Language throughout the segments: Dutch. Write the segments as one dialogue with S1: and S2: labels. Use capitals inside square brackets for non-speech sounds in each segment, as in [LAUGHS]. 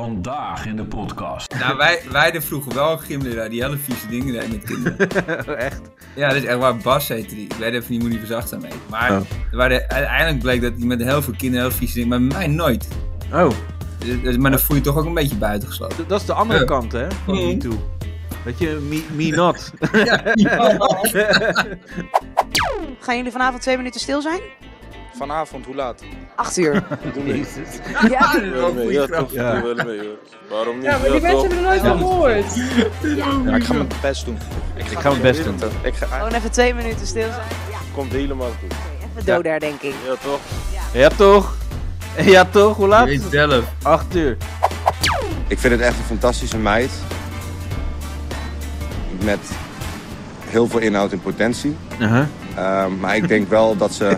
S1: Vandaag in de podcast.
S2: Nou, wij, wij er vroeger wel een gymleraar die hele vieze dingen deed met
S3: [LAUGHS]
S2: kinderen.
S3: Echt?
S2: Ja, dat is echt waar. Bas heette die. Ik weet even niet hoe die verzacht aan heet. Maar
S3: Oh.
S2: er waren, uiteindelijk bleek dat hij met heel veel kinderen heel vieze dingen... Maar met mij nooit.
S3: Oh,
S2: Dus- dus- maar dan voel je je toch ook een beetje
S3: [LAUGHS]
S2: buitengesloten.
S3: d- dat is de andere
S2: Ja.
S3: kant, hè? Van
S2: Mhm.
S3: me too. Weet je, me, me not.
S4: Gaan jullie vanavond twee minuten stil zijn?
S5: Vanavond, hoe laat?
S4: Acht uur.
S5: Ik doe mee.
S4: Ja,
S2: dat is wel
S5: Ik
S2: een
S5: doe mee.
S2: goeie
S5: Ja,
S2: grap.
S5: toch.
S3: Ja.
S5: Ik doe wel mee, hoor. Waarom niet?
S6: Ja, maar die mensen hebben er nooit van gehoord.
S5: Ja, ik ga mijn best doen. Ik
S3: ga mijn best doen.
S5: Ik ga...
S4: [LAUGHS] gewoon even twee minuten stil zijn. Ja,
S5: Komt helemaal goed.
S4: even doodar, denk ik.
S5: Ja, toch?
S3: Ja toch? Ja toch? Hoe
S2: Je
S3: laat?
S2: weet het zelf.
S3: Acht uur.
S7: Ik vind het echt een fantastische meid. Met heel veel inhoud en potentie.
S8: Uh-huh.
S7: Ehm, maar ik denk wel dat
S8: [LAUGHS]
S7: ze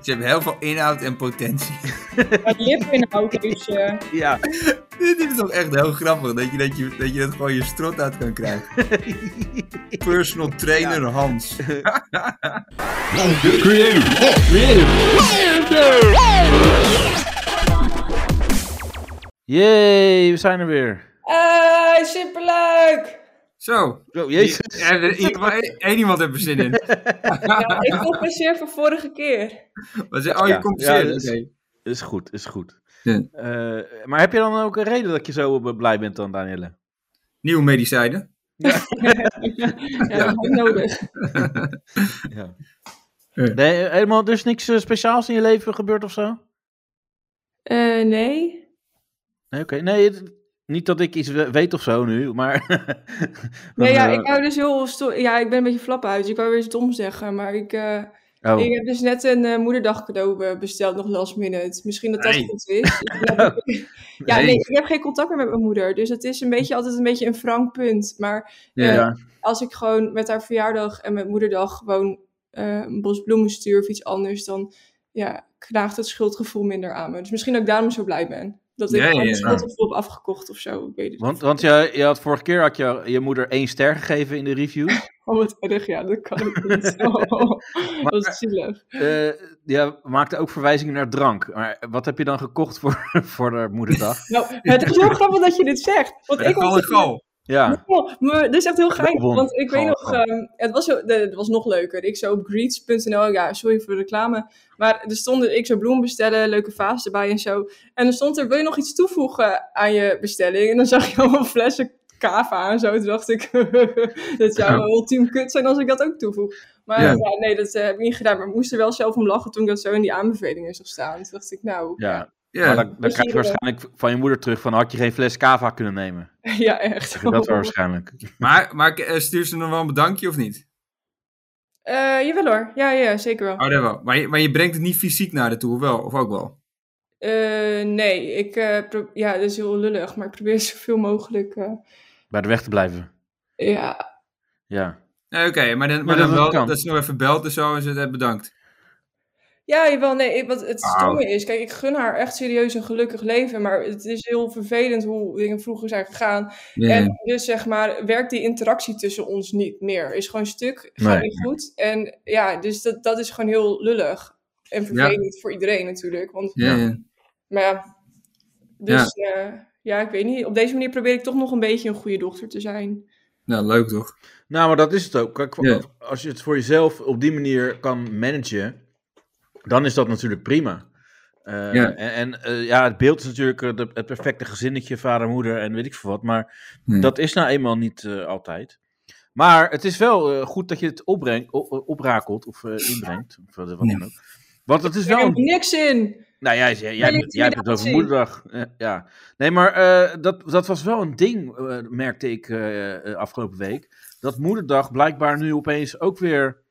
S2: Ze hebben heel veel inhoud en potentie. [LAUGHS]
S6: Maar lipinhoud dus. eh,
S3: Ja.
S2: Dit is toch echt heel grappig. Dat je dat, je, dat, je dat gewoon je strot uit kan
S3: [LAUGHS]
S2: krijgen. Personal trainer Hans.
S1: Creative.
S3: Yay, we zijn er weer.
S6: hey, Eh, superleuk!
S2: Zo.
S3: Zo, jezus.
S2: Ja, er- in ieder geval één- één iemand heeft er zin
S3: [LAUGHS]
S2: in.
S6: Ja, ik compenseer van vorige keer.
S2: Maar ze- oh,
S3: Ja,
S2: je komt
S3: ja,
S2: zin.
S3: dat is-
S2: Oké.
S3: Is goed, is goed.
S2: Ja.
S3: Eh, maar heb je dan ook een reden dat je zo eh, blij bent dan, Danielle?
S2: Nieuwe medicijnen.
S6: Ja, dat had ik nodig.
S3: Ja.
S2: Eh.
S3: Nee, helemaal dus niks eh, speciaals in je leven gebeurd of zo?
S6: Eh, nee.
S3: Nee, oké. Nee, het- niet dat ik iets we- weet of zo nu, maar... [LAUGHS]
S6: Nee, ja,
S3: Eh,
S6: ik hou dus heel sto- Ja, ik ben een beetje flaphuis. Ik wou weer iets dom zeggen, maar ik, eh,
S3: oh.
S6: ik heb dus net een eh, moederdag cadeau eh, besteld, nog last minute. Misschien dat dat
S2: Nee.
S6: goed is. ja, nee, ik heb geen contact meer met mijn moeder, dus het is een beetje altijd een beetje een frank punt. Maar
S2: Ja.
S6: Ja. als ik gewoon met haar verjaardag en met moederdag gewoon eh, een bos bloemen stuur of iets anders, dan ja, knaagt het schuldgevoel minder aan me. Dus misschien dat ik daarom zo blij ben. Dat ik
S2: Ja, ja,
S6: gewoon
S2: ja.
S6: het schuldgevoel heb afgekocht of zo. Ik weet het
S3: Want,
S6: niet.
S3: want je, je had vorige keer had je, je moeder één ster gegeven in de review.
S6: Oh, wat erg. Ja, dat kan
S3: [LAUGHS]
S6: ik niet. Oh, dat is zielig.
S3: Eh ja, maakte ook verwijzingen naar drank. Maar wat heb je dan gekocht voor, [LAUGHS] voor haar moederdag?
S6: Nou, het is heel grappig dat je dit zegt. Want
S2: Met
S6: ik was
S2: Gal en Gal.
S3: Ja.
S6: Oh, maar dit is echt heel geinig,
S3: Gewoon,
S6: want ik weet
S3: gewoon,
S6: nog, ehm, het, was zo, nee, het was nog leuker. Ik zo op greets.nl, ja, sorry voor de reclame, maar er stonden, ik zou bloem bestellen, leuke vaas erbij en zo. En dan stond er, wil je nog iets toevoegen aan je bestelling? En dan zag je allemaal flessen kava en zo. Toen dacht ik, [LAUGHS] dat zou wel ultiem kut zijn als ik dat ook toevoeg. Maar
S2: Ja.
S6: ja. nee, dat eh, heb ik niet gedaan, maar ik moest er wel zelf om lachen toen ik dat zo in die aanbevelingen zag staan. Toen dacht ik, nou, [LAUGHS]
S3: ja.
S2: Ja.
S3: Maar dan, dan krijg je waarschijnlijk van je moeder terug van had je geen fles cava kunnen nemen.
S6: ja, echt.
S3: Zeg je Dat waarschijnlijk.
S2: Maar, maar eh, stuur ze dan wel een bedankje of niet?
S6: Eh, jawel hoor, ja, ja, zeker wel.
S2: Oh, dat wel. Maar je, maar je brengt het niet fysiek naar de toe, of wel? Of ook wel?
S6: Eh, nee, ik, eh, pro- ja, dat is heel lullig, maar ik probeer [LAUGHS] zoveel mogelijk. eh,
S3: Bij de weg te blijven.
S6: ja,
S3: Ja.
S2: Nee, Oké, maar dan, maar
S3: dat-
S2: dan
S3: dat
S2: wel
S3: kan.
S2: dat ze nog even belt en zo en ze het bedankt.
S6: ja jawel, nee, ik- wat het
S2: Au.
S6: stomme is, kijk, ik gun haar echt serieus een gelukkig leven, maar het is heel vervelend hoe dingen vroeger zijn gegaan. En dus zeg maar, werkt die interactie tussen ons niet meer. Is gewoon stuk, gaat
S3: Nee.
S6: niet goed. En ja, dus dat, dat is gewoon heel lullig en vervelend voor iedereen natuurlijk. Want,
S2: Ja, ja.
S6: maar ja, dus eh, ja, ik weet niet, op deze manier probeer ik toch nog een beetje een goede dochter te zijn.
S2: Nou, leuk toch?
S3: Nou, maar dat is het ook. Kijk,
S2: Ja.
S3: Als je het voor jezelf op die manier kan managen, dan is dat natuurlijk prima. Eh,
S2: Ja.
S3: En, en, eh, ja, het beeld is natuurlijk eh, de- het perfecte gezinnetje, vader, moeder en weet ik veel wat. Maar
S2: Nee.
S3: dat is nou eenmaal niet eh, altijd. Maar het is wel eh, goed dat je het opbrengt, o- o- oprakelt of eh, inbrengt. Of eh, wat dan ook. Want het is
S6: Ik
S3: wel
S6: heb
S3: een
S6: niks in.
S3: nou, jij, jij, jij,
S6: je
S3: jij hebt het over moederdag. Eh, Ja. Nee, maar eh, dat, dat was wel een ding, eh, merkte ik eh, eh, afgelopen week. Dat moederdag blijkbaar nu opeens ook weer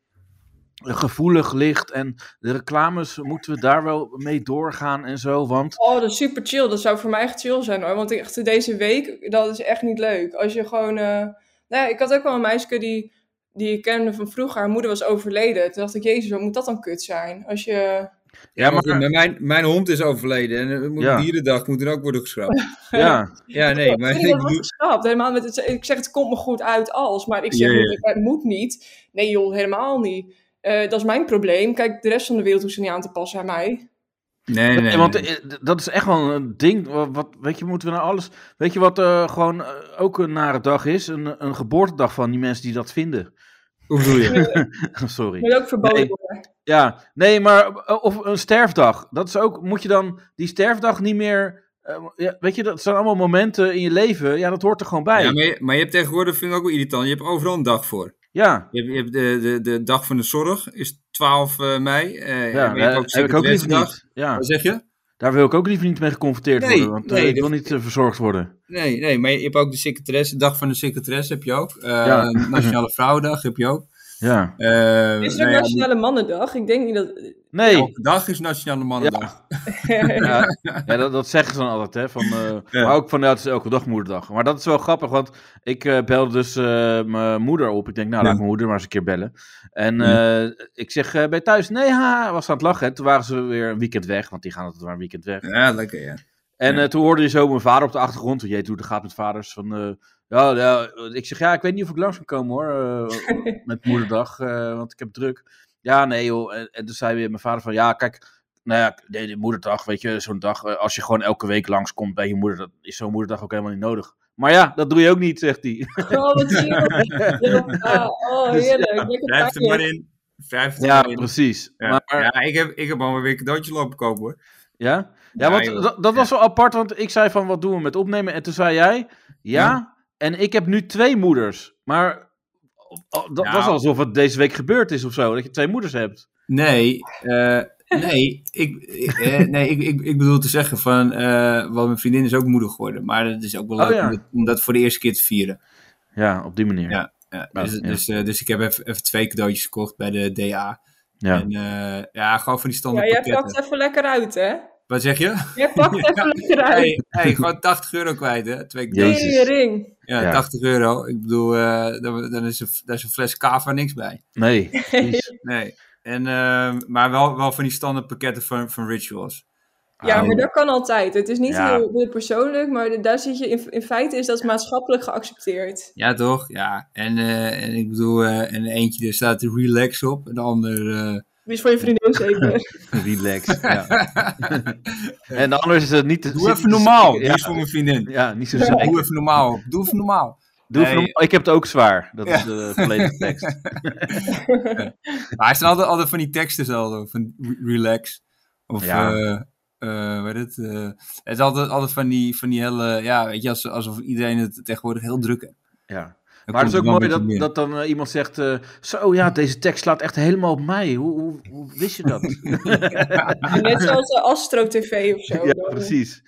S3: eh, gevoelig ligt. En de reclames moeten we daar wel mee doorgaan en zo. Want
S6: Oh, dat is super chill. Dat zou voor mij echt chill zijn hoor. Want ik- echt deze week, dat is echt niet leuk. Als je gewoon. eh, Nou ja, ik had ook wel een meisje die, die ik kende van vroeger. Haar moeder was overleden. Toen dacht ik, Jezus, wat moet dat dan kut zijn? Als je.
S3: ja,
S2: maar,
S3: maar,
S2: mijn, mijn hond is overleden en eh, moet
S3: Ja.
S2: dierendag moet er ook worden [LAUGHS] geschrapt.
S3: ja,
S2: Ja, nee, maar
S6: ik
S2: ik
S6: dat was
S2: bedoel...
S6: geschrapt. Helemaal met het, ik zeg, het komt me goed uit als. Maar ik zeg,
S2: Ja, ja.
S6: niet, het moet niet. Nee, joh, helemaal niet. Eh, dat is mijn probleem. Kijk, de rest van de wereld hoeft ze niet aan te passen aan mij.
S2: Nee, nee,
S3: Nee,
S2: nee.
S3: want eh, d- dat is echt wel een ding. wa- Wat, weet je, moeten we nou alles. Weet je wat eh, gewoon eh, ook een nare dag is? Een, een geboortedag van die mensen die dat vinden. [LAUGHS]
S2: Hoe bedoel je?
S3: Sorry.
S6: Moet ook verboden
S3: Nee.
S6: worden.
S3: Ja, nee, maar. eh, Of een sterfdag. Dat is ook. Moet je dan die sterfdag niet meer. eh, ja, weet je, dat zijn allemaal momenten in je leven. Ja, dat hoort er gewoon bij.
S2: Ja,
S3: Ja.
S2: maar, je, maar je hebt tegenwoordig, vind ik ook wel irritant, je hebt overal een dag voor. Je hebt, je hebt de, de, de dag van de zorg, is 12 eh, mei. eh
S3: Ja,
S2: maar je hebt
S3: eh,
S2: ook
S3: heb ik ook liever
S2: Secretariatsdag.
S3: niet. Ja,
S2: Wat zeg je?
S3: daar wil ik ook liever niet mee geconfronteerd
S2: Nee,
S3: worden. Want eh,
S2: nee,
S3: ik wil
S2: dat-
S3: niet eh, verzorgd worden.
S2: Nee, nee, maar je hebt ook de secretaresse, dag van de secretaresse heb je ook. Eh,
S3: Ja.
S2: Nationale Vrouwendag heb je ook.
S3: Ja.
S2: Eh,
S6: Is er
S2: nou
S6: een
S2: ja,
S6: Nationale Mannendag? Ik denk niet dat... [LAUGHS]
S3: Nee.
S2: elke dag is Nationale Mannendag.
S3: Ja, ja dat, dat zeggen ze dan altijd, hè. Van, eh,
S2: Ja.
S3: Maar ook van, ja, het is elke dag moederdag. Maar dat is wel grappig, want ik eh, belde dus eh, mijn moeder op. Ik denk, nou,
S2: Ja.
S3: laat mijn moeder maar eens een keer bellen. En
S2: Ja.
S3: eh, ik zeg, eh, ben je thuis? Nee, ha, was aan het lachen. En toen waren ze weer een weekend weg, want die gaan altijd maar een weekend weg.
S2: Ja, lekker ja.
S3: En
S2: Ja.
S3: eh, toen hoorde je zo mijn vader op de achtergrond. Jeetje, hoe het gaat met vaders. Van, eh, ja, ja, ik zeg, ja, ik weet niet of ik langs kan komen hoor. eh, met moederdag, eh, want ik heb druk. Ja, nee joh. En, en toen zei weer mijn vader van, ja, kijk. Nou ja, nee, de moederdag, weet je, zo'n dag. eh, als je gewoon elke week langskomt bij je moeder, dat is zo'n moederdag ook helemaal niet nodig. Maar ja, dat doe je ook niet, zegt hij.
S6: Oh, wat zie je?
S3: [LAUGHS]
S6: Ah, oh,
S3: Dus,
S6: heerlijk. Lekker
S2: Vijf er maar
S6: taartje.
S2: in. Vijf er
S3: Ja,
S2: maar in.
S3: [LAUGHS] precies.
S2: Ja,
S3: Maar, ja?
S2: ja, ik heb, ik heb allemaal weer cadeautjes lopen kopen hoor.
S3: Ja,
S2: Ja,
S3: want
S2: joh.
S3: dat, dat was wel apart, want ik zei van, wat doen we met opnemen? En toen zei jij, ja, en ik heb nu twee moeders. Maar oh, dat
S2: Nou.
S3: was alsof het deze week gebeurd is of zo, dat je twee moeders hebt.
S2: Nee, eh, nee, ik, ik, eh, nee ik, ik, ik bedoel te zeggen van, eh want mijn vriendin is ook moeder geworden. Maar het is ook wel
S3: Oh,
S2: leuk
S3: ja.
S2: om, dat, om dat voor de eerste keer te vieren.
S3: Ja, op die manier.
S2: Ja.
S3: Ja,
S2: Ja,
S3: Ja,
S2: dus,
S3: ja.
S2: Dus, eh, dus ik heb even, even twee cadeautjes gekocht bij de DA. En eh, ja, gewoon van die
S6: Ja,
S2: standaard
S6: jij
S2: pakketten.
S6: pakt even lekker uit, hè?
S2: Wat zeg je?
S3: [LAUGHS]
S6: Jij pakt even lekker uit.
S2: Hey, hey, [LAUGHS] gewoon 80 euro kwijt hè, twee cadeautjes.
S3: Jezus.
S6: Hey, ring.
S2: Ja,
S3: Ja.
S2: 80 euro. Ik bedoel, eh, dan, dan is een, daar is een fles kava niks bij. [LAUGHS]
S3: nee. precies.
S2: Nee. En, eh, maar wel, wel van die standaard pakketten van, van rituals.
S6: Ja,
S3: Ah,
S6: maar dat kan altijd. Het is niet
S3: Ja.
S6: heel, heel persoonlijk, maar daar zit je in, in feite is dat maatschappelijk geaccepteerd.
S2: Ja, toch? Ja. En, eh, en ik bedoel, eh, en eentje daar staat relax op. En de ander... [LAUGHS] eh,
S6: Die is voor je [LAUGHS] vriendin
S3: [LAUGHS]
S6: zeker.
S3: Relax. Ja. [LAUGHS] en de ander is het niet te
S2: doe
S3: zit
S2: even
S3: niet te
S2: normaal.
S3: zeiken.
S2: Die is voor mijn vriendin.
S3: Ja, ja, niet zo zeker.
S2: Doe even normaal. Doe even normaal.
S3: Doe
S2: Nee.
S3: even normaal. Ik heb het ook zwaar. Dat
S2: Ja.
S3: is de volledige
S2: [LAUGHS]
S3: tekst.
S2: Maar er zijn altijd, altijd van die teksten zelf. Van re- relax. Of...
S3: Ja.
S2: eh, eh, wat is het? eh, het is altijd, altijd van die, van die hele... Ja, weet je, alsof, alsof iedereen het tegenwoordig heel druk heeft.
S3: Ja.
S2: Dan
S3: Maar het is ook
S2: komt wel
S3: mooi
S2: een beetje
S3: dat,
S2: meer.
S3: dat dan eh, iemand zegt... eh, zo ja, deze tekst slaat echt helemaal op mij. Hoe, hoe, hoe wist je dat?
S2: [LAUGHS]
S6: Net zoals eh, Astro TV of zo.
S3: Ja,
S6: Dan-
S3: precies.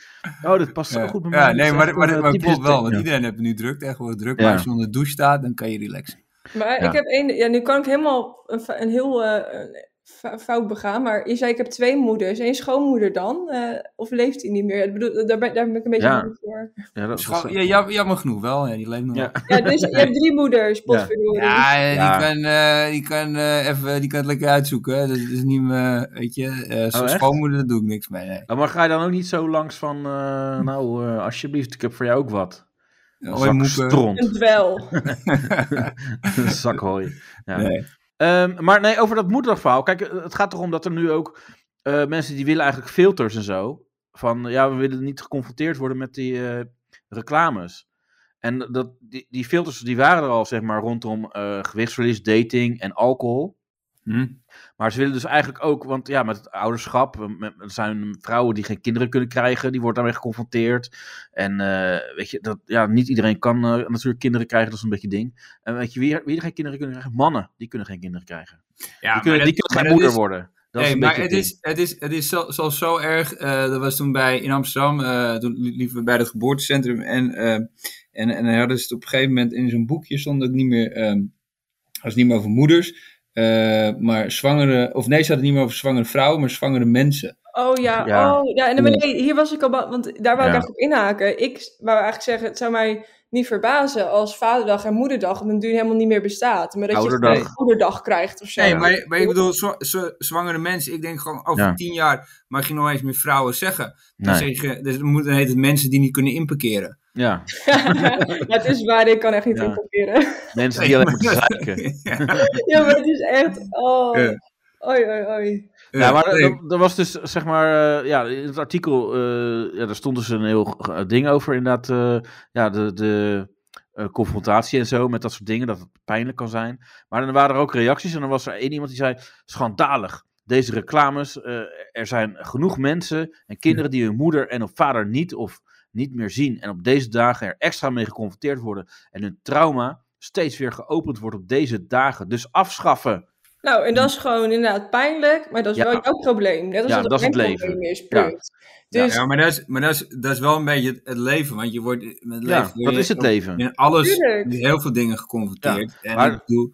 S3: Oh, dat past zo goed bij mij.
S2: Ja, nee, maar, maar, maar,
S3: dat
S2: het klopt wel. Want iedereen heeft het nu druk, tegenwoordig druk.
S3: Ja.
S2: Maar als je onder de douche staat, dan kan je relaxen.
S6: Maar
S3: Ja.
S6: ik heb één. Ja, nu kan ik helemaal een, fa- een heel eh, een fa- fout begaan. Maar je zei, ik heb twee moeders. Eén schoonmoeder dan? eh, of leeft die niet meer? Ik bedoel, daar, ben, daar ben ik een beetje
S3: Ja.
S6: bang voor.
S3: Ja, dat
S2: Dus
S3: is
S2: gewoon- ja, jammer, jammer genoeg wel. Ja, die leeft nog.
S3: Ja.
S2: Ja,
S6: Ja, dus je hebt drie moeders, potverdorie. Ja.
S2: eh,
S3: Ja.
S2: die kan, eh, die kan, eh, even, die kan het lekker uitzoeken. hè. Dat is niet meer, weet je, eh zo'n
S3: Oh, echt?
S2: schoonmoeder, daar doe ik niks mee. Nee.
S3: maar ga je dan ook niet zo langs van... eh, nou, eh, alsjeblieft, ik heb voor jou ook wat. Een
S2: Hoi,
S3: zak
S2: moeke. [LAUGHS]
S6: Een
S3: stront.
S6: dwel.
S3: Een zak hooi. eh, Ja.
S2: Nee.
S3: Ehm, maar nee, over dat moederverhaal. Kijk, eh, het gaat toch om dat er nu ook... eh, mensen die willen eigenlijk filters en zo. Van, ja, we willen niet geconfronteerd worden met die eh, reclames. En dat, die, die filters die waren er al, zeg maar, rondom eh, gewichtsverlies, dating en alcohol.
S2: Hm?
S3: Maar ze willen dus eigenlijk ook, want ja, met het ouderschap, eh, met- er zijn vrouwen die geen kinderen kunnen krijgen, die worden daarmee geconfronteerd. En eh, weet je, dat, ja, niet iedereen kan eh, natuurlijk kinderen krijgen, dat is een beetje een ding. En weet je, wie, wie er geen kinderen kunnen krijgen? Mannen, die kunnen geen kinderen krijgen.
S2: Ja,
S3: die kunnen,
S2: maar
S3: die
S2: dat-
S3: kunnen
S2: maar
S3: geen
S2: dat
S3: moeder
S2: is-
S3: worden. Dat is
S2: Nee,
S3: een
S2: maar
S3: beetje
S2: het
S3: ding.
S2: is, het is, het is zelfs, zelfs zo erg. eh, dat was toen bij, in Amsterdam, eh, toen li- liepen we bij het geboortecentrum. En, eh, en, en hij hadden ze het op een gegeven moment in zijn boekje stond ook niet meer, ehm was niet meer over moeders. eh, maar zwangere, of nee, ze hadden het niet meer over zwangere vrouwen, maar zwangere mensen.
S6: Oh ja,
S3: Ja.
S6: oh ja. En dan ben ik- hier was ik al, ba- want daar wou ik
S3: Ja.
S6: echt op inhaken. Ik wou eigenlijk zeggen, het zou mij niet verbazen als Vaderdag en Moederdag op een duur helemaal niet meer bestaat. Maar dat je
S3: Ouderdag.
S6: een moederdag krijgt of zo.
S2: Nee,
S3: Ja.
S6: [LAUGHS]
S2: maar, maar ik bedoel, zwa- zwa- zwangere mensen, ik denk gewoon over
S3: Ja.
S2: tien jaar mag je nog eens meer vrouwen zeggen. Dan,
S3: Nee.
S2: zeg je, dus dan heet het mensen die niet kunnen inparkeren. [LAUGHS]
S3: Ja,
S6: Maar het is waar, ik kan echt niet
S3: Ja.
S6: ja. [LAUGHS] incorporeren.
S3: mensen die alleen maar te zeiken.
S6: ja, maar het is echt, oh,
S2: Ja.
S6: oi, oi, oi.
S3: Ja, maar er, er was dus, zeg maar, eh, ja, in het artikel, eh, ja, daar stond dus een heel g- eh, ding over, inderdaad, eh, ja, de, de eh, confrontatie en zo, met dat soort dingen, dat het pijnlijk kan zijn. Maar dan waren er ook reacties en dan was er één iemand die zei, schandalig, deze reclames, eh, er zijn genoeg mensen en kinderen die hun moeder en of vader niet of niet meer zien en op deze dagen er extra mee geconfronteerd worden en hun trauma steeds weer geopend wordt op deze dagen, dus afschaffen.
S6: Nou, en dat is gewoon inderdaad pijnlijk, maar dat is
S3: Ja.
S6: wel jouw probleem. Net als
S3: Ja,
S6: dat,
S3: dat is het
S6: mijn
S3: leven.
S6: probleem is,
S3: Ja.
S6: punt. Dus
S2: Ja, maar dat is, maar dat is, dat is wel een beetje het, het leven. Want je wordt met leven.
S3: Ja,
S2: word
S3: dat
S2: je
S3: is het
S2: op-
S3: leven.
S2: In alles,
S6: Tuurlijk.
S2: met heel veel dingen geconfronteerd. en
S3: maar-
S2: ik bedoel,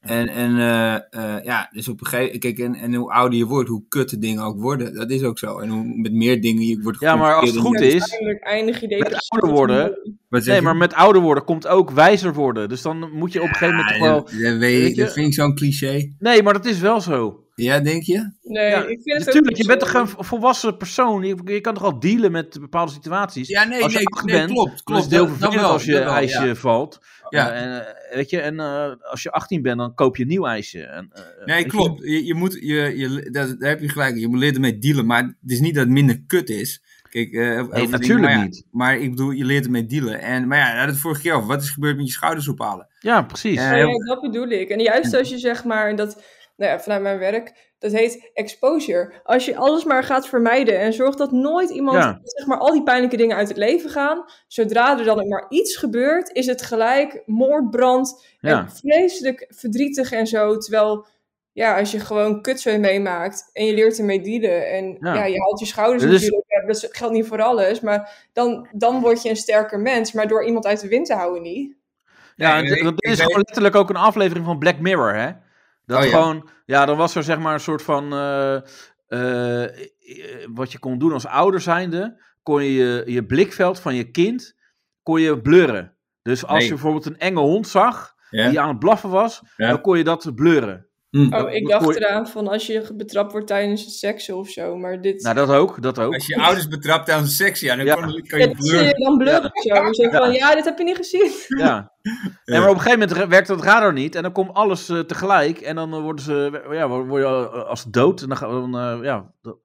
S2: en, en eh, eh, ja, dus op een gegeven kijk, en, en hoe ouder je wordt, hoe kutte dingen ook worden. Dat is ook zo. En hoe met meer dingen je wordt
S3: Ja, maar als het goed
S2: geconfronteerd.
S3: is,
S6: uiteindelijk eindig je
S3: met
S6: deze
S3: ouder worden,
S2: Wat zeg
S3: Nee,
S2: je?
S3: maar met ouder worden komt ook wijzer worden. Dus dan moet je op een gegeven moment
S2: Ja,
S3: toch wel...
S2: dat, dat weet
S3: weet
S2: ik,
S3: je-
S2: dat vind ik zo'n cliché.
S3: Nee, maar dat is wel zo.
S2: Ja, denk je?
S6: Nee,
S3: Ja,
S6: ik vind het ook
S3: Natuurlijk,
S6: niet
S3: je bent
S6: zo.
S3: toch een vo- volwassen persoon. Je, je kan toch al dealen met bepaalde situaties.
S2: Ja, nee,
S3: als je
S2: nee,
S3: acht
S2: nee
S3: bent,
S2: klopt.
S3: Dan is
S2: klopt
S3: het heel
S2: dat- dat
S3: vervelend
S2: wel,
S3: als je
S2: dat wel,
S3: ijsje
S2: ja.
S3: valt.
S2: Ja.
S3: Eh, en, eh, weet je, en eh, als je 18 bent, dan koop je een nieuw ijsje. En, eh, weet
S2: Nee,
S3: je?
S2: klopt. Je, je moet, je, je, dat, daar heb je gelijk. in. Je moet leren ermee dealen. Maar het is niet dat het minder kut is. Kijk, eh, heel veel dingen,
S3: natuurlijk
S2: maar ja,
S3: niet.
S2: Maar ik bedoel, je leert ermee dealen. En, maar ja, daar had het vorige keer over. Wat is gebeurd met je schouders ophalen?
S3: Ja, precies.
S2: Ja.
S6: Ja, ja, dat bedoel ik. En juist als je zeg maar dat, nou ja, vanuit mijn werk, dat heet exposure. Als je alles maar gaat vermijden en zorgt dat nooit iemand,
S3: Ja.
S6: zeg maar, al die pijnlijke dingen uit het leven gaan. Zodra er dan ook maar iets gebeurt, is het gelijk moordbrand
S3: ja.
S6: en vreselijk verdrietig en zo. Terwijl, ja, als je gewoon kutzooi meemaakt en je leert ermee dealen en
S3: Ja. dus-
S6: ja, je haalt je schouders
S3: Dit is-
S6: natuurlijk, ja, dat geldt niet voor alles, maar dan, dan word je een sterker mens, maar door iemand uit de wind te houden niet.
S3: Ja, en
S2: Nee,
S3: dit-
S2: eh, ik-
S3: want dit
S2: ik
S3: is
S2: weet-
S3: gewoon letterlijk ook een aflevering van Black Mirror, hè? Dat
S2: Oh, ja.
S3: gewoon, ja, dan was er zeg maar een soort van, eh, eh, eh, wat je kon doen als ouder zijnde, kon je je je blikveld van je kind, kon je blurren. Dus als
S2: Nee.
S3: je bijvoorbeeld een enge hond zag,
S2: Ja.
S3: die aan het blaffen was,
S2: Ja.
S3: dan kon je dat blurren.
S6: Oh, ik
S3: dat
S6: dacht
S3: gooi-
S6: eraan van als je betrapt wordt tijdens het seksen of zo, maar dit...
S3: Nou, dat ook, dat ook.
S2: Als je ouders betrapt aan seks, ja, dan
S3: Ja.
S2: kan, kan
S6: Ja,
S2: je
S6: dat zie
S2: blurren.
S6: je dan blurren of zo. Zo van, ja, dit heb je niet gezien.
S3: Ja. Nee, maar op een gegeven moment re- werkt dat radar niet en dan komt alles eh, tegelijk en dan eh, worden ze, eh, ja, wor- word je eh, als dood en dan, ga- dan eh, ja, dat,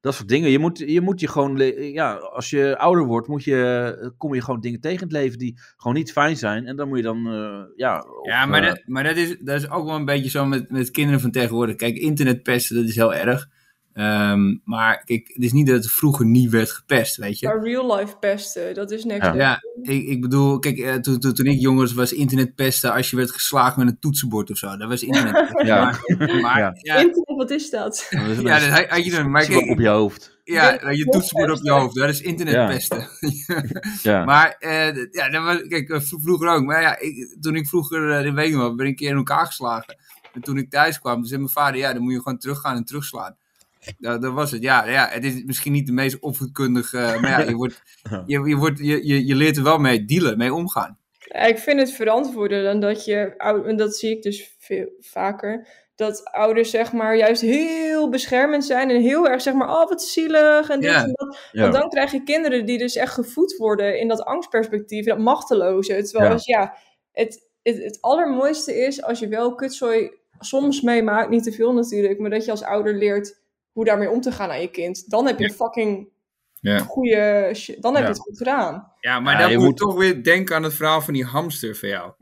S3: dat soort dingen. Je moet je, moet je gewoon, le- ja, als je ouder wordt, moet je, eh, kom je gewoon dingen tegen in het leven die gewoon niet fijn zijn en dan moet je dan, eh, ja. op,
S2: Ja, maar,
S3: eh, [LAUGHS]
S2: dat, maar dat, is, dat is ook wel een beetje zo met, met kinderen van tegenwoordig. Kijk, internetpesten, dat is heel erg. Ehm, maar kijk, het is niet dat het vroeger niet werd gepest, weet je.
S6: Maar real life pesten, dat is niks.
S3: Ja.
S2: Ja, ik, ik bedoel, kijk, eh, toen, toen, toen ik jonger was, was internetpesten als je werd geslagen met een toetsenbord of zo. Dat was
S3: [LAUGHS]
S2: internet.
S3: Ja.
S2: Maar, maar,
S3: Ja.
S2: ja. ja.
S6: Internet, wat is dat?
S3: dat is een
S2: dat had- had je dan, maar
S3: slok op
S2: kijk,
S3: je hoofd.
S2: ja, dat je toetsenbord op je hoofd, dat is internetpesten.
S3: Ja.
S2: Maar, eh, d- ja, dat was, kijk, eh, vro- vroeger ook. Maar ja, ik, toen ik vroeger, eh, dat weet ik nog wel, ben ik een keer in elkaar geslagen. En toen ik thuis kwam, zei mijn vader, ja, dan moet je gewoon teruggaan en terugslaan. Dat, dat was het, ja, ja. Het is misschien niet de meest opvoedkundige, eh,
S3: [LAUGHS]
S2: maar ja, je, wordt, je, je, wordt, je, je, je leert er wel mee dealen, mee omgaan.
S6: Ja, ik vind het verantwoorden dan dat je, ou- en dat zie ik dus veel vaker, dat ouders zeg maar juist heel beschermend zijn en heel erg zeg maar, oh wat zielig en dit
S2: Ja.
S6: en dat.
S3: Ja.
S6: Want dan krijg je kinderen die dus echt gevoed worden in dat angstperspectief, dat machteloze. Terwijl
S3: Ja.
S6: als, dus, ja, het, het, het allermooiste is als je wel kutzooi soms meemaakt, niet te veel natuurlijk, maar dat je als ouder leert hoe daarmee om te gaan aan je kind. Dan heb je fucking
S2: Ja.
S6: goede, shit- dan heb
S3: Ja.
S6: je het goed gedaan.
S2: Ja, maar
S3: Ja,
S2: dan
S3: je
S2: moet je
S3: moet-
S2: toch weer denken aan het verhaal van die hamster van jou.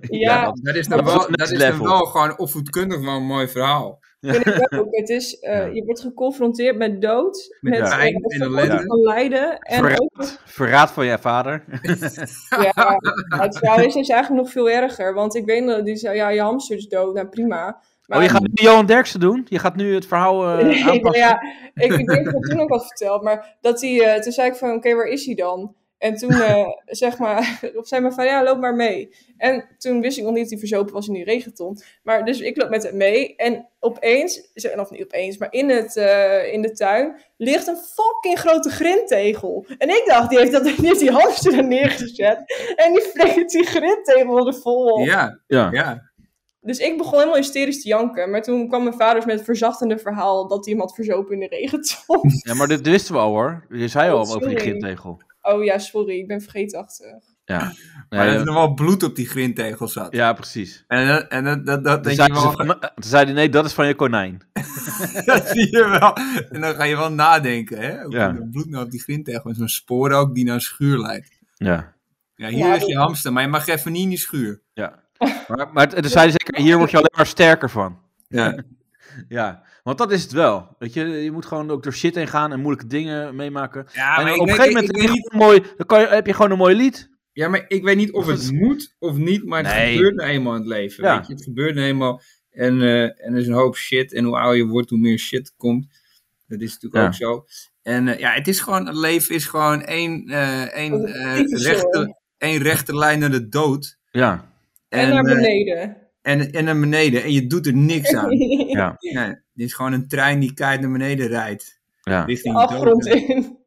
S6: ja
S3: dat-
S2: Dat is dan,
S3: Dat is
S2: wel,
S3: next
S2: dat is dan
S3: level.
S2: wel gewoon opvoedkundig wel een mooi verhaal.
S6: vind ik ook. Het is, eh,
S3: Ja.
S6: Je wordt geconfronteerd met dood,
S2: Met
S6: met, eh,
S2: pijn
S6: wat
S2: en
S6: voor
S2: ellende.
S6: soort van lijden. En ook,
S3: Verraad, verraad van je vader. [LAUGHS]
S6: ja, het trouwens is dus eigenlijk nog veel erger, want ik weet dat die zei, ja, je hamster is dood, nou prima. Maar
S3: Oh, je gaat nu Johan Derksen doen? Je gaat nu het verhaal eh,
S6: Nee, maar
S3: aanpassen?
S6: [LAUGHS] ja, ik, ik denk dat ik toen ook wat verteld, maar dat hij, eh, toen zei ik van, oké, waar is hij dan? En
S3: [LAUGHS]
S6: toen, eh, zeg maar, [LAUGHS] of zei mijn van, ja, loop maar mee. En toen wist ik nog niet dat hij verzopen was in die regenton. Maar dus ik loop met hem mee en opeens, ze- of niet opeens, maar in, het, eh, in de tuin ligt een fucking grote grintegel. En ik dacht, die heeft, dat, [LAUGHS] die, heeft die hamster er neergezet en die [LAUGHS] vreet die grintegel er vol op.
S2: Ja,
S3: Ja.
S2: ja.
S6: Dus ik begon helemaal hysterisch te janken. Maar toen kwam mijn vader dus met het verzachtende verhaal dat hij hem had verzopen in de regenton.
S3: [LAUGHS] ja, maar dit wisten we al hoor. Je zei al
S6: Oh,
S3: over die
S6: sorry.
S3: grintegel.
S6: oh ja, sorry, ik ben vergeetachtig.
S3: Ja,
S2: Maar
S3: Nee, eh,
S2: er is nog wel bloed op die grindtegel zat.
S3: ja precies.
S2: En, dat- en dat, dat, dat
S3: Toen
S2: denk je
S3: zei,
S2: wel,
S3: ze, van- toen zei hij, nee, dat is van je konijn.
S2: [LAUGHS] dat zie je wel. En dan ga je wel nadenken, hè? Hoe
S3: Ja.
S2: komt dat bloed nou op die grindtegel? Met zo'n spoor ook die naar een schuur leidt.
S3: Ja.
S2: Ja, hier
S6: Ja,
S2: ligt je hamster, maar je mag even niet in die schuur.
S3: ja. Maar, maar toen zei hij zeker, hier word je alleen maar sterker van.
S2: Ja.
S3: Ja, want dat is het wel. Weet je, je moet gewoon ook door shit heen gaan en moeilijke dingen meemaken.
S2: Ja,
S3: en
S2: maar
S3: op
S2: ik
S3: een
S2: weet-
S3: gegeven
S2: ik
S3: moment
S2: weet
S3: heb je,
S2: niet-
S3: gewoon een mooi, dan kan je, heb je gewoon een mooi lied.
S2: Ja, maar ik weet niet of het moet of niet, maar het
S3: Nee.
S2: gebeurt nou eenmaal in het leven.
S3: Ja.
S2: Weet je? Het gebeurt nou eenmaal en, eh, en er is een hoop shit. En hoe ouder je wordt, hoe meer shit komt. Dat is natuurlijk
S3: Ja.
S2: ook zo. En eh, ja, het is gewoon, het leven is gewoon één, eh één, eh,
S6: Het is zo.
S2: rechte, één rechte lijn naar de dood.
S3: Ja,
S6: En,
S2: En,
S6: naar
S2: eh,
S6: beneden.
S2: en, en naar beneden. En je doet er niks
S6: [LAUGHS]
S2: aan.
S3: Ja.
S2: Nee, dit is gewoon een trein die keihard naar beneden rijdt.
S3: ja.
S6: De
S2: Richting de
S6: afgrond
S2: dood.
S6: in.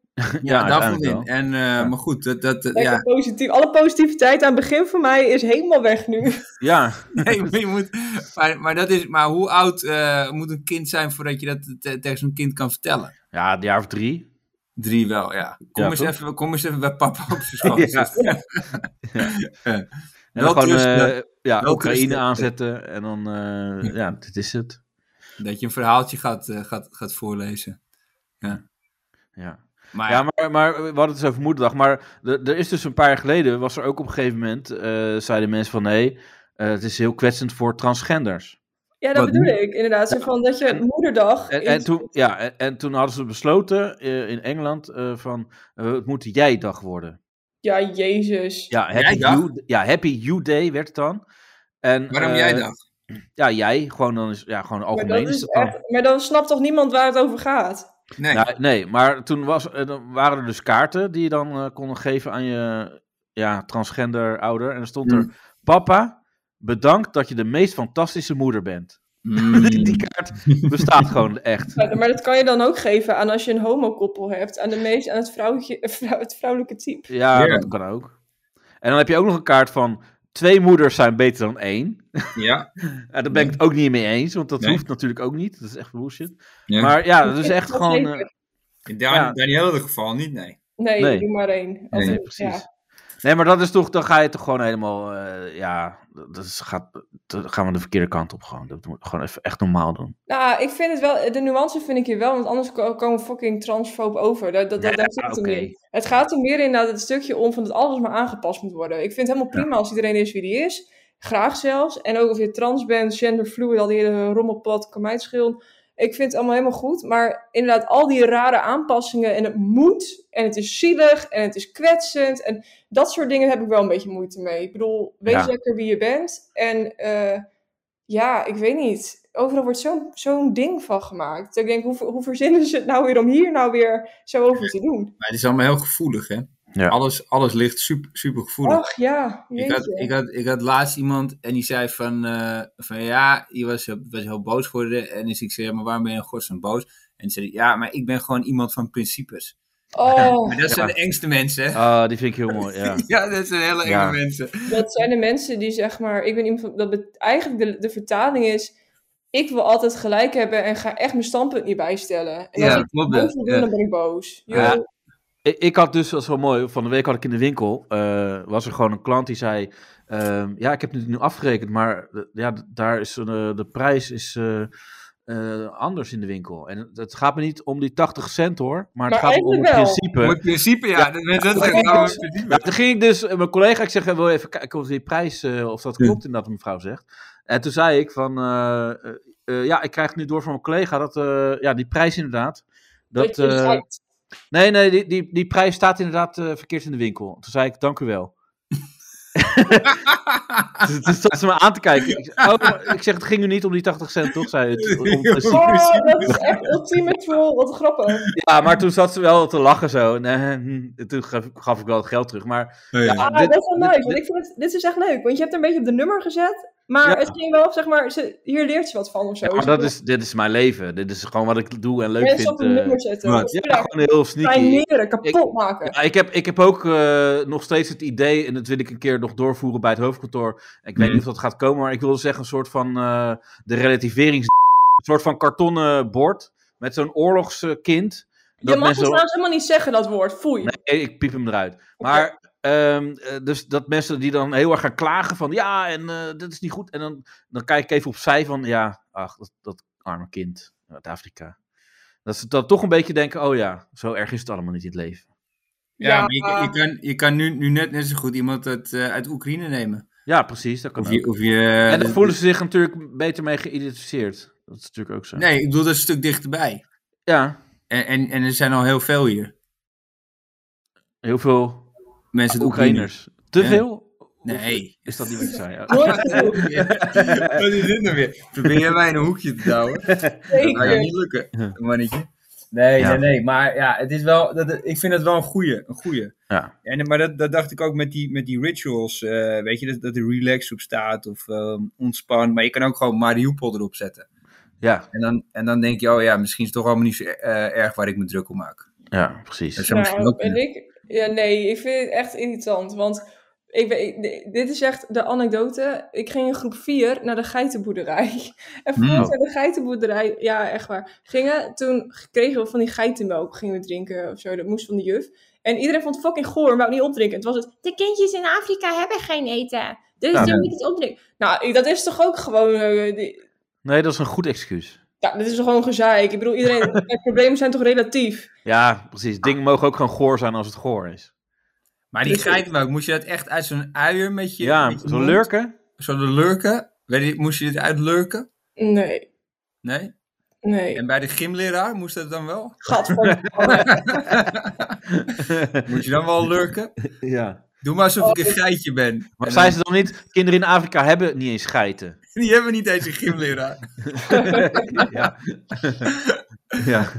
S2: Ja, daar vond
S3: uiteindelijk
S2: in. En, eh, Maar goed, dat, dat,
S6: Lekker
S2: ja.
S6: positief. Alle positiviteit aan het begin van mij is helemaal weg nu. [LAUGHS]
S3: wel. Ja,
S2: [LAUGHS] Nee, maar, je moet, maar, maar, dat is, maar hoe oud eh, moet een kind zijn voordat je dat te- tegen zo'n kind kan vertellen?
S3: ja, een jaar of drie.
S2: Drie wel, ja. Kom,
S3: Ja,
S2: eens,
S3: toch?
S2: even, kom eens even bij papa op
S3: [LAUGHS]
S2: zijn schoot.
S3: Ja.
S2: zitten.
S3: En
S2: Wel
S3: dan gewoon
S2: trusten.
S3: eh, ja,
S2: Wel
S3: Oekraïne
S2: trusten.
S3: aanzetten en dan, eh, ja, dit is het.
S2: [LAUGHS] Dat je een verhaaltje gaat, eh, gaat, gaat voorlezen.
S3: Ja.
S2: Maar,
S3: Ja, maar, maar we hadden het dus over moederdag. Maar er er is dus een paar jaar geleden, was er ook op een gegeven moment, eh, zeiden mensen van nee, eh, het is heel kwetsend voor transgenders.
S6: Ja, dat
S2: Wat
S6: bedoel
S2: nu?
S6: ik inderdaad. Zo van dat je moederdag...
S3: En,
S6: is-
S3: en, toen, ja, en, en toen hadden ze besloten eh, in Engeland eh, van eh, het moet jij-dag worden.
S6: Ja, jezus.
S3: Ja happy,
S2: Jij-dag?
S3: you, ja, happy You Day werd het dan. En,
S2: waarom
S3: eh,
S2: jij dat?
S3: Ja, jij. Gewoon, dan is, ja, gewoon
S6: Maar,
S3: algemeen.
S6: dat
S3: is
S6: is
S3: dat dan.
S6: echt- maar dan snapt toch niemand waar het over gaat?
S2: Nee. [LAUGHS]
S3: Nou, nee, maar toen was, eh, dan waren er dus kaarten die je dan eh, konden geven aan je ja, transgender ouder. En dan stond
S2: Hmm.
S3: er: Papa, bedankt dat je de meest fantastische moeder bent.
S2: Mm.
S3: Die kaart
S2: [LAUGHS]
S3: bestaat gewoon echt.
S6: Ja, maar dat kan je dan ook geven aan als je een homokoppel hebt. Aan, de meest, aan het, vrouwtje, [LAUGHS] eh, vrouw, het vrouwelijke type.
S3: Ja,
S2: Ja.
S3: dat kan ook. En dan heb je ook nog een kaart van: Twee moeders zijn beter dan één.
S2: Ja.
S3: En daar ben ik het ook niet mee eens, want dat
S2: Nee.
S3: hoeft natuurlijk ook niet. Dat is echt bullshit.
S2: Ja.
S3: Maar ja, [LAUGHS] dat is echt gewoon. eh,
S2: In
S3: Ja.
S2: Daniel geval niet, nee.
S6: Nee,
S3: Nee.
S6: doe maar één. Als
S2: Nee,
S6: het-
S3: precies.
S6: ja.
S3: Nee, maar dat is toch, dan ga je toch gewoon helemaal, eh, ja, dat is, gaat, dan gaan we de verkeerde kant op gewoon. Dat moet gewoon even echt normaal doen.
S6: Nou, ik vind het wel... De nuance vind ik hier wel. Want anders ko- komen we fucking transfoob over. Dat, dat, dat, daar zit het
S3: oké.
S6: hem in. Het gaat er meer inderdaad het stukje om van dat alles maar aangepast moet worden. Ik vind het helemaal prima als iedereen is wie die is. Graag zelfs. En ook of je trans bent, genderfluid, al die hele rommelpad, kan mij het schelen. Ik vind het allemaal helemaal goed. Maar inderdaad, al die rare aanpassingen en het moet. En het is zielig en het is kwetsend. En dat soort dingen heb ik wel een beetje moeite mee. Ik bedoel, weet
S3: Ja.
S6: lekker wie je bent. En eh, ja, ik weet niet. Overal wordt zo'n zo'n ding van gemaakt. Ik denk, hoe, ver- hoe verzinnen ze het nou weer om hier nou weer zo over te doen?
S2: Maar het is allemaal heel gevoelig, hè?
S3: Ja.
S2: Alles, alles ligt super, super gevoelig.
S6: Ach ja,
S2: Ik had,
S6: jeetje.
S2: ik, had, ik had laatst iemand en die zei van, eh, van ja, die was, was heel boos geworden. En dus ik zei, ja, maar waarom ben je in godsnaam boos? En die zei, ja, maar ik ben gewoon iemand van principes.
S6: Oh,
S2: Maar dat zijn
S3: Ja.
S2: de engste mensen, [LAUGHS] hè?
S3: Ah, die vind ik heel mooi,
S6: [LAUGHS]
S3: ja.
S2: Ja, dat zijn hele enge
S3: Ja. [LAUGHS]
S2: mensen.
S6: dat zijn de mensen die zeg maar, ik ben iemand van- dat bet- eigenlijk de, de vertaling is, ik wil altijd gelijk hebben en ga echt mijn standpunt niet bijstellen. En als
S2: Ja,
S6: ik
S2: klopt.
S6: boos wil doen, dan
S2: Ja.
S6: ben ik boos. Yo.
S3: Ja. Ik, ik had dus, dat is wel mooi, van de week had ik in de winkel, eh, was er gewoon een klant die zei, ehm, ja, ik heb het nu afgerekend, maar eh, ja, d- daar is, een, eh, de prijs is eh, eh, anders in de winkel. En het, het gaat me niet om die 80 cent hoor, maar,
S6: Maar
S3: het gaat me om
S6: eigenlijk
S3: het
S6: wel.
S2: Maar
S3: principe.
S2: in principe, ja, dat mensen dat zeggen, nou,
S6: klopt.
S2: ja, maar in principe.
S3: Ja, toen ging ik dus, eh, mijn collega, ik zeg, eh, wil je even kijken of die prijs, eh, of dat klopt inderdaad, wat mevrouw zegt. En toen zei ik van, eh, eh, eh, ja, ik krijg nu door van mijn collega dat, eh, ja, die prijs inderdaad. Dat, [LAUGHS]
S6: je het
S3: eh,
S6: uit-
S3: nee, nee, die, die, die prijs staat inderdaad eh, verkeerd in de winkel. Toen zei ik, dank u
S2: [LAUGHS]
S3: wel. dus toen zat ze me aan te kijken. Ik, zeg, oh, maar- ik zeg, het ging u niet om die 80 cent, toch? Zei
S2: [LAUGHS]
S3: het, om het principe.
S6: Oh, dat is echt ultieme troll. Wat grappig.
S3: Ja, maar toen zat ze wel te lachen zo. En, eh, hm, [LAUGHS] toen gaf, gaf ik wel het geld terug. Maar
S2: Oh, ja.
S3: ja,
S6: Ah,
S3: dit-
S6: dat is wel
S3: dit-
S6: nice. Want ik vind het, dit is echt leuk. Want je hebt er een beetje op de nummer gezet. Maar
S3: Ja.
S6: het ging wel, zeg maar, ze, hier leert ze wat van of zo.
S3: Ja, maar dat is, dit is mijn leven. Dit is gewoon wat ik doe en leuk
S6: Mensen
S3: vind.
S6: op de
S3: eh.
S6: nummer zetten.
S2: wat?
S3: ja, gewoon heel sneaky.
S6: Kleineren, kapot maken.
S3: Ja, ik, heb, ik heb ook eh, nog steeds het idee, en dat wil ik een keer nog doorvoeren bij het hoofdkantoor. Ik weet niet of dat gaat komen, maar ik wil zeggen een soort van eh, de relativerings... Een soort van kartonnen bord met zo'n oorlogskind.
S6: Je mag het
S3: mensen-
S6: trouwens helemaal niet zeggen, dat woord. Foei.
S3: Nee, ik piep hem eruit. Maar, ehm, eh, dus dat mensen die dan heel erg gaan klagen van, ja, en eh dit is niet goed. En dan, dan kijk ik even opzij van, ja, ach, dat, dat arme kind uit Afrika. Dat ze dan toch een beetje denken, oh ja, zo erg is het allemaal niet in het leven.
S2: Ja, maar je, kan- je kan, je kan nu, nu net net zo goed iemand uit, eh, uit Oekraïne nemen.
S3: Ja, precies, dat kan
S2: Of
S3: ook.
S2: je, of je,
S3: En daar voelen ze zich natuurlijk beter mee geïdentificeerd. Dat is natuurlijk ook zo.
S2: Nee, ik bedoel, dat is een stuk dichterbij.
S3: Ja,
S2: En, en, en er zijn al heel veel hier.
S3: heel veel
S2: Mensen uit Oekraïne.
S3: Oekraïners. Te
S2: Ja.
S3: veel?
S2: Nee.
S3: Is dat niet wat je zei? [LAUGHS] Ja.
S6: Nooit genoeg.
S2: [LAUGHS] Wat is dit nou weer? Probeer jij mij in een hoekje te douwen? Dat gaat
S6: Zeker.
S2: niet lukken, mannetje. Nee,
S3: Ja.
S2: nee, nee. Maar ja, het is wel, dat, ik vind het wel een goeie. Een goeie.
S3: Ja.
S2: En, maar dat, dat dacht ik ook met die, met die rituals. eh, weet je, dat, dat er relax op staat of ehm, ontspan. Maar je kan ook gewoon Mariupol erop zetten.
S3: Ja,
S2: En dan, en dan denk je, oh ja, misschien is het toch allemaal niet zo eh, erg waar ik me druk om maak.
S3: ja,
S2: Dat
S3: precies.
S2: zou misschien
S6: Nou,
S2: ook
S6: en
S2: kunnen.
S6: ik, ja, nee, ik vind het echt irritant. Want ik, ben- ik- dit is echt de anekdote. Ik ging in groep 4 naar de geitenboerderij. [LAUGHS] En
S2: Hmm.
S6: voordat we naar de geitenboerderij, ja, echt waar, gingen, toen kregen we van die geitenmelk, gingen we drinken of zo. Dat moest van de juf. En iedereen vond het fucking goor, maar niet opdrinken. Het was het, de kindjes in Afrika hebben geen eten. Dus
S3: Ja.
S6: je moet het opdrinken. Nou, ik- dat is toch ook gewoon... eh, die-
S3: Nee, dat is een goed excuus.
S6: ja, dit is toch gewoon gezeik. Ik bedoel,
S2: [LAUGHS]
S6: iedereen, de problemen zijn toch relatief?
S3: Ja, precies. Dingen mogen ook gewoon goor zijn als het goor is.
S2: Maar die geitenmelk, moest je dat echt uit zo'n uier met je...
S3: Ja,
S2: met je
S3: zo
S2: mond?
S3: lurken.
S2: Zo de lurken. Weet je, moest je dit uit lurken?
S6: Nee,
S2: Nee?
S6: nee.
S2: En bij de gymleraar moest dat dan wel?
S6: Gadverdamme.
S2: Moet je dan wel lurken?
S3: [LAUGHS] ja.
S2: Doe maar alsof ik een geitje ben.
S3: Maar
S2: En
S3: zijn ze dan niet, kinderen in Afrika hebben niet eens geiten.
S2: dan- [LAUGHS] Die hebben niet eens een gymleraar.
S3: [LAUGHS] ja. [LAUGHS] ja.
S2: Ze
S3: Ja.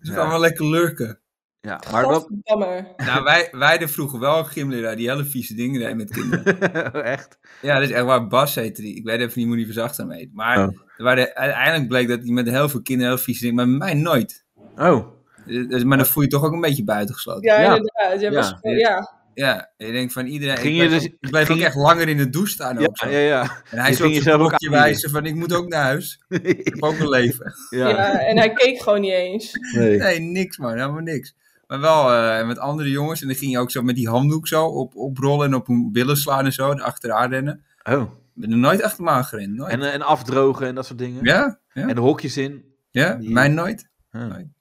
S2: Dus gaan wel lekker lurken.
S3: ja, maar dat...
S6: Gadverdamme.
S2: Nou, wij, wij er vroeger wel een gymleraar die hele vieze dingen deed met kinderen.
S3: [LAUGHS] Echt?
S2: Ja, dat is echt waar. Bas heette die. Ik weet even niet hoe die verzacht aan heet. Maar
S3: Oh.
S2: er waren- uiteindelijk bleek dat hij met heel veel kinderen heel vieze dingen... Maar met mij nooit.
S3: Oh,
S2: Dus, maar dan voel je je toch ook een beetje buitengesloten.
S6: Ja,
S3: Ja.
S6: inderdaad. Ja, was, ja.
S2: Ja, je denkt van iedereen...
S3: Ging
S2: ik
S3: je
S2: bleef,
S3: dus-
S2: ook, ik bleef
S3: ging
S2: ook
S3: je-
S2: echt langer in de douche staan.
S3: ja,
S2: ook zo.
S3: ja, ja.
S2: En hij
S3: je ging
S2: zou
S3: jezelf
S2: zo'n
S3: ook
S2: blokje
S3: aanbieden.
S2: wijzen van ik moet ook naar huis. [LAUGHS] Ik heb ook een leven.
S6: Ja. en hij keek gewoon niet eens.
S3: Nee.
S2: Nee, niks man, helemaal niks. Maar wel eh, met andere jongens. En dan ging je ook zo met die handdoek zo op, oprollen en op hun billen slaan en zo. En achteraan rennen.
S3: Oh.
S2: Ik ben er nooit achter me aan gerend. Nooit.
S3: En, eh, en afdrogen en dat soort dingen.
S2: ja, ja,
S3: En de hokjes in.
S2: ja, mij nooit.
S3: Oh.
S2: Nee.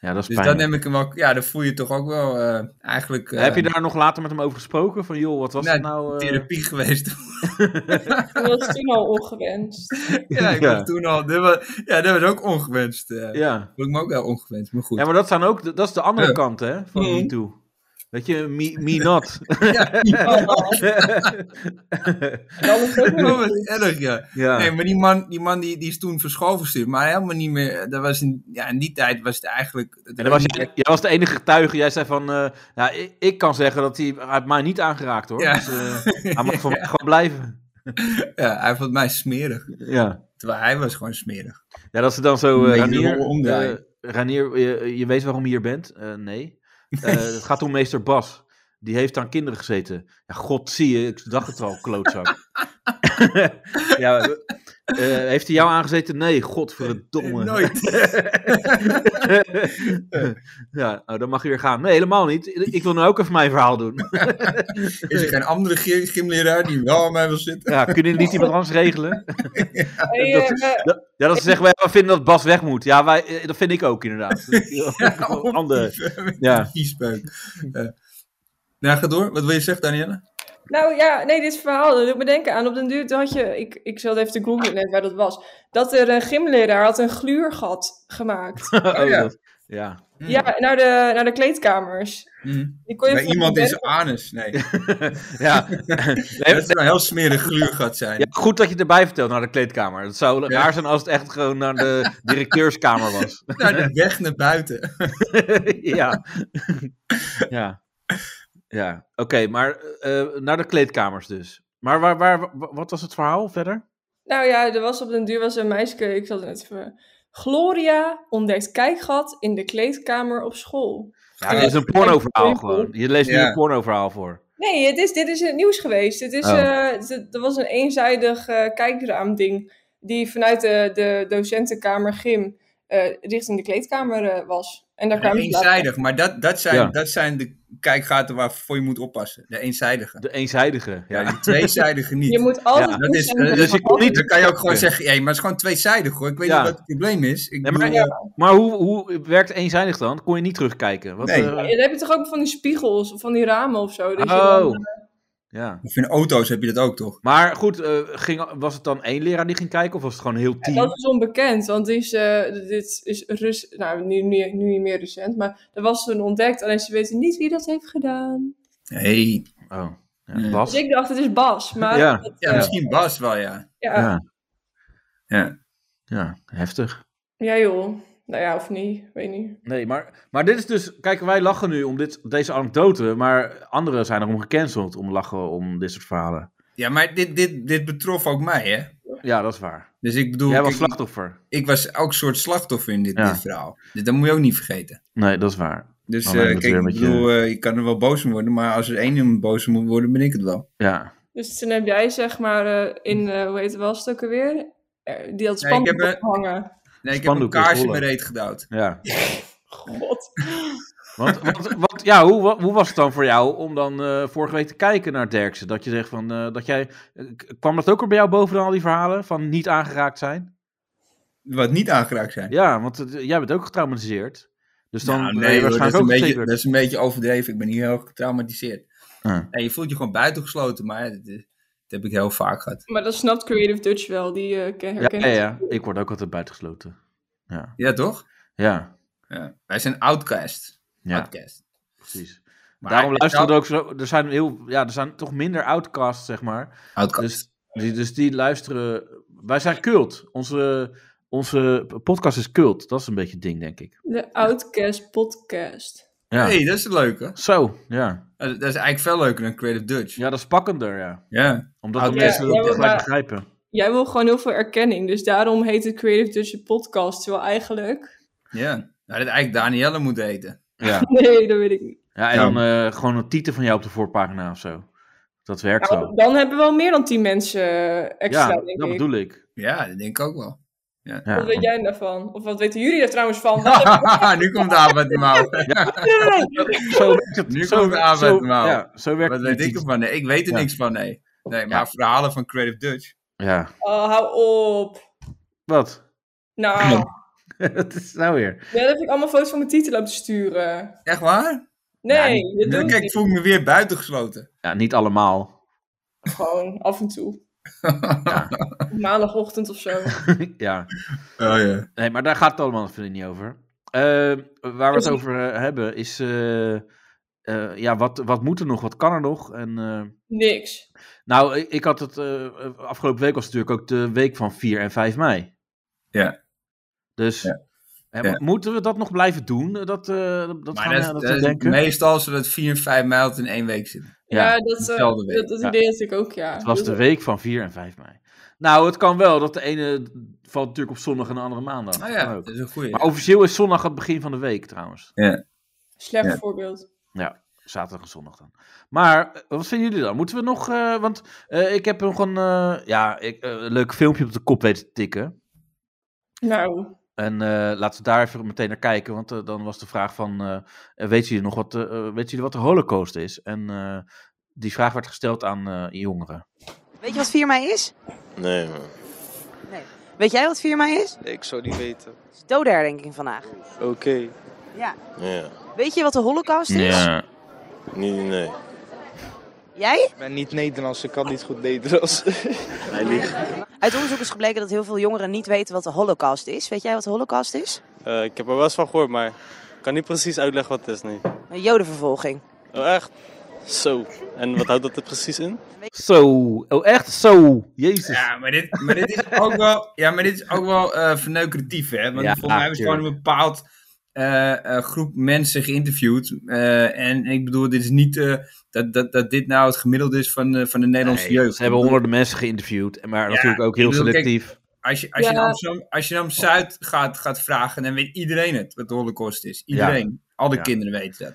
S3: Ja, dat is
S2: Dus
S3: pijnlijk.
S2: dat neem ik hem ook. Ja, dat voel je toch ook wel eh, eigenlijk. eh,
S3: Heb je daar nog later met hem over gesproken? Van joh, wat was
S2: Nou,
S3: dat nou? eh?
S2: therapie geweest? [LAUGHS]
S6: Dat was toen al ongewenst.
S2: ja, ik
S3: [LAUGHS] Ja.
S2: was toen al. Dat was, ja, dat was ook ongewenst. eh.
S3: Ja.
S2: Vond ik me ook wel ongewenst, maar goed. [LAUGHS]
S3: ja, maar dat, zijn ook, dat is de andere
S2: Ja.
S3: kant hè, van
S6: Mhm.
S3: me too. Weet je, me, me not.
S6: Oh, Dan is het ook
S2: dat
S6: nog
S2: was erg, ja. [LAUGHS]
S3: ja.
S2: Nee, maar die man, die, man die, die is toen voor school verstuurd. Maar helemaal niet meer. Dat was in, ja, in die tijd was het eigenlijk.
S3: En dan was jij, jij was de enige getuige. Jij zei van, eh, ja, ik, ik kan zeggen dat hij, hij heeft mij niet aangeraakt hoor.
S2: Ja.
S3: Dus, eh,
S2: [LAUGHS]
S3: hij mag voor mij gewoon blijven.
S2: ja, hij vond mij smerig.
S3: Ja.
S2: Terwijl hij was gewoon smerig.
S3: [LAUGHS] ja, dat ze dan zo, eh,
S2: Een beetje de
S3: Ranier,
S2: rol omdraaien.
S3: eh, Ranier je, je weet waarom je hier bent? Eh, nee. Eh,
S2: [LAUGHS]
S3: het gaat om meester Bas. Die heeft aan kinderen gezeten. Ja, god zie je, ik dacht het al, klootzak. [LAUGHS] ja, eh, heeft hij jou aangezeten? Nee,
S2: [LAUGHS]
S3: godverdomme.
S2: Nooit.
S3: [LAUGHS] ja, nou, dan mag je weer gaan. Nee, helemaal niet. Ik wil nu ook even mijn verhaal doen.
S2: Is er geen andere gy- gymleraar die wel aan mij wil zitten?
S3: Ja, kunnen jullie niet iemand anders regelen?
S6: Hey,
S3: dat
S6: eh, eh,
S3: Dat- Ja, dat ze zeggen, wij vinden dat Bas weg moet. Ja, wij, eh, dat vind ik ook [LAUGHS] inderdaad.
S2: Oh, [LAUGHS]
S3: Andere. Ja.
S2: Die speuk. Eh, nou, ga door. Wat wil je zeggen, Danielle?
S6: nou ja, nee, dit verhaal dat doet me denken aan. Op den duur toen had je, ik, ik zal even te googlen net waar dat was. Dat er een gymleraar had een gluurgat
S3: [LAUGHS]
S6: gemaakt.
S3: Oh,
S2: ja.
S3: dat- ja.
S6: Ja, naar de, naar de kleedkamers.
S2: Hm.
S6: Die kon je
S2: Bij
S6: van-
S2: iemand in zijn anus. Nee.
S3: [LAUGHS] Ja. Nee,
S2: Dat zou een heel smerig gluur gaat zijn.
S3: ja, goed dat je het erbij vertelt naar de kleedkamer. Het zou
S2: Ja.
S3: raar zijn als het echt gewoon naar de directeurskamer [LAUGHS] was.
S2: Naar Nou, de weg naar buiten.
S3: ja. ja. Ja. Oké, maar eh, naar de kleedkamers dus. Maar waar, waar, wa- wat was het verhaal verder?
S6: Nou ja, er was op den duur was een meisje, ik zal het net even... Gloria ontdekt kijkgat in de kleedkamer op school.
S3: Ja, dit is een pornoverhaal gewoon. Je leest nu
S2: Ja.
S3: een pornoverhaal voor.
S6: Nee, het is, dit is in het nieuws geweest. Het is,
S3: Oh.
S6: eh, het- het- er was een eenzijdig eh kijkraamding die vanuit de, de docentenkamer gym eh, richting de kleedkamer eh, was. En daar kwamen ze later-
S2: Eenzijdig, maar dat, dat, zijn,
S3: Ja.
S2: dat zijn de kijkgaten waarvoor je moet oppassen. De eenzijdige.
S3: De eenzijdige.
S2: Ja,
S3: Ja.
S2: die tweezijdige niet.
S6: Je moet altijd
S3: Ja,
S2: dat is- eh,
S6: toestemming
S2: dat
S3: Dus je
S6: hebben.
S3: kon niet.
S2: Dan kan je ook gewoon
S3: Ja.
S2: zeggen, hey, maar het is gewoon tweezijdig hoor. Ik weet
S3: Ja.
S2: niet wat het probleem is. Ik
S3: Nee, maar,
S2: bedoel, eh,
S3: maar hoe, hoe werkt eenzijdig dan? Kon je niet terugkijken? Wat,
S2: Nee.
S3: eh,
S6: Ja, Dan heb je toch ook van die spiegels of van die ramen of zo. dat je dan-
S3: oh. Ja.
S2: of in auto's heb je dat ook toch?
S3: Maar goed, eh, ging, was het dan één leraar die ging kijken of was het gewoon heel team?
S6: Dat is onbekend, want die is, eh, dit is Rus, nou, nu, nu, nu niet meer recent, maar dat was toen ontdekt. Alleen ze weten niet wie dat heeft gedaan.
S2: Hey.
S3: Oh, ja.
S2: Nee.
S3: Bas?
S6: Dus ik dacht, het is Bas. Maar
S3: Ja.
S6: dat-
S2: Ja, misschien Bas wel, ja.
S6: ja.
S3: Ja.
S2: Ja.
S3: Ja, heftig.
S6: Ja, joh. Nou ja, of niet, weet niet.
S3: Nee, maar, maar dit is dus. Kijk, wij lachen nu om dit, deze anekdote. Maar anderen zijn erom gecanceld om lachen om dit soort verhalen.
S2: Ja, maar dit, dit, dit betrof ook mij, hè?
S3: Ja, dat is waar.
S2: Dus ik bedoel,
S3: Jij was
S2: ik-
S3: slachtoffer.
S2: ik was ook soort slachtoffer in dit,
S3: Ja.
S2: dit verhaal. Dus dat moet je ook niet vergeten.
S3: Nee, dat is waar.
S2: Dus
S3: Oh, nee,
S2: eh,
S3: dat is
S2: kijk,
S3: weer
S2: ik
S3: een beetje-
S2: bedoel, eh, je kan er wel boos om worden, maar als er één iemand boos om moet worden, ben ik het wel.
S3: Ja.
S6: Dus toen heb jij, zeg maar, eh, in, eh, hoe heet het, was het ook alweer? Eh, Die had
S2: Nee, ik heb,
S6: spandoek
S2: eh,
S6: opgehangen.
S2: Nee, ik
S3: Spandoek
S2: heb een kaars in
S3: rollen.
S2: mijn reet gedouwd.
S3: Ja.
S6: God.
S3: Want, want, want- ja, hoe, wa- hoe was het dan voor jou om dan eh, vorige week te kijken naar Derksen? Dat je zegt van. eh, dat jij, eh, k- kwam dat ook er bij jou boven dan al die verhalen van niet aangeraakt zijn?
S2: Wat niet aangeraakt zijn.
S3: Ja, want het- jij bent ook getraumatiseerd. Dus dan
S2: Nou,
S3: ben je
S2: nee, hoor, dat, is
S3: waarschijnlijk
S2: een
S3: ook
S2: beetje,
S3: getriggerd.
S2: dat is een beetje overdreven. Ik ben hier heel getraumatiseerd.
S3: Ja.
S2: Nee, je voelt je gewoon buitengesloten, maar dat, dat heb ik heel vaak gehad.
S6: Maar dat snapt Creative Dutch wel, die eh ken- herkent
S3: Ja, ja, ja, ik word ook altijd buitengesloten. Ja,
S2: Ja, toch?
S3: ja,
S2: Ja. Wij zijn outcast.
S3: ja
S2: outcast.
S3: precies.
S2: Maar
S3: Daarom
S2: ik-
S3: luisteren ook zo. Er zijn, heel, ja, er zijn toch minder outcasts, zeg maar.
S2: Outcast.
S3: Dus die, dus die luisteren. Wij zijn cult. Onze, onze podcast is cult. Dat is een beetje het ding, denk ik.
S6: De Outcast podcast.
S3: Ja.
S2: hey, dat is het leuke. Eh,
S3: Zo, ja.
S2: Dat dat is eigenlijk veel leuker dan Creative Dutch. Ja.
S3: Ja, dat is pakkender, ja. Omdat de
S2: Outcast.
S3: mensen
S6: Ja,
S3: dat
S6: maar-
S3: gelijk begrijpen.
S6: Jij wil gewoon heel veel erkenning, dus daarom heet het Creative Dutch een podcast. Terwijl eigenlijk... [LAUGHS]
S2: Ja. Nou, dat eigenlijk Danielle moet eten.
S3: Ja,
S6: Nee, dat weet ik niet.
S3: ja en
S2: Ja.
S3: dan eh, gewoon een titel van jou op de voorpagina of zo. Dat werkt
S6: Nou,
S3: zo.
S6: dan hebben we wel meer dan 10 mensen eh, extra,
S3: Ja,
S6: denk
S3: dat
S6: ik.
S3: bedoel ik.
S2: Ja, dat denk ik ook
S3: [LAUGHS]
S2: wel. [LAUGHS]
S3: Ja.
S6: Wat weet jij daarvan? Of wat weten jullie daar trouwens van?
S3: [LAUGHS]
S2: nu komt de avond de mouw.
S3: Zo werkt het.
S2: Nu
S3: zo,
S2: komt de avond,
S3: zo-
S2: Maal.
S3: Ja, zo werkt
S2: Wat
S3: het.
S2: weet ik ervan? Nee, ik weet er
S3: Ja.
S2: niks van, nee. Nee, maar
S3: Ja.
S2: verhalen van Creative Dutch.
S3: Ja.
S6: Oh, hou op.
S3: Wat? [LAUGHS] [CLEARS THROAT]
S6: Nou,
S3: Wat is het nou weer?
S6: net heb ik allemaal foto's van mijn titel op te sturen.
S2: Echt waar?
S6: Nee, dat doe
S2: Nu,
S6: ik
S2: kijk,
S6: niet.
S2: voel ik me weer buitengesloten.
S3: Ja, niet allemaal. [LAUGHS]
S6: Gewoon af en toe. Op Maandagochtend of zo.
S3: ja.
S2: Oh ja.
S3: Nee, maar daar gaat het allemaal natuurlijk niet over. Eh, waar we het over eh, hebben is... eh, eh, ja, wat, wat moet er nog? Wat kan er nog? En, eh,
S6: Niks.
S3: nou, ik, ik had het... eh, afgelopen week was natuurlijk ook de week van 4 en 5 mei.
S2: Ja.
S3: Dus...
S2: Ja.
S3: eh,
S2: Ja.
S3: Moeten we dat nog blijven doen? Dat, eh, dat
S2: Maar
S3: gaan we
S2: dat,
S3: dat
S2: dat
S3: we
S2: is
S3: denken?
S2: meestal zodat 4 en 5 mijl in één week zitten.
S6: Ja,
S3: Ja,
S6: dat, eh,
S2: hetzelfde week.
S6: dat, dat
S3: Ja.
S6: idee had ik ook, ja.
S3: Het was de week van 4 en 5 mei. Nou, het kan wel dat de ene valt natuurlijk op zondag en de andere maandag.
S2: Oh
S3: Dat kan
S2: ja,
S3: ook.
S2: dat is een goeie.
S3: Maar overziel is zondag het begin van de week trouwens.
S6: Slecht
S2: Ja.
S6: voorbeeld.
S3: Zaterdag en zondag dan. Maar eh, wat vinden jullie dan? Moeten we nog. eh, want eh, ik heb nog een. eh, ja, ik, eh, een leuk filmpje op de kop weten te tikken.
S6: Nou,
S3: En eh, laten we daar even meteen naar kijken. Want eh, dan was de vraag van. eh weet jullie nog wat, de- eh, weet jullie wat de Holocaust is? En eh, die vraag werd gesteld aan eh, jongeren.
S4: Weet je wat 4 mei is?
S9: Nee, man.
S4: Weet jij wat 4 mei is? Het
S9: Ik zou niet weten.
S4: is dodenherdenking vandaag.
S9: Oké.
S4: Ja.
S9: Ja.
S4: Weet je wat de holocaust is?
S9: Nee, nee, nee.
S4: Jij?
S9: Ik ben niet Nederlands, ik kan niet goed Nederlands. Hij liegt.
S4: Uit onderzoek is gebleken dat heel veel jongeren niet weten wat de holocaust is. Weet jij wat de holocaust is?
S8: [LAUGHS] Eh, ik heb er wel eens van gehoord, maar ik kan niet precies uitleggen wat het is, nee.
S4: Een jodenvervolging.
S8: Oh, echt? Zo. En wat houdt dat er precies in?
S3: Zo. Oh, echt zo. Jezus.
S2: Ja, maar dit, maar dit is ook wel, ja, maar dit is ook wel eh verneukeratief, hè? Want
S3: Ja,
S2: volgens mij hebben ze gewoon een bepaald eh, eh, groep mensen geïnterviewd. Eh, en ik bedoel, dit is niet eh, dat, dat, dat dit nou het gemiddelde is van, eh, van de Nederlandse
S3: Nee,
S2: jeugd.
S3: Ze hebben
S2: Ik bedoel,
S3: honderden mensen geïnterviewd, en maar
S2: Ja,
S3: natuurlijk ook heel
S2: ik bedoel, kijk,
S3: selectief.
S2: Als je, als je,
S6: Ja.
S2: in Amsterdam, als je in Amsterdam-Zuid gaat, gaat vragen, dan weet iedereen het, wat de holocaust is. Iedereen. Al de
S3: Ja.
S2: kinderen weten dat.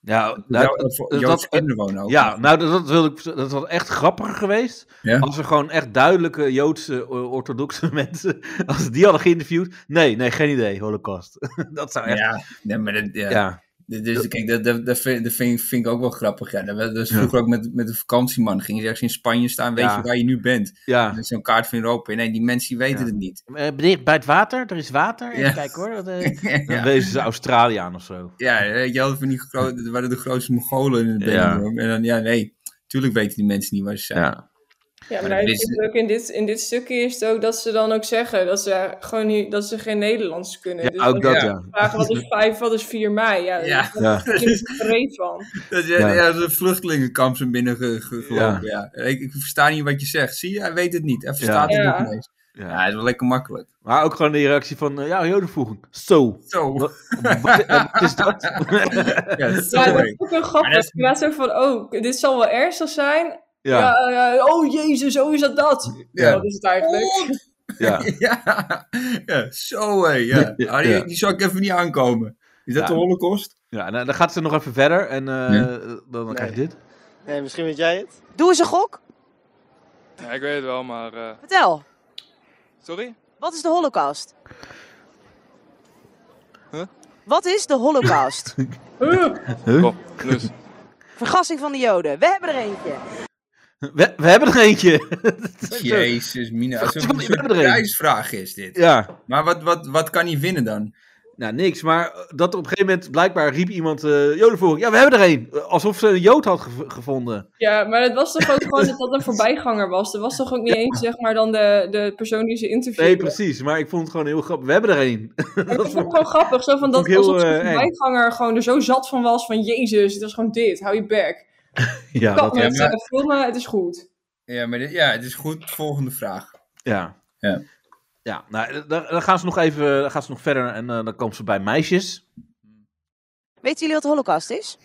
S3: Ja,
S2: Nou,
S3: nou,
S2: dat, voor
S3: dat-
S2: Joodse
S3: dat-
S2: kinderen wonen ook.
S3: ja, nou dat, dat, wilde ik, dat was echt grappiger geweest.
S2: Ja?
S3: Als er gewoon echt duidelijke Joodse eh, orthodoxe [LAUGHS] mensen, als die hadden geïnterviewd. Nee, nee, geen idee, holocaust. [LAUGHS] dat zou echt... Ja,
S2: Ja, nee, maar dat, ja.
S3: ja.
S2: Dit is- dus kijk, dat, dat, dat, vind, dat vind, vind ik ook wel grappig. Ja. Dat, dat is vroeger ook met, met een vakantieman. Gingen ze ergens in Spanje staan, weet
S3: Ja.
S2: je waar je nu bent? Dat is zo'n kaart van Europa. Nee, die mensen die weten
S3: Ja.
S2: het niet. [LAUGHS]
S3: Eh, bij het water, er is water.
S2: Even Ja.
S3: Kijk
S2: kijken
S3: hoor. eh,
S2: [LAUGHS]
S3: Dan
S2: ja.
S3: wezen ze Australiaan of zo.
S2: ja, weet je had van die gro- dat waren de grootste Mongolen in het
S3: Ja.
S2: Benidorm. En dan, ja, nee, tuurlijk weten die mensen niet waar ze zijn.
S3: Ja.
S6: Ja, maar
S2: Maar
S6: hij
S2: dit is-
S6: zit ook in, dit, in dit stukje is het ook dat ze dan ook zeggen dat ze gewoon niet, dat ze geen Nederlands kunnen.
S3: Ja,
S6: Dus
S3: ook
S6: dan
S3: dat,
S2: ja.
S3: ja.
S6: vragen wat is 5, wat is 4 mei? Ja,
S2: Ja.
S3: Ja.
S6: daar is er breed van.
S2: Dat, ja,
S3: Ja.
S2: ja. dat is een vluchtelingenkamp zijn binnengelopen. Ja. Ja. Ik, ik versta niet wat je zegt. Zie je, hij weet het niet. Hij verstaat
S6: Ja.
S2: het
S6: Ja.
S2: niet ineens. Ja,
S3: ja.
S2: hij is wel lekker makkelijk.
S3: Maar ook gewoon de reactie van, eh, ja, jodenvoeging.
S2: [LAUGHS]
S3: Zo.
S2: Zo.
S3: Wat, wat- eh, wat is dat? [LAUGHS]
S2: Ja,
S6: Ja, dat
S2: sorry.
S6: is ook
S2: Maar
S6: heel
S2: dat
S6: grappig.
S2: is-
S6: Je laat ook van, oh, dit zal wel ernstig zijn. Ja.
S3: ja,
S6: eh, oh jezus, zo is dat dat.
S2: Ja.
S6: Dat is het eigenlijk.
S3: ja.
S2: [LAUGHS] Ja, ja zo hé. Ja.
S3: Ja.
S2: Ah, die, die zou ik even niet aankomen. Is dat de
S3: Ja.
S2: holocaust?
S3: ja nou, dan gaat ze nog even verder en eh,
S2: Ja.
S3: dan, dan krijg je dit. [LAUGHS]
S8: Nee, misschien weet jij het.
S4: Doe eens een gok.
S10: Ja, ik weet het wel, maar... eh,
S4: Vertel,
S10: sorry?
S4: wat is de holocaust?
S10: Huh?
S4: Wat is de
S10: [LAUGHS]
S4: holocaust?
S6: Huh.
S3: Huh?
S10: Oh, dus.
S2: [LAUGHS]
S4: Vergassing van de joden. We hebben er eentje.
S3: We, we hebben er eentje. [LAUGHS]
S2: Jezus, Mina. Als
S3: Kom,
S2: een
S3: je
S2: soort
S3: bent er een.
S2: prijsvraag is dit.
S3: ja,
S2: Maar wat, wat, wat kan hij winnen dan?
S3: nou niks. Maar dat er op een gegeven moment blijkbaar riep iemand eh jodenvoering. Ja, we hebben er een. Alsof ze een jood had gev- gevonden.
S6: Ja, maar het was toch ook gewoon dat dat een voorbijganger was. Dat was toch ook niet eens, zeg maar, dan de, de persoon die ze
S3: Nee,
S6: interviewde.
S3: precies. Maar ik vond het gewoon heel grappig. We hebben er een. [LAUGHS]
S6: Maar dat vond ik gewoon grappig. Zo van dat
S3: vond ik heel,
S6: alsof de
S3: eh, eng.
S6: voorbijganger gewoon er zo zat van was van Jezus, het is gewoon dit, hou je bek.
S3: Ja, dat,
S6: Kap met
S2: ja, maar-
S6: eh, filmen, het is goed.
S2: Ja, maar dit- ja, het is goed. Volgende vraag.
S3: ja.
S2: Ja.
S3: Ja, nou, dan, dan gaan ze nog even dan gaan ze nog verder en eh, dan komen ze bij meisjes.
S4: Weten jullie wat de holocaust is?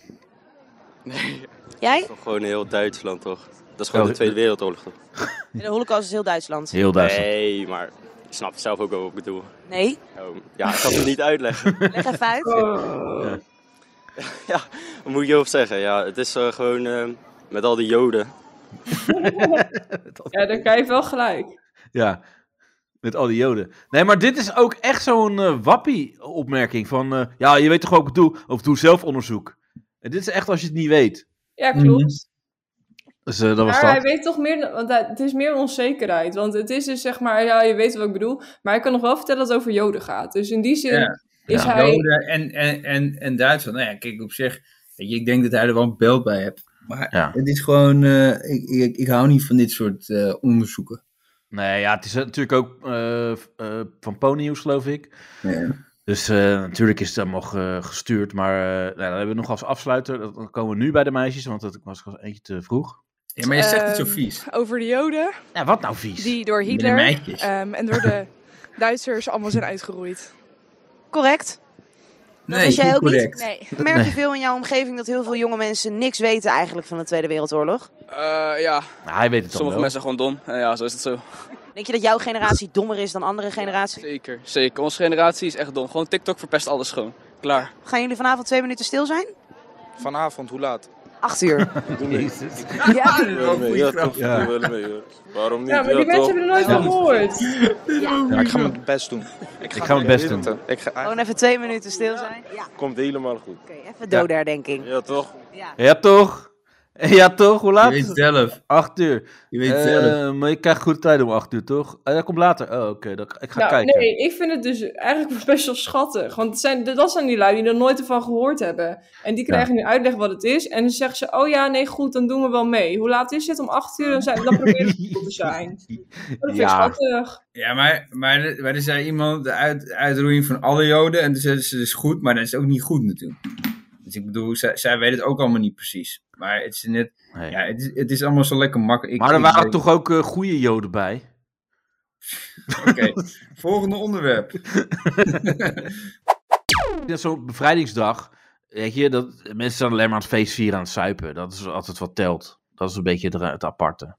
S10: Nee.
S4: Jij?
S10: Gewoon heel Duitsland, toch? Dat is gewoon
S3: Oh,
S10: de Tweede Wereldoorlog, toch?
S4: De holocaust is heel Duitsland.
S3: Heel
S10: Nee, maar ik snap zelf ook wel wat ik bedoel.
S4: Nee,
S10: Oh, [LAUGHS] ja, ik kan het niet uitleggen.
S4: leg even uit.
S6: [LAUGHS] Oh.
S10: Wat moet ik hierop zeggen? Ja, het is eh, gewoon eh, met al die joden.
S6: Ja, dan krijg je wel gelijk.
S3: Ja, met al die joden. Nee, maar dit is ook echt zo'n eh, wappie-opmerking van... eh, ja, je weet toch ook, doe, of doe zelf onderzoek. En dit is echt als je het niet weet.
S6: Ja, klopt.
S3: Dus eh, Mhm. dat was
S6: Maar hij
S3: dat.
S6: weet toch meer, dan- want hij- het is meer onzekerheid. Want het is dus zeg maar, ja, je weet wat ik bedoel. Maar hij kan nog wel vertellen dat het over Joden gaat. Dus in die zin
S2: Ja.
S6: is
S3: Ja.
S6: hij...
S2: Joden en, en, en, en Duitsland. Nou ja, kijk op zich. weet je, ik denk dat hij er wel een beeld bij hebt. Maar
S3: Ja.
S2: het is gewoon. eh, ik, ik, ik hou niet van dit soort eh, onderzoeken.
S3: Nee, ja, het is natuurlijk ook eh, v- eh, van Ponyhoes, geloof ik.
S2: Nee.
S3: Dus eh, natuurlijk is het dan nog eh, gestuurd. Maar eh, nou, dan hebben we nog als afsluiter. dat- Dan komen we nu bij de meisjes, want dat was gewoon eentje te vroeg.
S2: Ja, maar je zegt het zo
S4: Eh,
S1: Ehm,
S2: vies.
S1: Over de Joden,
S3: Ja, wat nou vies?
S1: die door
S2: Met de
S1: Hitler
S2: meisjes.
S1: ehm, en door de [LAUGHS] Duitsers allemaal zijn uitgeroeid.
S4: Correct?
S2: Nee,
S4: wist jij
S2: niet
S4: ook niet?
S2: correct.
S1: Nee.
S4: Merk je veel in jouw omgeving dat heel veel jonge mensen niks weten eigenlijk van de Tweede Wereldoorlog?
S10: Eh, ja,
S3: Nou, hij weet het dan wel.
S10: zijn gewoon dom. Eh, ja, zo is het zo.
S4: Denk je dat jouw generatie dommer is dan andere generaties?
S10: Zeker, zeker. Onze generatie is echt dom. Gewoon TikTok verpest alles gewoon. Klaar.
S4: Gaan jullie vanavond twee minuten stil zijn?
S8: Vanavond, hoe laat?
S4: Acht uur.
S3: Jezus.
S4: ja.
S2: Dat is [LAUGHS] wel een goede Oh, grap.
S3: Ja.
S10: Waarom niet?
S6: Ja, maar die mensen hebben er nooit
S3: Ja.
S6: van gehoord.
S8: Ja, ik ga mijn best doen.
S3: Ik ga mijn best doen.
S8: Ik ga...
S4: Gewoon even twee minuten stil zijn. Ja,
S8: Komt helemaal goed.
S4: oké. Even doderdenking.
S10: Ja, toch?
S4: Ja.
S3: Ja, toch? [LAUGHS] Ja, toch? Hoe
S2: Je
S3: laat?
S2: weet het zelf.
S3: Acht uur.
S2: Je weet het
S3: Eh,
S2: zelf.
S3: maar ik krijg goede tijd om 8 uur, toch? Ah, dat komt later. Oh, oké. dan- Ik ga
S6: Nou,
S3: kijken.
S6: nee, ik vind het dus eigenlijk [LAUGHS] best wel schattig. Want het zijn, dat zijn die lui die er nooit van gehoord hebben. En die krijgen nu uitleg wat het is. En dan zeggen ze, oh ja, nee, goed, dan doen we wel mee. Hoe laat is het? Om acht uur? Dan, zijn, dan proberen ze goed te
S3: [LAUGHS]
S6: zijn. Dat vind ik
S3: Ja.
S6: schattig.
S2: Ja, maar, maar, er- maar er zei iemand de uit, uitroeiing van alle Joden. En toen zei ze, dat is goed, maar dat is ook niet goed natuurlijk. Dus ik bedoel, zij, zij weet het ook allemaal niet precies. Maar het is net,
S3: Nee.
S2: ja, het is, het is allemaal zo lekker makkelijk.
S3: maar er waren toch ook eh, goede joden bij?
S2: Oké, volgende onderwerp.
S3: Ja, Zo'n bevrijdingsdag, weet
S2: [LAUGHS]
S3: je, dat, mensen zijn alleen maar aan het feest vieren, aan het suipen. Dat is altijd wat telt. Dat is een beetje het, het aparte.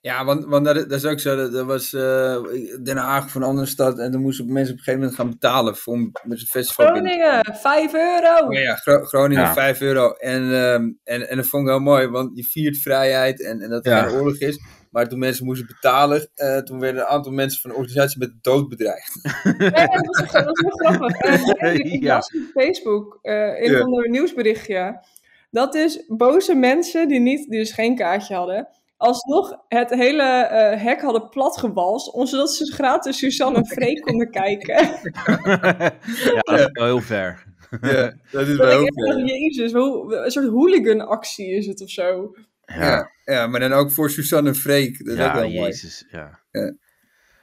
S2: Ja, want, want dat, dat is ook zo. Dat, dat was eh, Den Haag of een andere stad. En dan moesten mensen op een gegeven moment gaan betalen voor om met een festival
S6: Oh,
S2: binnen
S6: Groningen, 5 euro.
S2: Ja, ja Gro- Groningen,
S1: Ja.
S2: 5 euro. En, ehm, en, en dat vond ik heel mooi, want je viert vrijheid en, en dat het
S1: Ja.
S2: geen oorlog is. Maar toen mensen moesten betalen, eh, toen werden een aantal mensen van de organisatie met de dood bedreigd.
S6: Nee, dat was, dat was
S2: [LAUGHS]
S6: heel grappig. Eh, ik
S1: Ja.
S6: las op Facebook eh een
S2: Ja.
S6: of ander nieuwsberichtje. Dat dus boze mensen die, niet, die dus geen kaartje hadden, alsnog het hele eh, hek hadden platgewalst, om- zodat ze gratis Suzanne en Freek konden kijken.
S1: ja, dat is wel heel ver.
S2: Ja, dat [LAUGHS] is
S6: Dat
S2: wel
S6: ik
S2: ook.
S6: echt dacht,
S2: eh,
S6: jezus, hoe, een soort hooligan-actie is het of zo.
S1: Ja,
S2: Ja, ja, maar dan ook voor Suzanne en Freek. Dat is ook
S1: ja
S2: wel mooi.
S1: jezus. Ja.
S2: Ja.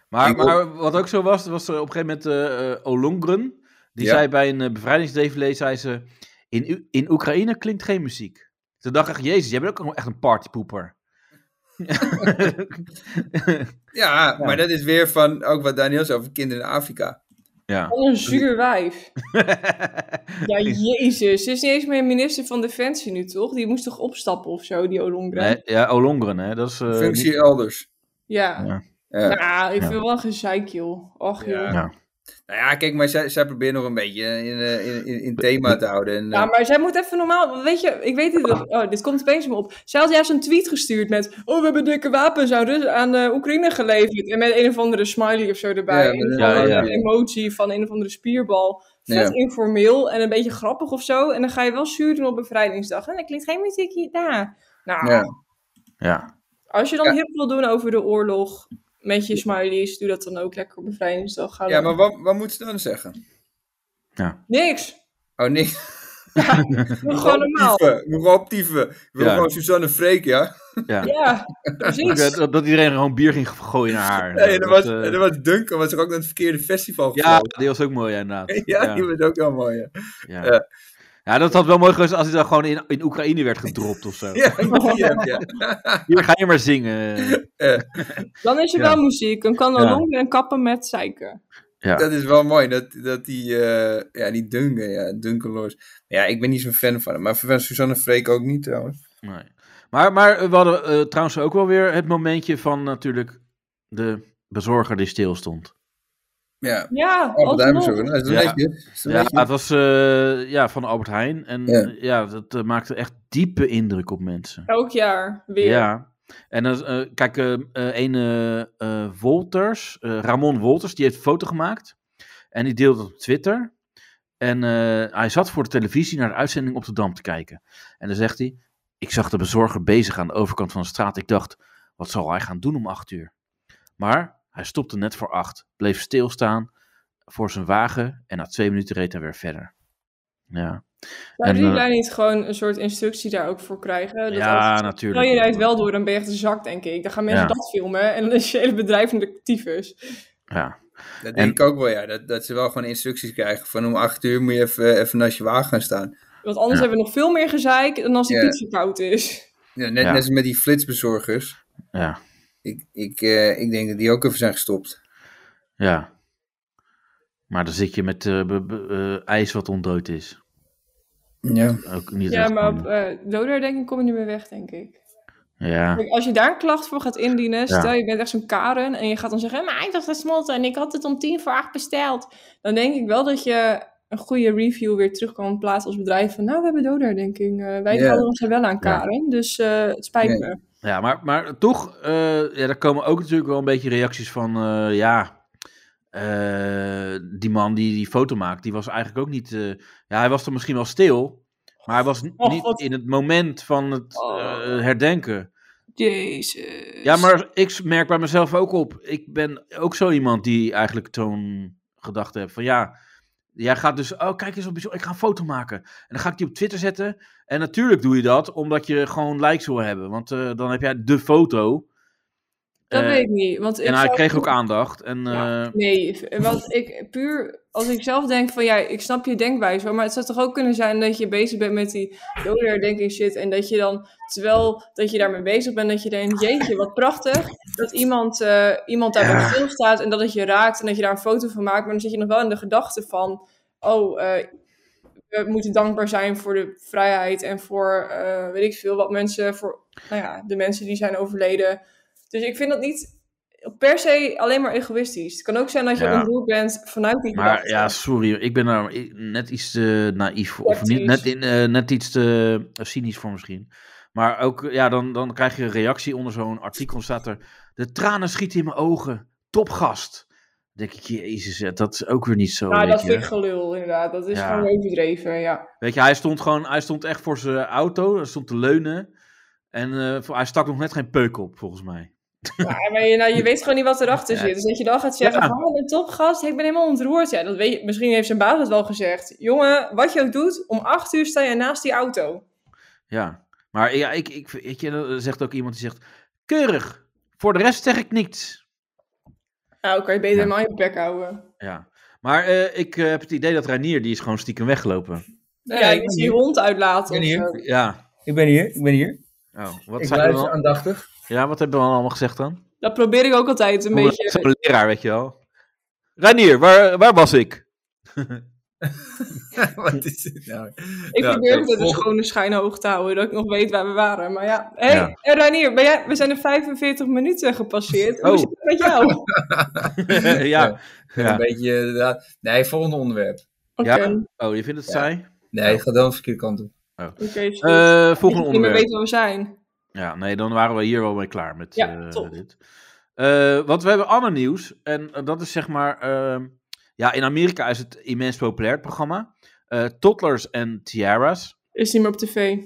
S1: Maar,
S2: Ik-
S1: maar wat ook zo was, was er op een gegeven moment eh, eh, Olongren. Die
S2: Ja.
S1: zei bij een eh, bevrijdingsdefilé, zei ze... In, U- in Oekraïne klinkt geen muziek. Toen dacht ik, echt, jezus, jij bent ook echt een
S2: [LAUGHS]
S1: partypoeper. [LAUGHS]
S2: Ja, maar dat is weer van ook wat Daniel zei over kinderen in Afrika.
S1: ja.
S6: Wat een zuur
S2: [LAUGHS]
S6: wijf. Ja, jezus. Ze is niet eens meer minister van Defensie nu, toch? Die moest toch opstappen of zo, die Olongren?
S1: Nee, ja, Olongren, hè. Dat is, eh,
S2: Functie
S1: niet-
S2: elders.
S6: Ja.
S1: Ja.
S2: Ja.
S6: Ja, ik
S1: Ja.
S6: vind wel een gezeik, joh. Och,
S2: Ja.
S6: joh.
S1: Ja.
S6: Ja.
S2: Nou ja, kijk, maar zij, zij probeert nog een beetje in, eh, in, in, in thema te houden. En, eh,
S6: maar zij moet even normaal... Weet je, ik weet niet... wat- Oh, dit komt opeens me op. Zij had juist een tweet gestuurd met... Oh, we hebben dikke wapens aan, Rus- aan eh, Oekraïne geleverd. En met een of andere smiley of zo erbij.
S2: Ja,
S6: en een
S2: met-
S6: of andere
S1: ja,
S2: ja.
S6: emoji van een of andere spierbal. Vet
S2: Ja.
S6: informeel en een beetje grappig of zo. En dan ga je wel zuur doen op bevrijdingsdag. En dan klinkt geen muziek hier. Ja. Nou,
S2: ja.
S1: ja.
S6: als je dan
S2: Ja.
S6: hip wil doen over de oorlog... Met je smileys, doe dat dan ook lekker op bevrijdingsdag. Ga
S2: Ja,
S6: dan-
S2: maar wat, wat moet ze dan zeggen?
S6: Niks!
S2: [LAUGHS] Oh nee,
S6: Doe gewoon normaal.
S2: optieven. Moet gewoon optieven. Ik wil
S1: Ja.
S2: gewoon Suzanne Freek, ja?
S1: ja.
S2: [LAUGHS]
S6: Ja,
S1: Ook, eh,
S6: precies.
S1: Dat, dat iedereen gewoon bier ging gooien naar haar.
S2: Nee, dat was,
S1: eh,
S2: dat was Duncan, was er ook naar het verkeerde festival
S1: ja,
S2: gevallen.
S1: die was ook mooi, ja, inderdaad.
S2: [LAUGHS] Ja,
S1: ja.
S2: die was ook wel mooi, ja.
S1: Ja.
S2: Ja.
S1: Ja, dat had wel mooi geweest als hij dan gewoon in, in Oekraïne werd gedropt of zo.
S2: [LAUGHS] Ja, die heb
S6: [LAUGHS]
S2: je.
S1: Hier ga je maar
S2: [LAUGHS]
S1: zingen.
S6: Dan is er
S1: Ja.
S6: wel muziek. Dan kan wel
S1: Ja.
S6: longen en kappen met zeiken.
S2: Dat is wel mooi, dat, dat die, eh, ja, die Duncan, ja, Duncan Lawrence. Ja, ik ben niet zo'n fan van hem, maar van Suzanne Freek ook niet trouwens.
S1: Nee. Maar, maar eh, we hadden eh, trouwens ook wel weer het momentje van natuurlijk de bezorger die stilstond.
S2: Ja,
S6: Ja,
S2: oh, wat
S6: alsnog.
S2: zo. Nou, is het
S1: Ja.
S2: een beetje- is het
S1: Ja,
S2: een beetje-
S1: het was eh, ja, van Albert Heijn. En
S2: Ja.
S1: eh, ja, dat eh, maakte echt diepe indruk op mensen.
S6: Elk jaar weer.
S1: Ja. En dan, eh, kijk, eh eh, een eh, eh, Wolters, eh, Ramon Wolters, die heeft een foto gemaakt. En die deelde het op Twitter. En eh, hij zat voor de televisie naar de uitzending op de Dam te kijken. En dan zegt hij, ik zag de bezorger bezig aan de overkant van de straat. Ik dacht, wat zal hij gaan doen om acht uur? Maar hij stopte net voor acht, bleef stilstaan voor zijn wagen. En na twee minuten reed hij weer verder. Ja,
S6: Zouden jullie
S1: En, eh,
S6: daar niet gewoon een soort instructie daar ook voor krijgen? Dat
S1: ja
S6: als-
S1: natuurlijk.
S6: Stel je rijdt wel door, dan ben je echt een zak, denk ik. Dan gaan mensen
S1: Ja.
S6: dat filmen en dan is je hele bedrijf in de tyfus.
S1: Ja,
S2: Dat denk ik ook wel, ja. Dat, dat ze wel gewoon instructies krijgen van om acht uur moet je even, even naast je wagen gaan staan.
S6: Want
S1: Ja.
S6: anders hebben we nog veel meer gezeik dan als die
S2: Ja.
S6: pizza koud is.
S2: Ja,
S1: Ja.
S2: net, net als met die flitsbezorgers.
S1: ja.
S2: Ik, ik, eh, ik denk dat die ook even zijn gestopt.
S1: Ja. Maar dan zit je met eh, be- be- eh, ijs wat ontdooid is.
S2: Ja.
S1: Ook niet
S6: Ja,
S1: echt
S6: maar
S1: handig.
S6: op eh Doder denk ik kom je niet meer weg, denk ik.
S1: Ja,
S6: Kijk, Als je daar een klacht voor gaat indienen,
S1: Ja.
S6: stel je bent echt zo'n Karen en je gaat dan zeggen, maar ik dacht gesmolten en ik had het om tien voor acht besteld. Dan denk ik wel dat je een goede review weer terug kan plaatsen als bedrijf van, nou, we hebben doderdenking. eh wij
S2: Ja.
S6: houden ons er wel aan, Karen, dus eh, het spijt
S2: Ja.
S6: me.
S1: ja maar, maar toch, eh, ja, daar komen ook natuurlijk wel een beetje reacties van, eh, ja, eh, die man die die foto maakt, die was eigenlijk ook niet, eh, ja, hij was er misschien wel stil, maar hij was n-
S6: [LAUGHS] Oh,
S1: niet
S6: God.
S1: in het moment van het
S6: Oh.
S1: eh, herdenken.
S6: Jezus.
S1: Ja, maar ik merk bij mezelf ook op, ik ben ook zo iemand die eigenlijk zo'n gedachte heeft van, ja, Jij gaat dus, oh kijk eens wat bijzonder, ik ga een foto maken. En dan ga ik die op Twitter zetten. En natuurlijk doe je dat omdat je gewoon likes wil hebben. Want eh, dan heb jij de foto.
S6: Dat
S1: Eh,
S6: weet ik niet, want ik
S1: En hij
S6: zou-
S1: kreeg ook aandacht. En
S6: Ja.
S1: eh,
S6: Nee, want ik puur als ik zelf denk van ja, ik snap je denkwijze, hoor, maar het zou toch ook kunnen zijn dat je bezig bent met die doderdenking shit en dat je dan terwijl dat je daarmee bezig bent, dat je denkt jeetje wat prachtig dat iemand, eh iemand daarbij stilstaat en dat het je raakt en dat je daar een foto van maakt, maar dan zit je nog wel in de gedachte van oh eh, we moeten dankbaar zijn voor de vrijheid en voor eh, weet ik veel wat mensen voor nou ja de mensen die zijn overleden Dus ik vind dat niet per se alleen maar egoïstisch. Het kan ook zijn dat je
S1: Ja.
S6: op een doel bent vanuit die
S1: Maar
S6: gedachte.
S1: ja, sorry, ik ben daar i- net iets te naïef voor- of niet, net,
S6: Sceptisch.
S1: in, eh, net iets te eh, cynisch voor misschien. Maar ook, eh, ja, dan, dan krijg je een reactie onder zo'n artikel. Staat er: De tranen schieten in mijn ogen, topgast. Dan denk ik, jezus, hè, dat is ook weer niet zo.
S6: Nou,
S1: weet,
S6: dat
S1: je.
S6: vind ik gelul, inderdaad. Dat is
S1: Ja.
S6: gewoon overdreven, ja.
S1: weet je, hij stond gewoon, hij stond echt voor zijn auto, hij stond te leunen. En eh, hij stak nog net geen peuk op, volgens mij.
S6: Ja, maar je, nou, je weet gewoon niet wat erachter
S1: Ja.
S6: zit. Dus dat je dan gaat zeggen,
S1: Ja.
S6: van oh, een topgast, ik ben helemaal ontroerd. Ja, dat weet je, misschien heeft zijn baas het wel gezegd. Jongen, wat je ook doet, om acht uur sta je naast die auto.
S1: Ja, maar ja, ik, ik, weet je, er zegt ook iemand die zegt: Keurig, voor de rest zeg ik niets.
S6: Nou, kan je beter
S1: Ja.
S6: helemaal je bek houden.
S1: Ja, maar eh, ik eh, heb het idee dat Reinier, die is gewoon stiekem weggelopen.
S2: Nee,
S6: ja,
S2: ik
S6: je
S2: ben
S6: moet die
S2: hier.
S6: hond uitlaten
S2: Ik
S6: of
S2: ben
S6: zo.
S1: Ja,
S2: Ik ben hier, ik ben hier.
S1: oh, wat,
S2: ik
S1: zijn we
S2: luister
S1: dan...
S2: aandachtig.
S1: ja, wat hebben we dan allemaal gezegd dan?
S6: Dat probeer ik ook altijd een
S1: Hoe laat
S6: beetje.
S1: Zo'n leraar, weet je wel. Reinier, waar, waar was ik?
S2: [LAUGHS] [LAUGHS] Wat is dit nou?
S6: Ik
S2: Ja,
S6: probeer
S2: oké,
S6: ook dat het
S2: volgende.
S6: gewoon een schijn hoog te houden, dat ik nog weet waar we waren. Maar ja, hey,
S1: Ja.
S6: en Reinier, ben jij, we zijn er 45 minuten gepasseerd.
S1: Oh.
S6: Hoe zit het met
S1: [LAUGHS]
S6: jou? Oké.
S1: ja. Ja.
S2: Een beetje, eh, inderdaad. Nee, volgende onderwerp.
S6: Oké,
S1: Oh, je vindt het saai?
S2: Nee,
S1: Oh.
S2: ik ga dan de verkeerde kant op.
S6: shit.
S1: Eh, volgende
S6: Ik moet niet meer
S1: onderwerp.
S6: weten waar we zijn.
S1: Ja, nee, dan waren we hier wel mee klaar met
S6: Ja,
S1: eh,
S6: top.
S1: dit. Eh, want we hebben ander nieuws. En eh, dat is zeg maar... ehm, ja, in Amerika is het immens populair, het programma. Eh Toddlers en Tiaras.
S6: Is niet meer op tv.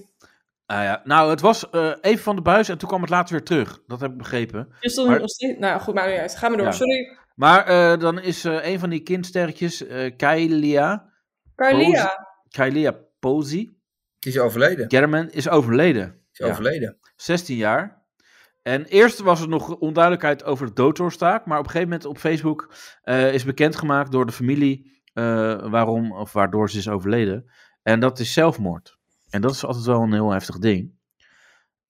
S1: Ah ja. Nou, het was eh, even van de buis en toen kwam het later weer terug. Dat heb ik begrepen.
S6: Is dat
S1: Maar-
S6: nog steeds... Nou goed, maar niet uit. Ga maar door.
S1: Ja.
S6: Sorry.
S1: Maar eh, dan is eh, een van die kindsterretjes, eh Kylia,
S6: Carlia.
S1: Kylia Posey,
S2: Die is overleden.
S1: German, is overleden.
S2: Die is overleden.
S1: 16 jaar. En eerst was er nog onduidelijkheid over de doodsoorzaak. Maar op een gegeven moment op Facebook eh, is bekendgemaakt door de familie eh, waarom of waardoor ze is overleden. En dat is zelfmoord. En dat is altijd wel een heel heftig ding.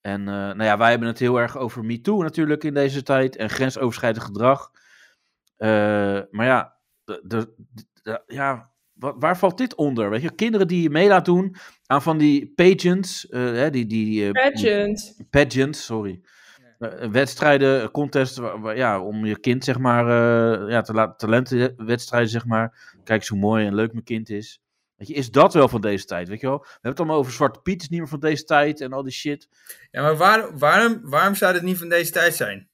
S1: En eh, nou ja, wij hebben het heel erg over MeToo natuurlijk in deze tijd. En grensoverschrijdend gedrag. Eh, maar ja, de, de- de- ja wa- waar valt dit onder? Weet je, kinderen die mee laat doen aan van die pageants. eh, hè, die, die, eh,
S6: Pageant.
S1: pageants, sorry. Eh, wedstrijden, contests, wa- wa- ja, om je kind, zeg maar, eh, ja, te laten, talentenwedstrijden, zeg maar. Kijk eens hoe mooi en leuk mijn kind is. Weet je, is dat wel van deze tijd, weet je wel? We hebben het allemaal over Zwarte Piet, is niet meer van deze tijd en al die shit.
S2: Ja, maar waar, waarom, waarom zou dit niet van deze tijd zijn?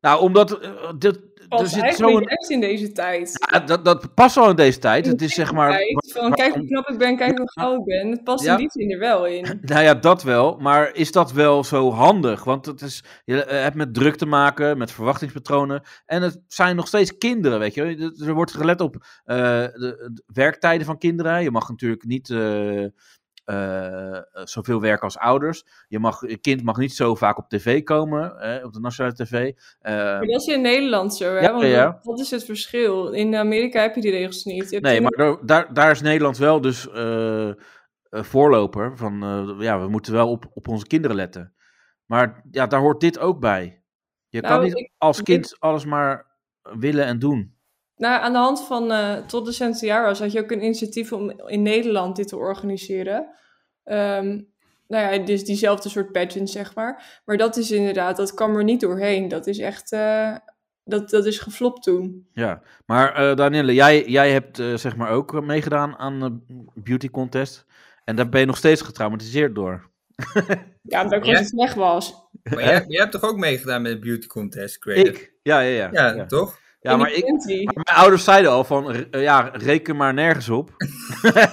S1: Nou, omdat, eh, dit, er
S6: Pas
S1: zit
S6: eigenlijk niet
S1: zo'n...
S6: echt in deze tijd.
S1: Ja, dat, dat past wel in deze tijd,
S6: In
S1: het is zeg maar...
S6: Tijd van
S1: waarom-
S6: kijk hoe knap ik ben, kijk hoe gauw ik ben. Het past
S1: Ja.
S6: in die zin er wel in.
S1: Nou ja, dat wel. Maar is dat wel zo handig? Want het is, je eh, hebt met druk te maken, met verwachtingspatronen. En het zijn nog steeds kinderen, weet je. wel. Er wordt gelet op eh, de, de werktijden van kinderen. Je mag natuurlijk niet eh, eh, zoveel werken als ouders. Je, mag, je kind mag niet zo vaak op tv komen, eh, op de nationale tv. Eh,
S6: Maar dat is in Nederland zo, hè?
S1: Ja,
S6: Want
S1: ja.
S6: dat- dat is het verschil. In Amerika heb je die regels niet. Je hebt
S1: nee,
S6: in-
S1: maar daar- daar, daar is Nederland wel dus eh, eh, voorloper van, eh, ja, we moeten wel op, op onze kinderen letten. Maar ja, daar hoort dit ook bij. Je
S6: Nou,
S1: kan niet
S6: ik
S1: als
S6: denk-
S1: kind alles maar willen en doen.
S6: Nou, aan de hand van eh Tot de Centenaris had je ook een initiatief om in Nederland dit te organiseren. Ehm, nou ja, dus diezelfde soort pageant, zeg maar. Maar dat is inderdaad, dat kwam er niet doorheen. Dat is echt, eh, dat, dat is geflopt toen.
S1: Ja, maar eh Danielle, jij, jij hebt eh, zeg maar ook eh, meegedaan aan de beauty contest. En daar ben je nog steeds getraumatiseerd door.
S6: Ja, omdat ik
S2: Ja.
S6: gewoon het weg was.
S2: Maar jij, jij hebt toch ook meegedaan met de beauty contest, Creative?
S1: Ik? Ja, ja, ja.
S2: Ja,
S1: ja.
S2: toch?
S1: Ja, maar ik, maar mijn ouders zeiden al van, eh, ja, reken maar nergens op.
S2: Ja.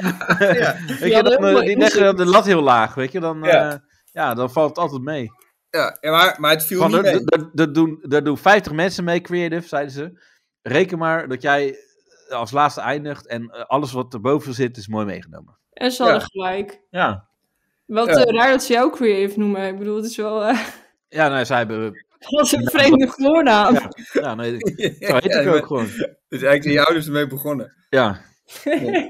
S1: [LAUGHS] Weet
S6: Ja,
S1: je,
S6: dat
S1: dan,
S6: is
S1: eh,
S6: wel
S1: die
S6: heel
S1: leggen
S6: goed.
S1: de lat heel laag, weet je. Dan,
S2: Ja.
S1: eh, ja, dan valt het altijd mee.
S2: Ja, ja, maar, maar het viel
S1: Van,
S2: niet
S1: er,
S2: mee.
S1: er- er doen, er doen 50 mensen mee, creative, zeiden ze. Reken maar dat jij eh, als laatste eindigt en eh, alles wat erboven zit is mooi meegenomen.
S6: En ze hadden
S2: Ja.
S6: gelijk.
S1: Ja.
S6: Wat
S2: Ja.
S6: eh, raar dat ze jou creative noemen. Ik bedoel, het is wel, eh [LAUGHS]
S1: Ja, nou, zij hebben...
S6: dat is een vreemde voornaam.
S1: Ja, ja
S2: [LAUGHS]
S1: nee, zo heet
S2: Ja,
S1: ik
S2: maar-
S1: ook gewoon.
S2: Dus eigenlijk zijn je ouders ermee begonnen.
S1: Ja. Ja.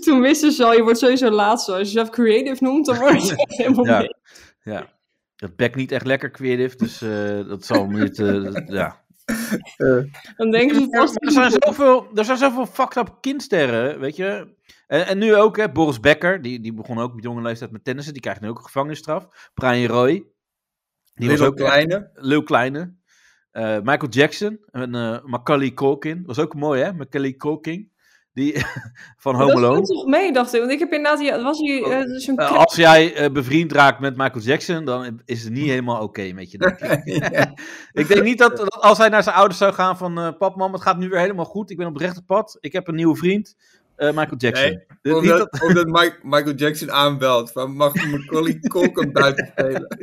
S6: Toen wisten ze al, je wordt sowieso laatste. Als je jezelf creative noemt, dan word je helemaal
S1: [LAUGHS] Ja.
S6: mee.
S1: ja. Dat bekt niet echt lekker, creative, dus eh, dat zal niet... eh, ja.
S6: Dan denken ze
S1: Ja, maar
S6: vast...
S1: er, zijn zoveel, er zijn zoveel fucked up kindsterren, weet je. En, en nu ook, hè, Boris Becker, die, die begon ook op jonge leeftijd met tennissen. Die krijgt nu ook een gevangenisstraf. Brian Roy, Die was
S2: Little
S1: ook echt
S2: Kleine.
S1: Leeuw Kleine. Eh, Michael Jackson en eh Macaulay Culkin. Was ook mooi, hè? Macaulay Culkin. Die, [LAUGHS] van Home
S6: dat
S1: Alone.
S6: viel toch mee, dacht ik. Want ik heb inderdaad, ja, het was hier eh, zo'n
S1: Eh,
S6: krip-
S1: als jij eh, bevriend raakt met Michael Jackson, dan is het niet helemaal oké met je. Denk ik. [LAUGHS] ik denk niet dat, dat als hij naar zijn ouders zou gaan van... eh pap, mam, het gaat nu weer helemaal goed. Ik ben op het rechte pad. Ik heb een nieuwe vriend. eh, Michael Jackson.
S2: Nee,
S1: Dus niet dat-
S2: Omdat, omdat Mike- Michael Jackson aanbelt. Van, mag ik Macaulay
S1: [LAUGHS]
S2: Culkin buiten spelen?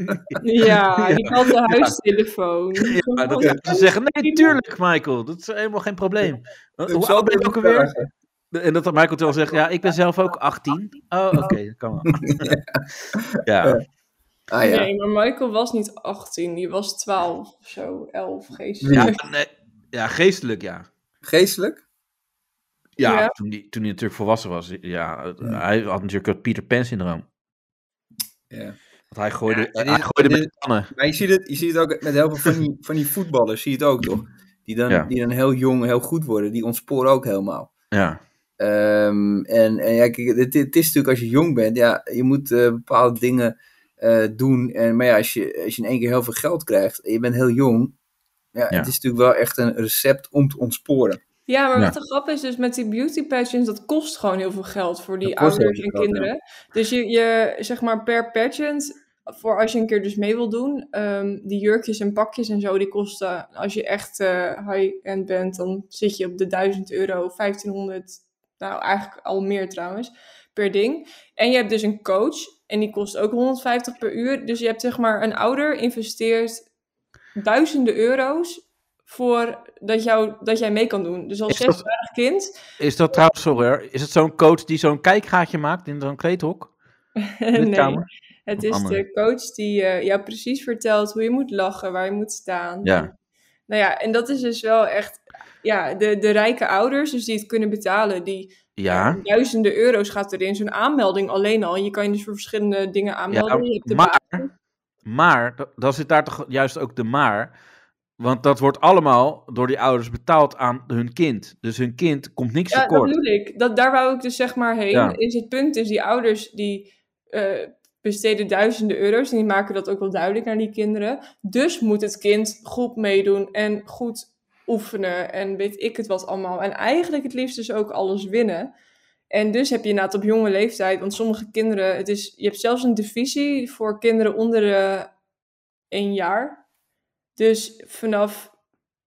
S6: Ja, die had de huistelefoon.
S1: Ja, dat ze zeggen, nee, tuurlijk, Michael. Dat is helemaal geen probleem. Eh, Hoe oud ben je ook alweer? En dat Michael Tel zegt, ja, ik ben zelf ook 18. Oh, oké, dat kan wel. [LAUGHS] ja,
S2: Ah ja.
S6: Nee, maar Michael was niet 18, die was 12 of zo, 11, geest.
S1: ja, nee, ja, geestelijk, ja.
S2: Geestelijk?
S1: Ja,
S6: Ja.
S1: Toen, die, toen hij natuurlijk volwassen was. Ja, het- hij had natuurlijk het Peter Pan-syndroom.
S2: Ja.
S1: Want hij gooide,
S2: Ja, dit
S1: hij
S2: is-
S1: gooide
S2: dit
S1: met de pannen.
S2: Maar je ziet, het, je ziet het ook met heel veel van die, van die voetballers, zie je het ook toch? Die dan,
S1: Ja.
S2: die dan heel jong, heel goed worden. Die ontsporen ook helemaal.
S1: Ja.
S2: Ehm, en, en ja, kijk, het, het is natuurlijk als je jong bent, ja, je moet eh, bepaalde dingen eh, doen. En, maar ja, als je, als je in één keer heel veel geld krijgt en je bent heel jong, ja,
S1: Ja.
S2: het is natuurlijk wel echt een recept om te ontsporen.
S6: Ja, maar
S1: Ja.
S6: wat de grap is, dus met die beauty pageants, dat kost gewoon heel veel geld voor die
S2: Dat kost heel
S6: ouders en
S2: veel geld, ja.
S6: kinderen. Dus je, je, zeg maar, per pageant, voor als je een keer dus mee wil doen, ehm, die jurkjes en pakjes en zo, die kosten, als je echt eh, high-end bent, dan zit je op de 1000 euro, 1500, nou eigenlijk al meer trouwens, per ding. En je hebt dus een coach, en die kost ook 150 per uur. Dus je hebt zeg maar, een ouder investeert duizenden euro's voor dat, jou, dat jij mee kan doen. Dus als
S1: Is dat-
S6: zesjarig kind. [LAUGHS]
S1: Is dat trouwens, sorry hoor, is het zo'n coach die zo'n kijkgaatje maakt in zo'n kleedhok?
S6: [LAUGHS]
S1: In de
S6: nee,
S1: kamer?
S6: het
S1: Of
S6: is
S1: andere?
S6: de coach die eh, jou precies vertelt hoe je moet lachen, waar je moet staan.
S1: Ja.
S6: Nou ja, en dat is dus wel echt. Ja, de, de rijke ouders, dus die het kunnen betalen, die eh,
S1: Ja.
S6: duizenden euro's gaat erin. Zo'n aanmelding alleen al. En je kan je dus voor verschillende dingen aanmelden. je
S1: ja
S6: hebt de
S1: maar,
S6: baan.
S1: maar, da- dan zit daar toch juist ook de maar. Want dat wordt allemaal door die ouders betaald aan hun kind. Dus hun kind komt niks
S6: Ja, dat
S1: tekort.
S6: bedoel ik. Dat, daar wou ik dus zeg maar heen.
S1: Ja.
S6: Is het punt is, die ouders die eh, besteden duizenden euro's... en die maken dat ook wel duidelijk naar die kinderen. Dus moet het kind goed meedoen en goed oefenen... en weet ik het wat allemaal. En eigenlijk het liefst dus ook alles winnen. En dus heb je inderdaad op jonge leeftijd... want sommige kinderen... Het is, je hebt zelfs een divisie voor kinderen onder de één jaar. Dus vanaf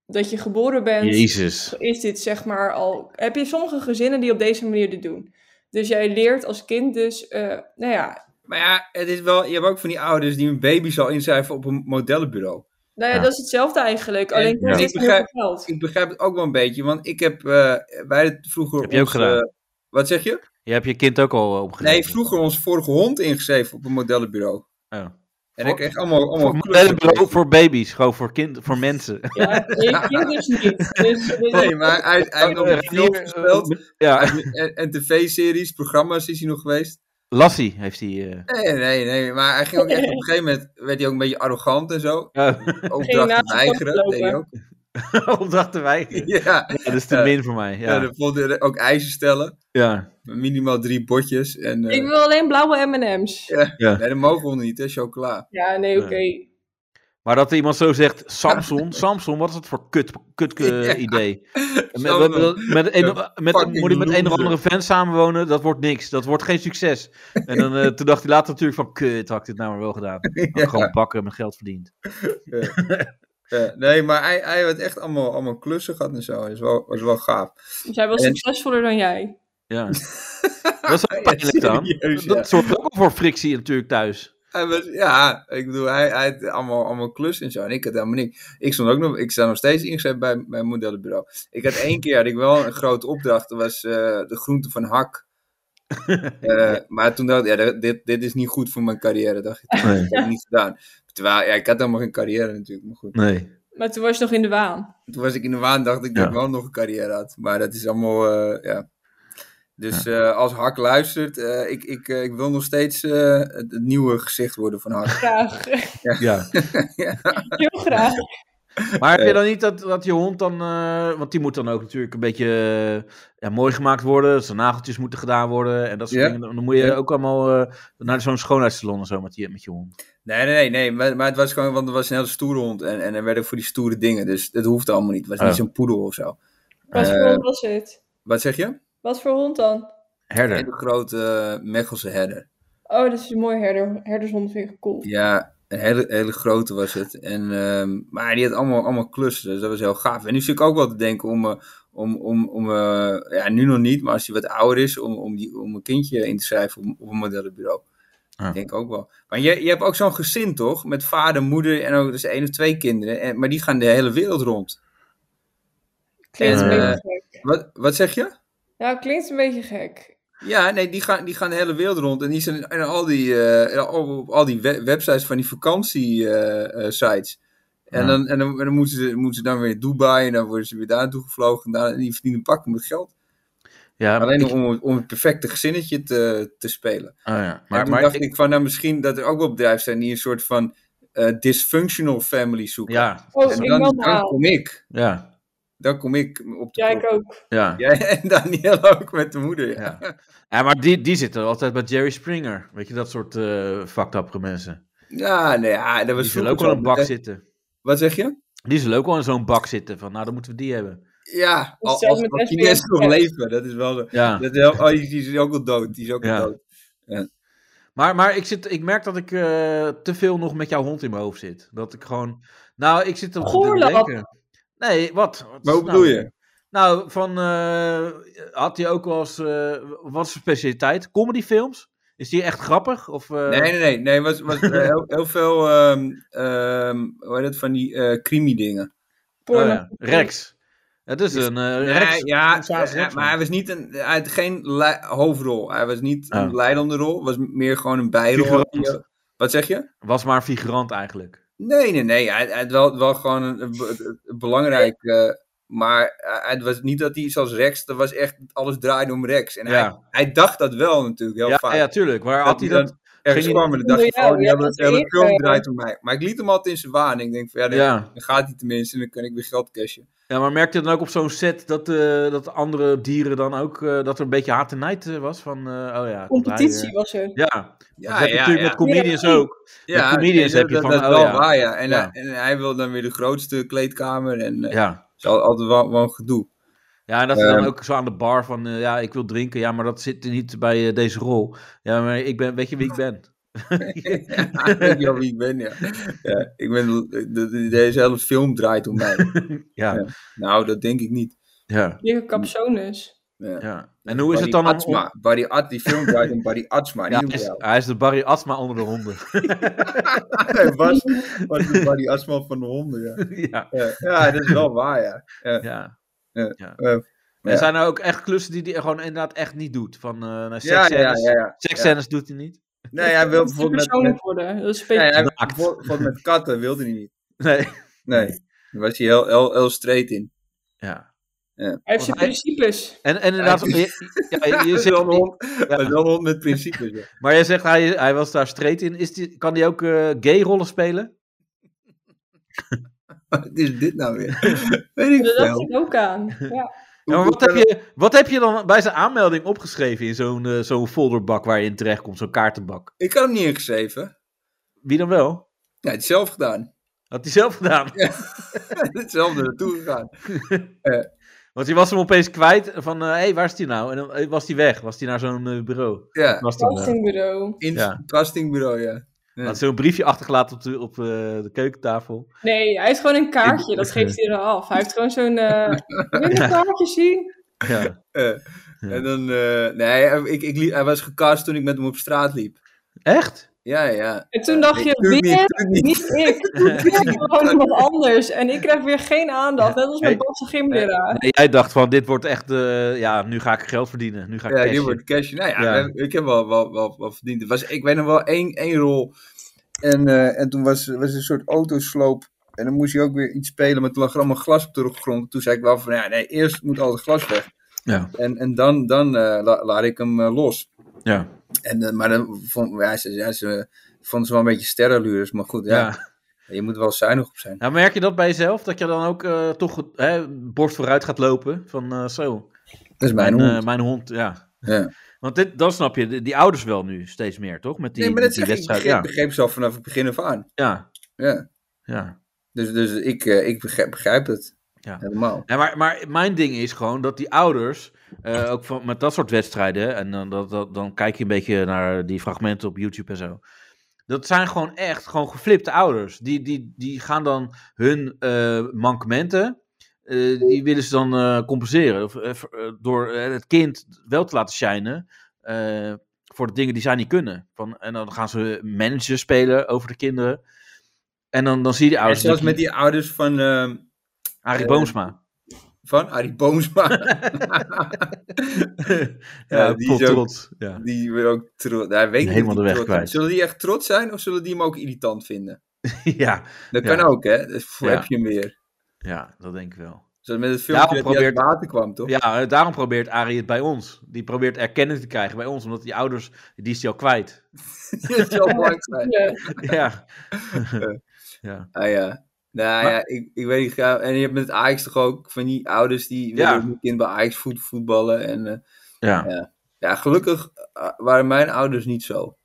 S6: dat je geboren bent
S1: Jezus.
S6: is dit zeg maar al. Heb je sommige gezinnen die op deze manier dit doen? Dus jij leert als kind dus, eh, nou ja,
S2: Maar ja, het is wel, je hebt ook van die ouders die hun baby zal inschrijven op een modellenbureau.
S6: nou ja,
S1: Ja.
S6: dat is hetzelfde eigenlijk. Alleen
S2: En-
S6: kost
S2: ja.
S6: dit
S2: Ik
S6: heel veel
S2: begrijp-
S6: geld.
S2: Ik begrijp het ook wel een beetje, want ik heb, eh, wij het vroeger...
S1: Heb je ook
S2: ons,
S1: gedaan?
S2: eh, wat zeg je?
S1: Je hebt je kind ook al eh, opgegeven.
S2: Nee, vroeger ons vorige hond ingeschreven op een modellenbureau.
S1: Oh.
S2: En ik kreeg allemaal... allemaal
S1: Voor modellenbureau voor baby's, gewoon voor, kind, voor mensen. [LAUGHS]
S6: Ja, ik kind dus
S2: [LAUGHS]
S6: niet. Dus, dus-
S2: Nee, maar hij, hij heeft nog
S1: Eh,
S2: een film
S1: eh,
S2: gespeeld.
S1: Ja,
S2: En, en tv-series, programma's is hij nog geweest.
S1: Lassie heeft hij. eh
S2: Nee, nee, nee. Maar hij ging ook echt op een gegeven moment werd hij ook een beetje arrogant en zo.
S6: naast de
S2: Opdrachten weigeren,
S6: kant
S2: deed hij ook.
S1: [LAUGHS] opdracht te weigeren.
S2: Ja,
S1: eh, Ja, dat is te
S2: Ja.
S1: min voor mij.
S2: ja.
S1: Ja.
S2: dan vond hij ook eisen stellen.
S1: Ja.
S2: Minimaal drie botjes. En, eh,
S6: ik wil alleen blauwe MM's.
S2: Ja. Nee, dat mogen we niet, hè, chocola.
S6: Ja, nee, oké.
S1: Maar dat iemand zo
S2: [LAUGHS]
S1: zegt: Samson, Samson, wat is dat voor kut, kut eh,
S2: Ja.
S1: idee? Met,
S2: Samson.
S1: met, met, een, met,
S2: fucking
S1: moet ik met een of
S2: loser.
S1: andere fan samenwonen? Dat wordt niks. Dat wordt geen succes. En dan, eh, toen dacht hij later natuurlijk: van, Kut, had ik dit nou maar wel
S2: [LAUGHS]
S1: gedaan. Had ik
S2: Ja.
S1: gewoon pakken en mijn geld verdiend.
S2: Ja, nee, maar hij, hij had echt allemaal, allemaal klussen gehad en zo. Dat is wel, was wel gaaf.
S6: Zij was
S2: En-
S6: succesvoller dan
S2: [LAUGHS]
S6: jij.
S1: Ja. Dat is ook
S2: Ja,
S1: pijnlijk dan.
S2: serieus, ja.
S1: Dat zorgt ook wel voor frictie natuurlijk thuis.
S2: Hij was, ja, ik bedoel, hij, hij had allemaal, allemaal klussen en zo. En ik had helemaal niks. Ik, stond ook nog, ik sta nog steeds ingezet bij mijn modellenbureau. Ik had één keer had ik wel een grote opdracht. Dat was eh, de groente van hak. Eh, Maar toen dacht ik, ja, dit, dit is niet goed voor mijn carrière. Dacht ik, dat
S1: Nee.
S2: heb ik niet gedaan. Terwijl, ja, ik had helemaal geen carrière natuurlijk. Maar goed.
S1: Nee.
S6: Maar toen was je nog in de waan.
S2: Toen was ik in de waan, dacht ik dat
S1: Ja.
S2: ik wel nog een carrière had. Maar dat is allemaal, eh, ja. Dus eh, als Hak luistert, eh, ik, ik, eh, ik wil nog steeds eh, [LAUGHS] het, het nieuwe gezicht worden van Hak.
S6: Graag.
S1: Ja.
S6: Heel graag.
S1: Maar heb je dan niet dat, dat je hond dan... eh, want die moet dan ook natuurlijk een beetje eh, ja, mooi gemaakt worden. Zijn nageltjes moeten gedaan worden en dat soort
S2: Ja.
S1: dingen. Dan moet je
S2: Ja.
S1: ook allemaal eh, naar zo'n schoonheidssalon en zo met, je met je hond.
S2: [LAUGHS] Nee, nee, nee, nee. Maar, maar het was gewoon, want het was een hele stoere hond. En, en er werden voor die stoere dingen. Dus dat hoeft allemaal niet. Het was
S1: Oh.
S2: niet zo'n poedel of zo.
S6: Wat voor
S2: Eh.
S6: hond was het?
S2: Wat zeg je? Een
S6: Wat voor hond dan?
S1: Herder.
S2: hele grote eh, Mechelse herder.
S6: Oh, dat is een mooi herder. Herdershond vind ik cool.
S2: Ja, een hele, hele grote was het. En, ehm, maar die had allemaal, allemaal klussen, dus dat was heel gaaf. En nu zit ik ook wel te denken om, eh, om, om, om eh, ja, nu nog niet, maar als hij wat ouder is, om, om, die, om een kindje in te schrijven op, op een modellenbureau.
S1: Ah.
S2: Ik denk ook wel. Maar je, je hebt ook zo'n gezin, toch? Met vader, moeder en ook dus één of twee kinderen. En, maar die gaan de hele wereld rond.
S6: Klinkt een
S1: Eh.
S6: beetje gek.
S2: Wat, wat zeg je?
S6: Ja, klinkt een beetje gek.
S2: Ja, nee, die gaan, die gaan de hele wereld rond. En die zijn en al die, eh, ja, al, op al die we- websites van die vakantiesites. en,
S1: Ja.
S2: dan, en, dan, en dan moeten ze, moeten ze dan weer in Dubai en dan worden ze weer daar naartoe gevlogen. En, daar, en die verdienen pakken met geld.
S1: Ja, maar
S2: Alleen
S1: ik-
S2: om, om het perfecte gezinnetje te, te spelen.
S1: oh ja.
S2: Maar,
S1: Maar,
S2: toen
S1: maar
S2: dacht
S1: ik-
S2: ik, van, nou misschien dat er ook wel bedrijven zijn die een soort van eh, dysfunctional family zoeken.
S1: Ja,
S6: Oh,
S2: En
S6: ik
S2: dan,
S6: wil
S2: dan
S6: maar.
S2: kom ik.
S1: ja,
S2: Dan kom ik op de
S6: Ja,
S2: proppen.
S6: ik ook.
S1: ja.
S2: Jij [LAUGHS] en Daniel ook met de moeder. ja.
S1: Ja. Ja, maar die, die zitten altijd bij Jerry Springer. Weet je, dat soort eh fucked up mensen.
S2: Ja, nee, ja, dat was
S1: Die zullen ook
S2: vroeger
S1: wel in een
S2: zo.
S1: bak
S2: Eh,
S1: zitten.
S2: Wat zeg je?
S1: Die zullen ook wel in zo'n bak zitten. Van, nou, dan moeten we die hebben.
S2: Ja,
S6: Dat is
S2: als, als,
S6: zelfs met
S2: als
S6: SBS
S2: Chinees nog
S6: Express.
S2: leven, dat is wel... zo.
S1: Ja.
S2: Dat is wel- oh, die, die is ook al dood, die is ook al
S1: Ja.
S2: dood.
S1: Maar, maar ik, zit, ik merk dat ik eh, te veel nog met jouw hond in mijn hoofd zit. Dat ik gewoon... Nou, ik zit op
S6: Goorlap.
S1: Nee, wat? Wat
S2: Maar
S1: is
S2: hoe
S1: nou-
S2: bedoel je?
S1: Nou, van... eh, had hij ook wel eens... eh, wat is zijn specialiteit? Comedyfilms? Is die echt grappig? Of, eh,
S2: Nee, nee, nee, nee, was, was eh, heel, heel veel, ehm, ehm, hoe heet dat, van die eh crimi dingen.
S1: oh
S6: Porno.
S1: ja, Rex. Het is
S2: Is-
S1: een eh,
S2: Nee,
S1: Rex.
S2: ja,
S1: Saas
S2: eh,
S1: Rex,
S2: maar hij was niet een, hij had geen lei- hoofdrol, hij was niet een
S1: Oh.
S2: leidende rol, was meer gewoon een bijrol. eh,
S1: Figurant.
S2: Wat zeg je?
S1: Was maar een figurant eigenlijk.
S2: Nee, nee, nee, hij, hij had wel, wel gewoon een, een be- een belangrijk... eh, maar eh, het was niet dat hij zoals Rex, dat was echt, alles draaide om Rex. En hij,
S1: Ja.
S2: hij dacht dat wel natuurlijk, heel
S1: Ja,
S2: vaak.
S1: ja, tuurlijk. Maar had hij
S2: hij
S1: dat...
S2: ergens
S1: Ging-
S2: kwam en dan dacht ik,
S6: Ja,
S2: oh, die
S6: ja,
S2: hebben
S6: dat
S2: een hele
S6: ik,
S2: film
S6: eh,
S2: draait om mij. Maar ik liet hem altijd in zijn waan. Ik denk van, ja, dan,
S1: Ja.
S2: dan gaat hij tenminste en dan kan ik weer geld cashen.
S1: ja, maar merkte je dan ook op zo'n set dat, eh, dat de andere dieren dan ook... eh, dat er een beetje haat en nijd eh, was van... eh, oh ja, komt hij
S6: Competitie
S1: weer.
S6: was er.
S1: Ja,
S2: Ja,
S1: dat heb je
S2: ja,
S1: natuurlijk
S2: ja.
S1: met comedians ook.
S2: ja,
S1: comedians
S2: nee,
S1: heb je
S2: dat,
S1: van,
S2: dat is
S1: oh,
S2: wel
S1: ja.
S2: waar, ja. En,
S1: Ja.
S2: Hij, en hij wil dan weer de grootste kleedkamer en eh,
S1: Ja.
S2: is al- altijd wel, wel een gedoe. [LAUGHS]
S1: Ja, en dat ze dan
S2: Ehm.
S1: ook zo aan de bar van... eh, ja, ik wil drinken. Ja, maar dat zit er niet bij eh, deze rol. Ja, maar ik ben... Weet je wie ik ben?
S2: Ja, ik weet wel wie ik ben, ja. ja ik ben de, de- deze hele film draait om mij.
S1: Ja,
S2: nou, dat denk ik niet.
S1: ja,
S6: Dikke capsones.
S2: Ja.
S1: ja. En hoe is
S2: Barry
S1: het dan om-
S2: Atsma. Barry At, die film draait om Barry Atsma.
S1: Ja,
S2: niet
S1: hij,
S2: om
S1: is, [LAUGHS]
S2: jou.
S1: hij is de Barry Asma onder de
S2: [LAUGHS]
S1: honden. [LAUGHS]
S2: Hij was, was de Barry Atsma van de honden, ja.
S1: ja,
S2: Ja, ja, dat is wel waar, ja.
S1: ja.
S2: Ja,
S1: ja.
S2: eh,
S1: En
S2: ja.
S1: zijn er ook echt klussen die hij gewoon inderdaad echt niet doet? Van eh nou,
S2: Ja, ja, ja.
S1: seksscènes-
S2: ja, ja.
S1: seksscènes doet hij niet?
S2: Nee, hij wil
S6: Dat is te
S2: bijvoorbeeld met,
S6: persoonlijk
S2: met,
S6: worden. Dat is een
S2: nee,
S6: beetje-
S2: hij, wil
S1: Naakt.
S2: bijvoorbeeld met katten wilde hij niet.
S1: Nee.
S2: Nee, daar was hij heel, heel, heel straight in.
S1: Ja.
S6: Hij heeft zijn
S1: Hij-
S6: principes.
S1: En, en inderdaad,
S2: Ja.
S1: je- [LAUGHS] ja, je
S2: Dat is
S1: zegt-
S2: wel een hond,
S1: ja.
S2: dat is wel een hond met principes.
S1: [LAUGHS]
S2: ja.
S1: maar jij zegt hij, hij was daar straight in. Is die, kan hij ook eh, gay rollen spelen?
S2: Wat is dit nou weer? Weet ik
S6: Dat dacht
S2: veel.
S6: ik ook
S2: [LAUGHS]
S6: aan. Ja.
S1: Ja, maar wat, heb je, wat heb je dan bij zijn aanmelding opgeschreven in zo'n eh, zo'n folderbak waar je in terecht komt, zo'n kaartenbak?
S2: Ik had hem niet ingeschreven. Hij
S1: Wie dan wel?
S2: heeft het zelf gedaan. [LAUGHS]
S1: Had hij zelf gedaan.
S2: Hetzelfde naartoe gegaan.
S1: Want hij was hem opeens kwijt van, hé, hey, waar is hij nou? En dan eh, was hij weg, was hij naar zo'n eh, bureau.
S2: Ja,
S1: Was die daar.
S6: Belastingbureau.
S2: in
S1: Ja.
S2: het castingbureau, ja.
S1: Had zo'n briefje achtergelaten op de, op, eh, de keukentafel.
S6: Nee, hij heeft gewoon een kaartje. Dat geeft hij eraf. af. Hij heeft gewoon
S2: [LAUGHS]
S6: zo'n... eh Wil je een kaartje zien?
S1: Ja.
S2: Eh,
S1: Ja.
S2: En dan, eh, nee, hij- ik, ik liep, hij was gecast toen ik met hem op straat liep.
S1: Echt?
S2: Ja, ja.
S6: En toen dacht je,
S2: Tuurlijk niet,
S6: weer
S2: tuurlijk niet.
S6: niet
S2: [LAUGHS]
S6: ik. Weer gewoon iemand anders. En ik krijg weer geen aandacht. Net als
S1: Hey.
S6: met Basse Gimleraar.
S1: Nee, jij dacht van, dit wordt echt, eh, ja, nu ga ik geld verdienen. Nu ga ik
S2: Ja,
S1: cashen.
S2: die wordt cash. Nou ja,
S1: Ja.
S2: we hebben- ik heb wel, wel, wel, wel verdiend. Het Was, ik weet nog wel één, één rol. En, eh, en toen was, was er een soort autosloop. En dan moest hij ook weer iets spelen, maar toen lag er allemaal glas op de grond. Toen zei ik wel van, ja, nee, eerst moet al het glas weg.
S1: Ja.
S2: En, en dan, dan eh, la- laat ik hem eh, los.
S1: Ja.
S2: En, eh, maar dan vond, ja, ze, ja, ze vond ze wel een beetje sterrenlures, maar goed, ja.
S1: Ja.
S2: Je moet wel zuinig op zijn.
S1: Nou, merk je dat bij jezelf? Dat je dan ook eh, toch eh, borst vooruit gaat lopen? Van eh, zo,
S2: Dat is mijn
S1: mijn,
S2: hond.
S1: eh, mijn hond, ja.
S2: Ja.
S1: Want dit, dan snap je de- die ouders wel nu steeds meer, toch? Met die,
S2: nee, maar
S1: met
S2: dat
S1: die
S2: zeg ik. Ik
S1: wedstrijd.
S2: begreep,
S1: Ja,
S2: begreep ze al vanaf het begin af aan.
S1: ja,
S2: Ja.
S1: ja.
S2: Dus, dus ik, eh, ik begrijp, begrijp het.
S1: Ja.
S2: Helemaal.
S1: Ja, maar, maar mijn ding is gewoon dat die ouders, eh, ook van, met dat soort wedstrijden, en dan, dat, dat, dan kijk je een beetje naar die fragmenten op YouTube en zo. Dat zijn gewoon echt gewoon geflipte ouders. Die, die, die gaan dan hun eh, mankementen, eh, die willen ze dan eh, compenseren. Of, eh, ver- eh, door eh, het kind wel te laten shinen eh, voor de dingen die zij niet kunnen. Van, en dan gaan ze manager spelen over de kinderen. En dan, dan zie je die
S2: En
S1: ouders.
S2: zoals met die ouders van, eh,
S1: Arie Boomsma.
S2: van Arie [LAUGHS] Boomsma.
S1: [LAUGHS] ja,
S2: die
S1: vol
S2: is ook-
S1: trots. Eh, Ja.
S2: die weer ook trots. Daar weet ik niet
S1: Helemaal
S2: of die
S1: de weg
S2: trots
S1: kwijt.
S2: is. Zullen die echt trots zijn of zullen die hem ook irritant vinden?
S1: [LAUGHS] ja,
S2: Dat
S1: Ja.
S2: kan ook, hè? Dus voor
S1: Ja.
S2: heb je hem weer.
S1: ja, dat denk ik wel.
S2: Zoals met het filmpje
S1: Daarom
S2: dat hij uit
S1: probeert-
S2: het water kwam, [LAUGHS] toch?
S1: Ja, eh, daarom probeert Arie het bij ons. Die probeert erkenning te krijgen bij ons, omdat die ouders, die is die al [LAUGHS] kwijt.
S2: Die is wel belangrijk [LAUGHS] zijn.
S6: Ja.
S1: ja. ja.
S2: Ah ja. Nou ja, ik, ik weet niet. ja, En je hebt met Ajax toch ook van die ouders die
S1: Ja.
S2: willen ook hun kind bij Ajax voet, voetballen. En eh,
S1: Ja,
S2: ja, gelukkig eh, waren mijn ouders niet zo.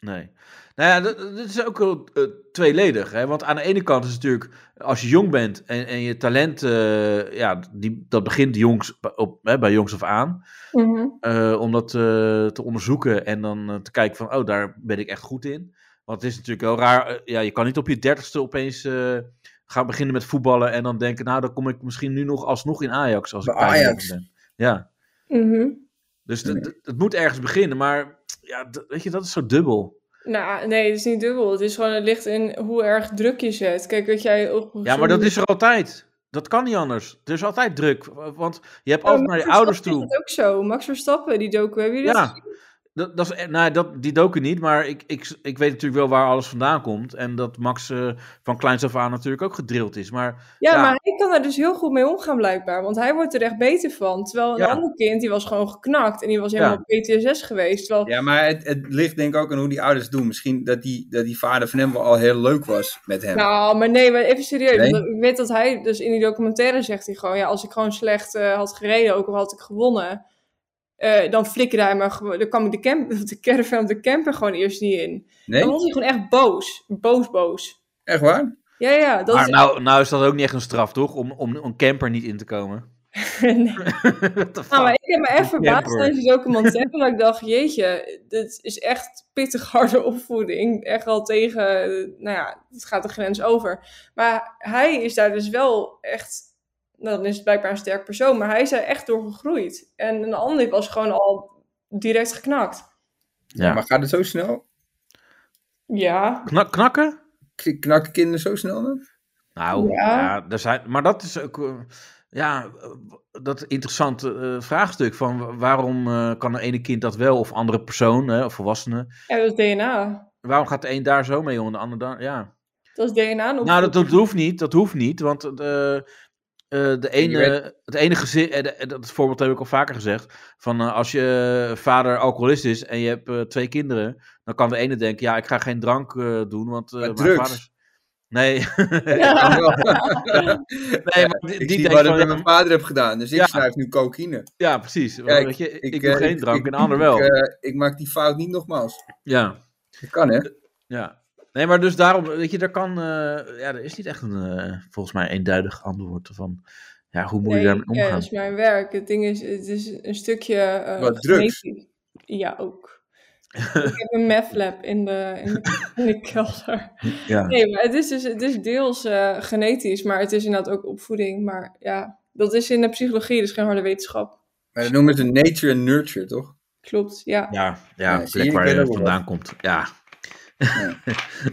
S1: nee. Nou ja, dat, dat is ook wel eh, tweeledig. Hè? Want aan de ene kant is het natuurlijk, als je jong bent en, en je talent, eh, ja, die, dat begint jongs, op, hè, bij jongs af aan.
S6: Mhm.
S1: eh, om dat eh, te onderzoeken en dan eh, te kijken van, oh, daar ben ik echt goed in. Want het is natuurlijk heel raar, eh, ja, je kan niet op je dertigste opeens eh, gaan beginnen met voetballen en dan denken, nou, dan kom ik misschien nu nog alsnog in Ajax als
S2: Bij
S1: ik 35
S2: Ajax.
S1: ben. Ja,
S6: Mhm.
S1: dus d- d- het moet ergens beginnen, maar ja, d- weet je, dat is zo dubbel.
S6: Nou, nee, het is niet dubbel. Het is gewoon, het ligt in hoe erg druk je zet. Kijk, wat jij ook.
S1: Ja, maar dat is er altijd. Dat kan niet anders. Er is altijd druk, want je hebt altijd naar je ouders toe.
S6: Dat is ook zo. Max Verstappen, die docu, hebben jullie dat
S1: Ja, dat, dat is, nou, dat, die doken niet, maar ik, ik, ik weet natuurlijk wel waar alles vandaan komt. En dat Max eh, van kleins af aan natuurlijk ook gedrild is. Maar
S6: Ja,
S1: Ja.
S6: maar hij kan daar dus heel goed mee omgaan blijkbaar. Want hij wordt er echt beter van. Terwijl een
S1: Ja.
S6: ander kind, die was gewoon geknakt. En die was helemaal PTSS geweest. Terwijl,
S2: Ja, maar het, het ligt denk ik ook aan hoe die ouders doen. Misschien dat die, dat die vader van hem wel al heel leuk was met hem.
S6: Nou, maar nee, maar even serieus.
S2: Nee?
S6: Want ik weet dat hij, dus in die documentaire zegt hij gewoon... Ja, als ik gewoon slecht eh, had gereden, ook al had ik gewonnen... eh, dan flikkerde hij maar gewoon... Dan kwam ik de, camp, [LAUGHS] de caravan op de camper gewoon eerst niet in.
S2: nee?
S6: Dan was hij gewoon echt boos. Boos, boos.
S2: Echt waar?
S6: Ja, ja, dat
S1: maar
S6: is...
S1: nou, nou is dat ook niet echt een straf, toch? Om, om een camper niet in te komen. [LAUGHS]
S6: [LAUGHS] Nee.
S1: What the
S6: Nou, maar
S1: fuck?
S6: ik heb me echt verbaasd
S1: Camper.
S6: tijdens die documentaire. dat ik dacht, jeetje, dit is echt pittig harde opvoeding. Echt wel tegen, eh, nou ja, het gaat de grens over. Maar hij is daar dus wel echt, nou, dan is het blijkbaar een sterk persoon. Maar hij is daar echt door gegroeid. En een ander was gewoon al direct geknakt.
S1: Ja.
S2: Maar gaat het zo snel?
S6: Ja.
S1: Knak- knakken?
S2: K- Knakken kinderen zo
S1: [LAUGHS]
S2: snel dan?
S1: Nou,
S6: Ja.
S1: ja. er zijn, maar dat is ook... eh, ja, eh, dat interessante eh, vraagstuk van wa- waarom eh, kan een ene kind dat wel of andere persoon hè, of volwassenen,
S6: En dat is DNA.
S1: waarom gaat de een daar zo mee om en de ander daar? Ja,
S6: Dat is DNA. -opvoeding.
S1: Nou, dat, dat hoeft niet. Dat hoeft niet, want eh, eh, de ene,
S2: weet-
S1: het ene gezin, eh, de- eh, dat voorbeeld heb ik al vaker gezegd, van eh, als je vader alcoholist is en je hebt eh, twee kinderen, dan kan de ene denken, ja, ik ga geen drank eh, doen, want eh
S2: Maar
S1: mijn
S2: drugs.
S1: vader is-
S2: [LAUGHS]
S1: Nee, [LAUGHS] nee, maar die,
S2: ik
S1: die
S2: zie
S1: denkt
S2: wat ik
S1: van,
S2: met
S1: ja,
S2: mijn vader heb gedaan, dus ik
S1: Ja.
S2: snuif nu cocaïne.
S1: ja, precies.
S2: Kijk,
S1: weet je, ik,
S2: eh,
S1: doe geen drank en de ander wel.
S2: Ik, eh, ik maak die fout niet nogmaals.
S1: ja.
S2: Dat kan, hè?
S1: Ja. Nee, maar dus daarom, weet je, daar kan, eh, ja, er is niet echt een, eh, volgens mij, eenduidig antwoord van, ja, hoe moet je daarmee
S6: ja,
S1: omgaan?
S6: dat is mijn werk. Het ding is, het is een stukje... eh,
S2: Wat drugs?
S6: genetisch. Ja, ook. ik heb een meth lab in de, in
S1: [LAUGHS]
S6: de, in de kelder.
S1: Ja.
S6: Nee, maar het is, dus, het is deels eh, genetisch, maar het is inderdaad ook opvoeding. Maar ja, dat is in de psychologie, dus geen harde wetenschap.
S2: Maar dat noemen ze nature en nurture, toch?
S6: Klopt, ja.
S1: Ja, ja,
S2: Ja, zie
S1: plek
S2: je,
S1: waar
S2: ik
S1: je
S2: weet ook
S1: vandaan komt. Ja,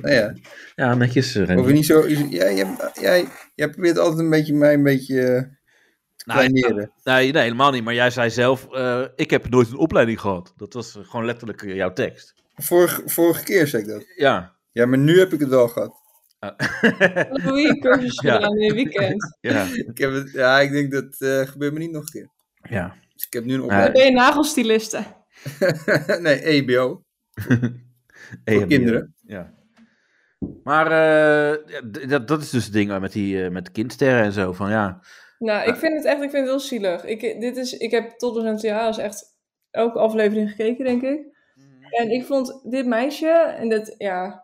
S2: Nou ja,
S1: ja netjes. eh, Randy.
S2: of niet zo... Jij, jij, jij, jij probeert altijd een beetje mij een beetje eh, te
S1: Nou,
S2: kleineren.
S1: nee, nee, helemaal niet. Maar jij zei zelf, eh, ik heb nooit een opleiding gehad. Dat was eh, gewoon letterlijk eh, jouw tekst.
S2: Vorige, vorige keer zei ik dat.
S1: Ja.
S2: Ja, maar nu heb ik het wel gehad.
S6: Louis cursus
S1: Ja.
S6: gedaan in het weekend.
S1: Ja.
S2: [LAUGHS] Ik heb het, ja, ik denk dat eh, gebeurt me niet nog een keer.
S1: ja.
S2: Dus ik heb nu een
S6: Dan
S2: opleiding. [LAUGHS]
S6: ben je nagelstyliste.
S2: nee, E EBO.
S1: EHBO. E
S2: kinderen.
S1: Ja. Maar eh, ja, d- dat, dat is dus het ding met, die, eh, met kindsterren en zo. Van, ja.
S6: Nou, ik vind het echt, ik vind het heel zielig. Ik, dit is, ik heb tot docent TH is echt elke aflevering gekeken, denk ik.
S2: Mhm.
S6: En ik vond dit meisje, en dat, ja,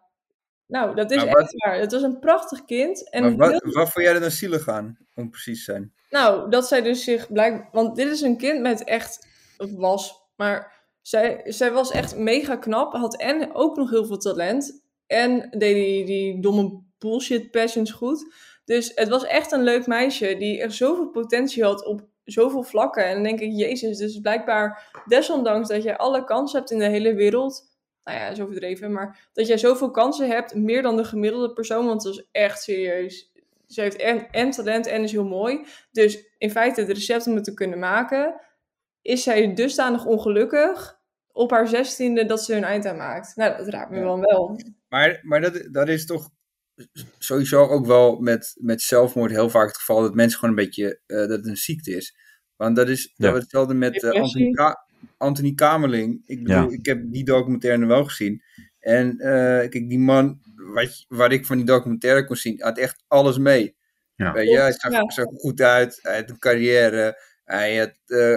S6: nou, dat is
S2: Maar wat-
S6: echt waar. Het was een prachtig kind. En
S2: maar wat,
S6: heel-
S2: wat vond jij er dan zielig aan, om precies te zijn?
S6: nou, dat zij dus zich blijkbaar, want dit is een kind met echt, of was, maar zij, zij was echt mega knap, had en ook nog heel veel talent. En deed die, die domme bullshit passions goed. Dus het was echt een leuk meisje die echt zoveel potentie had op zoveel vlakken. En dan denk ik, jezus, dus blijkbaar desondanks dat jij alle kansen hebt in de hele wereld. Nou ja, dat is overdreven, maar dat jij zoveel kansen hebt, meer dan de gemiddelde persoon, want dat is echt serieus. Ze heeft en, en talent en is heel mooi. Dus in feite het recept om het te kunnen maken, is zij dusdanig ongelukkig op haar zestiende dat ze een eind aan maakt. Nou, dat raakt me
S2: Ja.
S6: wel wel.
S2: Maar, maar dat, dat is toch sowieso ook wel met, met zelfmoord heel vaak het geval dat mensen gewoon een beetje, eh, dat het een ziekte is. Want dat is dat
S1: Ja.
S2: was hetzelfde met eh,
S6: Depressie.
S2: Anthony, Ka- Anthony Kamerling. Ik bedoel, ik heb die documentaire wel gezien. En eh, kijk, die man, wat, je- wat ik van die documentaire kon zien, had echt alles mee.
S1: Ja.
S2: Weet je, hij zag
S6: Ja.
S2: er zo goed uit, hij had een carrière, hij, had, eh,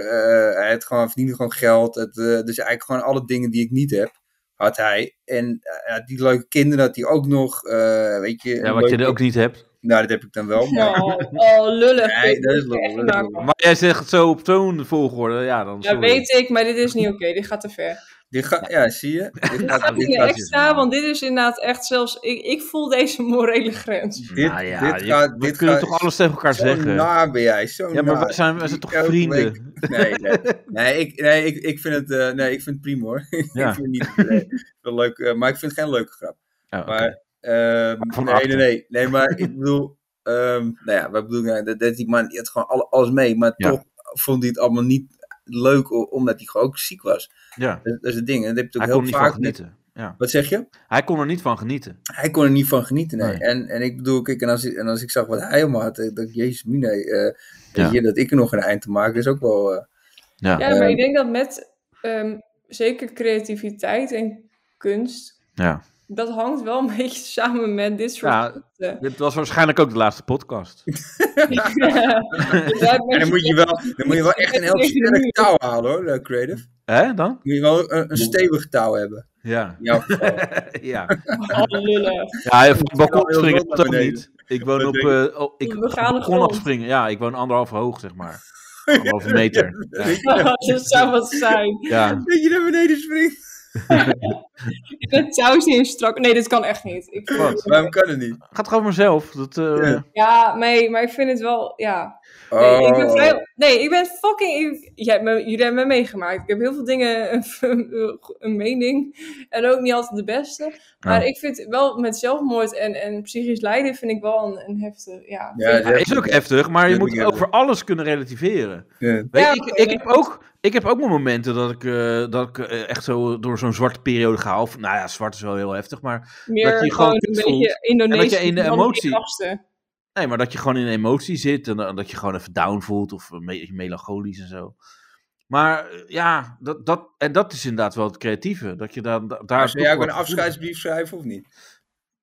S2: eh, hij had gewoon, verdiende gewoon geld. Het, eh, dus eigenlijk gewoon alle dingen die ik niet heb, had hij. En eh, die leuke kinderen had hij ook nog, eh, weet je.
S1: ja,
S2: een
S1: wat je er
S2: leuke-
S1: ook niet hebt.
S2: Nou, dat heb ik dan wel. Maar...
S6: [LAUGHS] Oh, oh, lullig.
S2: Nee, dat is
S6: Echt
S2: lullig. dat is
S6: waar.
S2: lullig.
S1: Maar jij zegt het zo op zo'n volgorde. Ja, dan
S6: Ja,
S1: sorry.
S6: weet ik, maar dit is niet oké. Dit gaat te ver.
S2: Dit ga- ja, zie je? Dit gaat,
S1: Ja,
S2: dit
S6: Ja,
S2: gaat,
S6: extra, want dit is inderdaad echt zelfs... Ik, ik voel deze morele grens.
S2: dit-
S1: Nou ja,
S2: dit
S1: je-
S2: gaat-
S1: we
S2: dit
S1: kunnen
S2: gaat-
S1: toch alles tegen elkaar
S2: zo
S1: zeggen?
S2: na ben jij, zo
S1: ja, maar
S2: na.
S1: wij zijn, wij zijn toch
S2: eh, Elke
S1: vrienden?
S2: week.
S1: [LAUGHS]
S2: Nee, nee. nee, ik, nee, ik, ik vind het, eh, nee, ik vind het prima hoor. [LAUGHS]
S1: Ja.
S2: ik vind het niet nee, wel leuk, eh, maar ik vind het geen leuke grap.
S1: Ja, Oh, oké.
S2: Maar, ehm,
S1: Van
S2: nee, nee,
S1: achter.
S2: nee, nee, maar ik bedoel, ehm, nou ja, wat bedoel ik nou? Dat, dat die man, die had gewoon alle- alles mee, maar
S1: Ja.
S2: toch vond hij het allemaal niet leuk, o- omdat hij gewoon ook ziek was.
S1: ja.
S2: Dat, dat is het ding. En dat heb je
S1: Hij
S2: ook
S1: kon er
S2: heel
S1: niet van
S2: vaak. met-
S1: genieten. Ja.
S2: Wat zeg je?
S1: Hij kon er niet van genieten.
S2: Hij kon er niet van genieten. Nee.
S1: Nee.
S2: En, en ik bedoel, kijk, en als, ik- en als ik zag wat hij allemaal had, eh, dacht ik, jezus, mine, eh,
S1: Ja.
S2: weet je, dat ik er nog een eind te maken is ook wel. eh,
S1: Ja.
S6: Ja, maar ik denk dat met ehm, zeker creativiteit en kunst...
S1: Ja.
S6: Dat hangt wel een [LAUGHS] beetje samen met dit soort...
S1: Ja.
S6: punten.
S1: Dit was waarschijnlijk ook de laatste podcast.
S2: [LAUGHS]
S6: Dus daar ben
S2: En dan
S6: je-
S2: moet je wel, dan moet je wel echt een heel sterk touw halen hoor, eh, creative.
S1: Hè, dan?
S2: Moet je wel een, een stevig touw hebben.
S1: Ja.
S2: Ja,
S1: ja.
S6: Oh, lullig.
S1: Ja, en van het balkon
S2: heel
S1: springen
S2: rot
S1: dat ook
S2: naar
S1: niet. Ik woon
S2: Dat
S1: op...
S2: denk
S1: eh oh, ik
S6: We gaan er
S1: kon
S6: gewoon.
S1: afspringen. Ja, ik woon anderhalve hoog, zeg
S2: [LAUGHS]
S1: maar. Anderhalve meter. Ja.
S6: dat zou wat [LAUGHS] zijn.
S1: ja.
S2: [LAUGHS] Dat je naar beneden springt.
S6: Dat zou is niet eens strak... Nee, dit kan echt niet. Ik
S1: Wat?
S2: Waarom kan het niet?
S1: Gaat gewoon mezelf. Dat, eh,
S2: Ja.
S6: Ja, nee, maar ik vind het wel... Ja, Nee, ik ben
S2: Oh,
S6: vrij... Nee, ik ben fucking... ik- Jij hebt me- jullie hebben me meegemaakt. Ik heb heel veel dingen [LAUGHS] een, een mening. En ook niet altijd de beste. Maar
S1: Ja.
S6: ik vind wel met zelfmoord en, en psychisch lijden vind ik wel een, een heftig... Ja,
S2: ja,
S1: ja, is ook heftig, maar je
S2: Ja,
S1: moet
S2: ja.
S1: over alles kunnen relativeren.
S2: Ja.
S1: Weet,
S6: Ja,
S1: je, ik,
S6: oké.
S1: ik, heb ook, ik heb ook mijn momenten dat ik, eh, dat ik eh, echt zo door zo'n zwarte periode ga. Of, nou ja, zwart is wel heel heftig, maar...
S6: meer
S1: dat je gewoon
S6: gewoon een
S1: kut
S6: beetje
S1: voelt.
S6: Indonesisch.
S1: En dat je in de
S6: dan weer
S1: emotie-
S6: gasten.
S1: Nee, maar dat je gewoon in emotie zit en eh, dat je gewoon even down voelt of een beetje melancholisch en zo. Maar eh, ja, dat, dat, en dat is inderdaad wel het creatieve. Dat je daar, da- daar
S2: Maar zou jij ook
S1: toch
S2: een
S1: wat gevoel-
S2: afscheidsbrief schrijven of niet?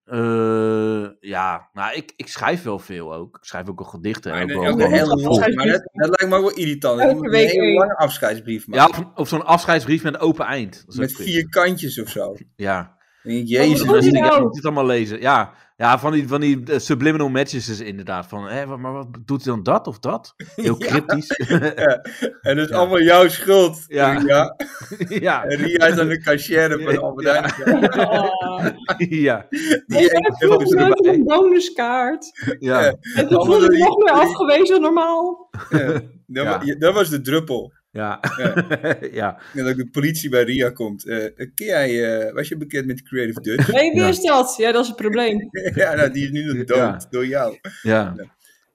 S1: Eh, ja, nou, ik, ik schrijf wel veel ook. Ik schrijf ook wel gedichten. en
S2: Maar
S1: ook wel
S2: dat
S1: gewoon
S2: ook een
S1: een
S2: hele
S1: gevoel.
S2: lange- maar dat, dat lijkt me ook wel irritant. Je
S6: Elke
S2: moet een
S6: week
S2: hele
S6: één.
S2: lange afscheidsbrief
S1: Ja,
S2: maken.
S1: of, of zo'n afscheidsbrief met een open eind. Dat is ook
S2: met
S1: kut.
S2: vier Oh, kantjes of zo.
S1: Ja.
S2: Dan denk ik,
S1: En
S2: Jezus.
S1: dan
S6: Hoezo?
S1: zit ik
S2: nou.
S1: ja, ik moet dit allemaal lezen. Ja, ja van die, van die eh, subliminal messages inderdaad. Van, hè, wa- maar wat doet hij dan dat of
S2: [LAUGHS]
S1: dat? Heel cryptisch. [LAUGHS] Ja,
S2: En dat is
S1: Ja.
S2: allemaal jouw schuld.
S1: Ja.
S2: Ria.
S1: ja.
S2: En Ria is dan de cashier van de Albert
S1: Ja.
S2: Heijn. Ja.
S6: Oh.
S1: ja.
S2: Die
S6: Ik
S2: ene
S6: heb vroeger
S2: filmpje
S6: nooit
S1: erbij.
S6: Oh, een bonuskaart.
S2: Eh,
S1: ja.
S6: En toen voelde ik nog meer afgewezen dan normaal.
S2: Ja.
S1: Ja.
S2: Dat, wa- je- dat was de druppel.
S1: Ja.
S2: [LAUGHS]
S1: ja.
S2: En dat de politie bij Ria komt. Eh, ken jij, eh, was je bekend met
S1: [LAUGHS]
S2: Creative Dutch? [LAUGHS]
S6: Nee, wie
S1: Ja.
S6: is dat? Ja, dat is het probleem.
S2: ja, nou, die is nu nog dood
S1: Ja.
S2: door jou.
S1: ja.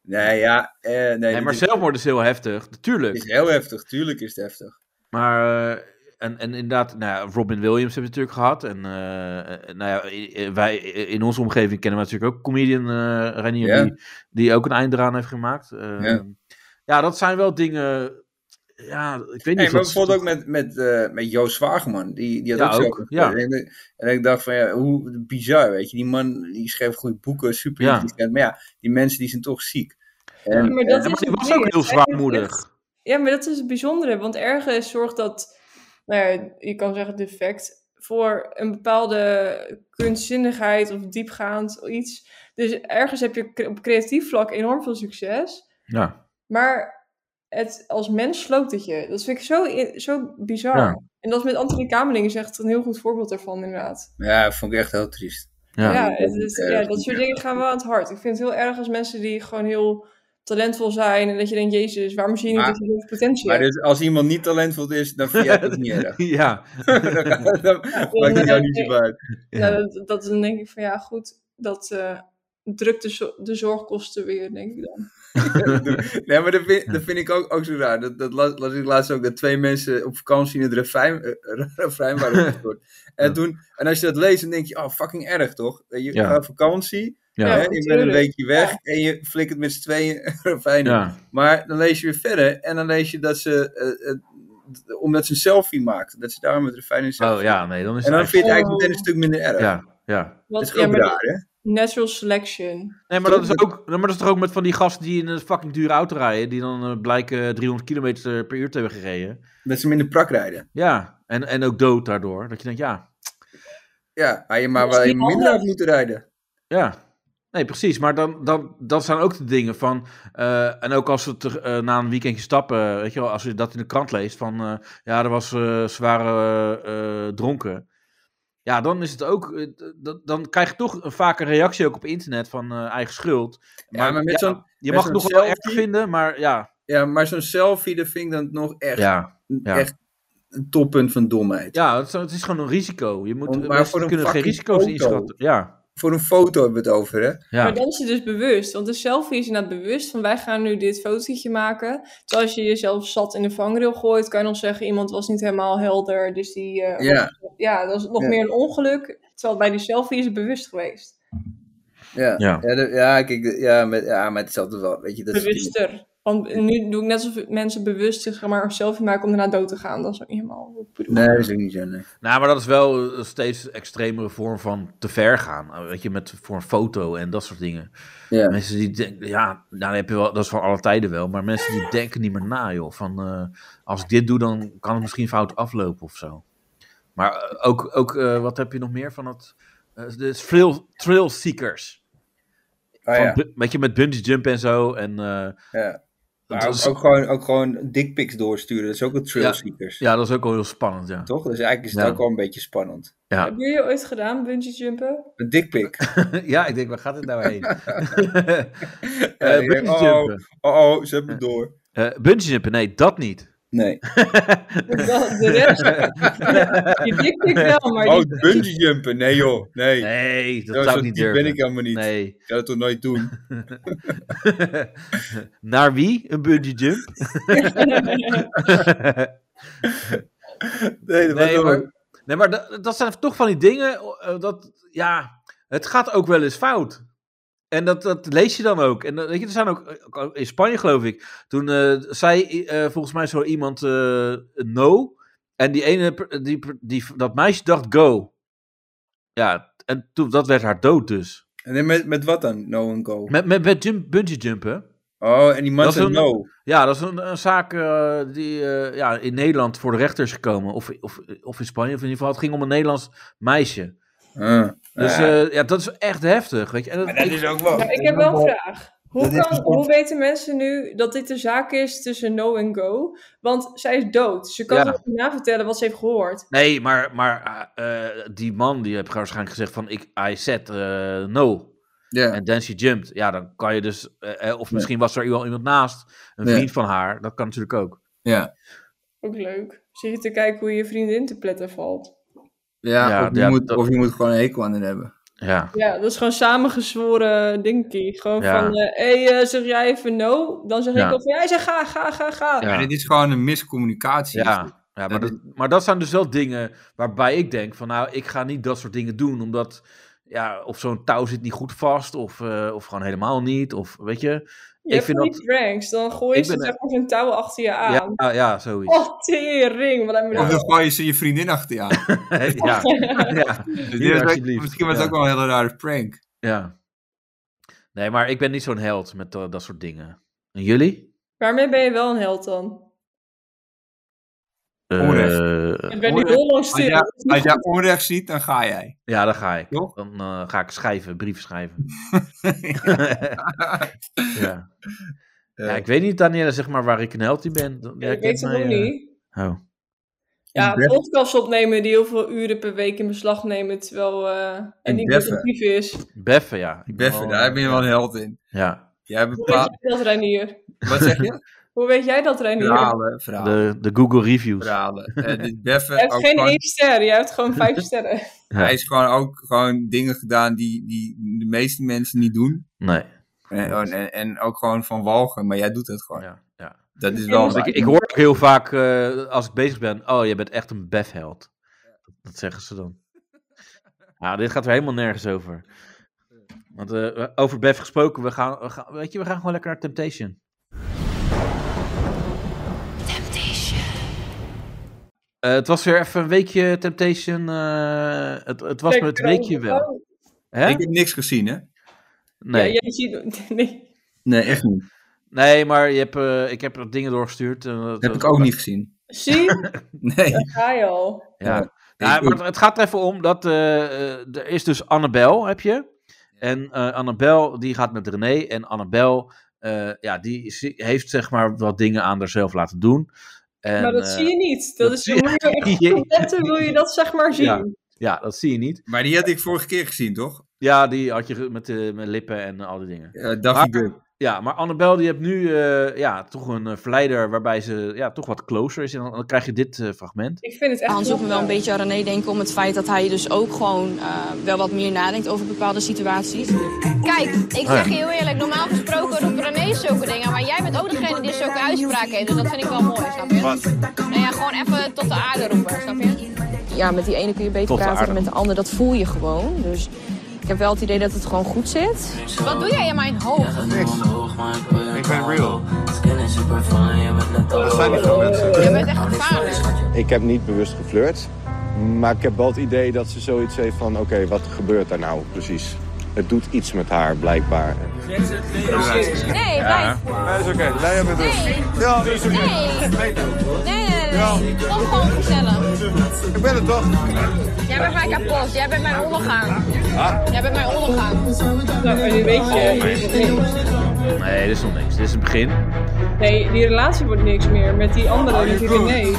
S2: Nee, ja. eh, nee,
S1: Nee,
S2: dat
S1: maar
S2: is,
S1: zelfmoord is heel heftig.
S2: is
S1: Natuurlijk.
S2: heel heftig. Tuurlijk is het heftig.
S1: Maar, eh, en, en inderdaad, nou ja, Robin Williams hebben we natuurlijk gehad. En eh, eh, nou ja, i- i- wij i- in onze omgeving kennen we natuurlijk ook comedian eh Reinier,
S2: Ja.
S1: die, die ook een eind eraan heeft gemaakt. Eh,
S2: Ja.
S1: ja. dat zijn wel dingen... ja, ik weet niet.
S2: Nee, maar
S1: wat-
S2: bijvoorbeeld ook met, met, eh, met Joost Zwageman. Die, die had
S1: Ja,
S2: ook,
S1: ook,
S2: zo.
S1: ja.
S2: En, en ik dacht van ja, hoe bizar, weet je. Die man die schreef goede boeken, super
S1: Ja.
S2: intelligent. Maar ja, die mensen die zijn toch ziek. En,
S6: Ja, maar dat
S1: Ja,
S6: is
S1: maar die
S6: het
S1: was
S6: ding.
S1: ook heel
S6: Hij heeft
S1: zwaarmoedig.
S6: Ja, maar dat is het bijzondere, want ergens zorgt dat, nou ja, je kan zeggen defect, voor een bepaalde kunstzinnigheid of diepgaand iets. Dus ergens heb je cre- op creatief vlak enorm veel succes,
S1: Ja.
S6: maar het, als mens sloopt het je. Dat vind ik zo, i- zo bizar.
S1: Ja.
S6: En dat is met Anthony Kameling is echt een heel goed voorbeeld daarvan, inderdaad.
S2: Ja, dat vond ik echt heel triest.
S1: Ja.
S6: Ja, het is- ja, dat soort dingen gaan wel aan het hart. Ik vind het heel erg als mensen die gewoon heel talentvol zijn en dat je denkt, jezus, waarom zie je niet
S2: Maar-
S6: dat je zoveel potentie
S2: Maar
S6: hebt?
S2: dus als iemand niet talentvol is, dan vind jij dat niet erg. [LAUGHS]
S1: Ja.
S2: dan dan- dan dus maakt het jou niet zo uit.
S1: Ja.
S6: Nou, dat, dat dan denk ik van ja, goed, dat eh, drukt de, zo- de zorgkosten weer, denk ik dan.
S2: Nee, maar dat vind, dat vind ik ook, ook zo raar. Dat, dat las, las ik laatst ook, dat twee mensen op vakantie in het refrein, eh, [LAUGHS] refrein waren
S1: [LAUGHS]
S2: opgestort. En,
S1: Ja.
S2: toen, en als je dat leest, dan denk je, oh, fucking erg, toch? Je
S1: Ja.
S2: gaat op vakantie,
S1: Ja.
S2: hè,
S6: Ja.
S2: je bent een
S6: tuurlijk.
S2: weekje weg en je flikkert met z'n tweeën een refrein in.
S1: Ja.
S2: Maar dan lees je weer verder en dan lees je dat ze, eh, eh, d- omdat ze een selfie maakt, dat ze daar met refrein in selfie
S1: Oh ja, nee, dan is
S2: En dan
S1: het
S2: vind je het eigenlijk
S6: Oh.
S2: meteen een stuk minder erg.
S1: eigenlijk- Ja, ja.
S2: Dat
S6: Wat,
S2: is gewoon
S6: ja, maar
S2: raar, hè?
S6: natural selection.
S1: Nee, maar dat, is ook, maar dat is toch ook met van die gasten die in een fucking dure auto rijden, die dan eh, blijken 300 km per uur te hebben gereden.
S2: Dat ze minder prak rijden.
S1: Ja, en, en ook dood daardoor. Dat je denkt, ja,
S2: Ja, maar je maar
S6: Dat is
S2: wel
S6: niet
S2: even minder
S6: handig.
S2: hard moeten rijden.
S1: ja. Nee, precies. Maar dan, dan, dat zijn ook de dingen van. eh, en ook als we ter- eh, na een weekendje stappen, weet je wel, als je dat in de krant leest van. eh, ja, er was eh zware eh, eh, dronken. Ja, dan is het ook. eh, d- dat- dan krijg je toch een vaker reactie ook op internet van eh, eigen schuld.
S2: Ja, maar met zo'n-
S1: Je
S2: met
S1: mag
S2: zo'n
S1: het nog wel erg
S2: selfie-
S1: vinden, maar ja.
S2: Ja, maar zo'n selfie, dat vind ik dan nog echt,
S1: Ja. ja.
S2: echt een toppunt van domheid.
S1: Ja, het is, het is gewoon een risico. Je moet,
S2: Want- maar
S1: mensen
S2: voor een
S1: kunnen geen
S2: fucking
S1: risico's
S2: auto.
S1: inschatten. Ja,
S2: Voor een foto hebben we het over, hè?
S1: ja.
S6: Maar dan is het dus bewust, want de selfie is inderdaad bewust van wij gaan nu dit fotootje maken. Terwijl als je jezelf zat in de vangrail gooit, kan je nog zeggen iemand was niet helemaal helder, dus die... eh,
S2: Ja.
S6: was- ja, dat is nog
S2: Ja.
S6: meer een ongeluk, terwijl bij die selfie is het bewust geweest.
S2: Ja,
S1: Ja.
S2: ja. dat- ja, kijk, ja, met, ja, maar het is altijd wel, weet je, dat is...
S6: Bewuster. Want nu doe ik net alsof mensen bewust zich maar een selfie maken om daarna dood te gaan. Dat is ook niet helemaal wat ik bedoel.
S2: Nee, dat is ook niet zo, nee.
S1: Nou, maar dat is wel een steeds extremere vorm van te ver gaan. Uh, Weet je, met, voor een foto en dat soort dingen.
S2: Ja.
S1: Mensen die denken, ja, nou, dan heb je wel, dat is van alle tijden wel. Maar mensen die denken niet meer na, joh. Van, eh, als ik dit doe, dan kan het misschien fout aflopen of zo. Maar eh, ook, ook eh, wat heb je nog meer van dat... eh, de thrill, thrill seekers.
S2: Ah,
S1: Van
S2: ja,
S1: bu- Weet je, met bungee jump en zo. En, eh,
S2: ja. Maar
S1: dat
S2: ook,
S1: is-
S2: ook gewoon, ook gewoon dickpics doorsturen, dat is ook een
S1: Ja.
S2: trailseekers.
S1: ja, dat is ook wel heel spannend, ja.
S2: Toch? Dus eigenlijk is het
S1: Ja.
S2: ook wel een beetje spannend.
S1: ja.
S6: Hebben jullie ooit gedaan, bungee
S2: [LAUGHS]
S6: jumpen?
S2: Een
S1: [LAUGHS]
S2: dickpic.
S1: [LAUGHS] Ja, ik denk, waar gaat dit nou
S2: [LAUGHS]
S1: heen?
S2: Ja,
S1: Eh
S2: ik denk,
S1: bungee
S2: oh,
S1: jumpen.
S2: oh, oh, ze hebben het door.
S1: Eh, bungee jumpen, nee, dat niet.
S2: Nee.
S6: Dat- De
S2: [LAUGHS]
S6: rest, die dikpik wel, maar
S2: Oh,
S6: die,
S2: bungee jumpen. Nee joh, nee.
S1: Nee, dat
S2: Zo-
S1: zou
S2: zo
S1: ik niet
S2: diep
S1: durven.
S2: ben ik helemaal niet.
S1: Nee. [LAUGHS]
S2: Ik ga dat toch nooit doen.
S1: Naar wie? Een bungee
S2: [LAUGHS]
S1: jump?
S6: [LAUGHS]
S2: Nee, dat was
S1: nee,
S2: wel-
S1: maar, nee, maar dat, dat zijn toch van die dingen, eh, dat, ja, het gaat ook wel eens fout. En dat, dat lees je dan ook. En dat- weet je, er zijn ook, eh, ook in Spanje geloof ik, toen eh, zei eh, volgens mij zo iemand eh, no, en die ene, per- die, per- die, dat meisje dacht go. Ja, en toen, dat werd haar dood dus.
S2: En dan met, met wat dan? No and go.
S1: Met, met, met jump, bungee jumpen.
S2: Oh, en die man
S1: Dat is
S2: zei
S1: een-
S2: no.
S1: Ja, dat is een, een zaak eh, die eh, ja, in Nederland voor de rechter is gekomen. Of, of, of in Spanje, of in ieder geval. Het ging om een Nederlands meisje.
S2: Ah.
S1: Dus
S2: Ja.
S1: eh, ja, dat is echt heftig. Weet je. En dat, ik-
S2: ook wel.
S6: maar ik heb wel een vraag. Hoe,
S2: Dat is
S6: kan,
S2: een soort-
S6: hoe weten mensen nu dat dit de zaak is tussen no en go? Want zij is dood. Ze kan
S1: Ja.
S6: toch niet vertellen wat ze heeft gehoord.
S1: Nee, maar, maar eh, eh, die man die heeft waarschijnlijk gezegd van ik, I said eh, no.
S2: Ja.
S1: En then she jumped. Ja, dan kan je dus... eh, eh, of misschien was er wel iemand naast. Een
S2: Ja.
S1: vriend van haar. Dat kan natuurlijk ook.
S2: Ja.
S6: Ook leuk. Zit je te kijken hoe je vriendin te pletten valt.
S2: Ja,
S1: Ja,
S2: of, je
S1: ja,
S2: moet,
S1: dat-
S2: of je moet gewoon een hekel aan hen hebben.
S1: Ja.
S6: Ja, dat is gewoon samengezworen dinkie. Gewoon
S1: Ja.
S6: van, eh, hey, eh, zeg jij even no? Dan zeg
S1: Ja.
S6: ik al van, ja, hij zegt ga, ga, ga, ga.
S1: Ja.
S2: dit is gewoon een miscommunicatie.
S1: Ja, ja maar,
S2: Dat
S1: dat, maar dat zijn dus wel dingen waarbij ik denk van nou, ik ga niet dat soort dingen doen, omdat ja, of zo'n touw zit niet goed vast, of, eh, of gewoon helemaal niet, of weet je.
S6: Je
S1: ik
S6: hebt
S1: vind
S6: van die
S1: dat,
S6: pranks, dan gooi je
S1: Ik
S6: ze
S1: ben
S6: zeg maar zo'n touw achter je aan.
S1: ja, ah, ja, zoiets.
S6: Oh, tering, wat hebben we
S2: Of
S6: nou?
S2: dan gooi je ze je vriendin achter je aan.
S1: [LAUGHS] ja, ja,
S2: Dus
S1: Hier,
S2: dit is ook-
S1: alsjeblieft.
S2: misschien was
S1: Ja.
S2: het ook wel een hele rare prank.
S1: ja. Nee, maar ik ben niet zo'n held met eh, dat soort dingen. En jullie?
S6: [LAUGHS] Waarmee ben je wel een held dan?
S2: Onrecht.
S1: Eh,
S6: Ik ben niet
S2: hoor-
S6: heel lang
S2: Als
S6: [LAUGHS] stil.
S2: jij, als jij onrecht ziet, dan ga jij.
S1: ja, dan ga ik.
S2: Toch?
S1: Dan eh, ga ik schrijven, brieven
S2: [LAUGHS]
S1: schrijven. ja. Ja, ik weet niet, Danielle, zeg maar waar ik een held in ben. Dat-
S6: Ja,
S1: jij
S6: ik weet
S1: kent
S6: het
S1: mij,
S6: nog
S1: eh.
S6: niet.
S1: Oh.
S6: Ja,
S2: Een dev-
S6: podcasts opnemen die heel veel uren per week in beslag nemen, terwijl eh
S2: Een
S6: en niet
S2: deffen.
S6: productief is.
S1: Beffen, ja. Ik ben
S2: Beffen,
S1: wel-
S2: daar ben je wel een held in.
S1: Ja,
S2: Jij
S6: Hoe weet
S1: [LAUGHS]
S2: bepaalt...
S6: jij dat, Reinier?
S2: Wat zeg je?
S6: Hoe weet jij dat, Reinier?
S2: Verhalen, verhalen,
S1: de, de Google reviews.
S2: verhalen. Eh, dit Beffen
S6: Je hebt
S2: ook
S6: geen
S2: gewoon-
S6: één ster, je hebt
S1: [LAUGHS]
S6: gewoon vijf sterren.
S2: hij is gewoon ook gewoon dingen gedaan die, die de meeste mensen niet doen.
S1: Nee.
S2: En, en, en ook gewoon van walgen, maar jij doet het gewoon.
S1: Ja, ja.
S2: Dat is wel...
S1: Dus ik, ik hoor ook heel vaak, eh, als ik bezig ben, oh, je bent echt een befheld. Dat zeggen ze dan. [LAUGHS] Nou, dit gaat er helemaal nergens over. Want eh, over Bef gesproken, we gaan, we gaan, weet je, we gaan gewoon lekker naar Temptation. Eh, het was weer even een weekje Temptation. eh, het, het was
S6: [LAUGHS]
S1: me het weekje wel.
S6: Oh,
S1: Hè?
S2: Ik heb niks gezien, hè?
S1: nee.
S6: Ja, jij ziet... Nee.
S2: Nee, echt niet.
S1: nee, maar je hebt, eh, ik heb er dingen doorgestuurd. eh, dat-
S2: Dat heb ik ook niet gezien.
S1: [LAUGHS]
S6: Zie,
S2: Nee.
S6: daar ga je al.
S1: Ja.
S2: Ja.
S1: Ja, maar het gaat er even om dat eh, eh, er is dus Annabel, heb je. En eh, Annabel die gaat met René. En Annabel eh, ja, die is- heeft zeg maar wat dingen aan haarzelf laten doen. En,
S6: maar dat
S1: eh,
S6: zie je niet. Dat
S1: dat
S6: is,
S1: zie- [LAUGHS]
S6: dan moet je echt
S1: Jee.
S6: goed letten, wil je dat zeg maar zien.
S1: Ja. Ja, dat zie je niet.
S2: Maar die had ik vorige keer gezien, toch?
S1: Ja, die had je ge- met, eh, met lippen en al die dingen.
S2: Eh Daffy
S1: Maar-
S2: Duck.
S1: Ja, maar Annabel die heeft nu eh, ja, toch een eh, verleider waarbij ze ja, toch wat closer is. En dan, dan krijg je dit eh, fragment.
S6: Ik vind het echt...
S4: Hans ook wel een beetje aan René denken om het feit dat hij dus ook gewoon eh, wel wat meer nadenkt over bepaalde situaties.
S3: Kijk, ik
S1: ja.
S3: zeg je heel eerlijk, normaal gesproken roept René zulke dingen. Maar jij bent ook degene die zulke uitspraken heeft. Dus dat vind ik wel mooi, snap je? Nou ja, gewoon even tot de aarde roepen, snap je?
S4: Ja, met die ene kun je beter
S1: Tot de
S4: praten
S1: aarde.
S4: dan met de ander. Dat voel je gewoon. Dus ik heb wel het idee dat het gewoon goed zit.
S3: Wat doe jij in mijn hoofd?
S8: Ik ben real.
S3: Dat
S8: zijn niet veel mensen.
S3: Jij bent echt gevaarlijk.
S7: Ik heb niet bewust geflirt. Maar ik heb wel het idee dat ze zoiets heeft van... Oké, wat gebeurt daar nou precies? Het doet iets met haar, blijkbaar.
S3: Nee, blijf.
S8: Nee, is oké. Wij hebben het dus.
S3: Nee,
S8: Ja, dat is oké.
S3: nee,
S8: Beter.
S3: nee, nee, nee. Kom gewoon vertellen.
S8: Ik ben het toch?
S3: Jij bent mij kapot. Jij bent mijn ondergang.
S8: Ah.
S3: Jij bent mijn ondergang.
S6: Nou, maar nu weet je...
S1: Nee, dit is nog niks. Dit is het begin.
S6: Nee, die relatie wordt niks meer met die andere, met die René.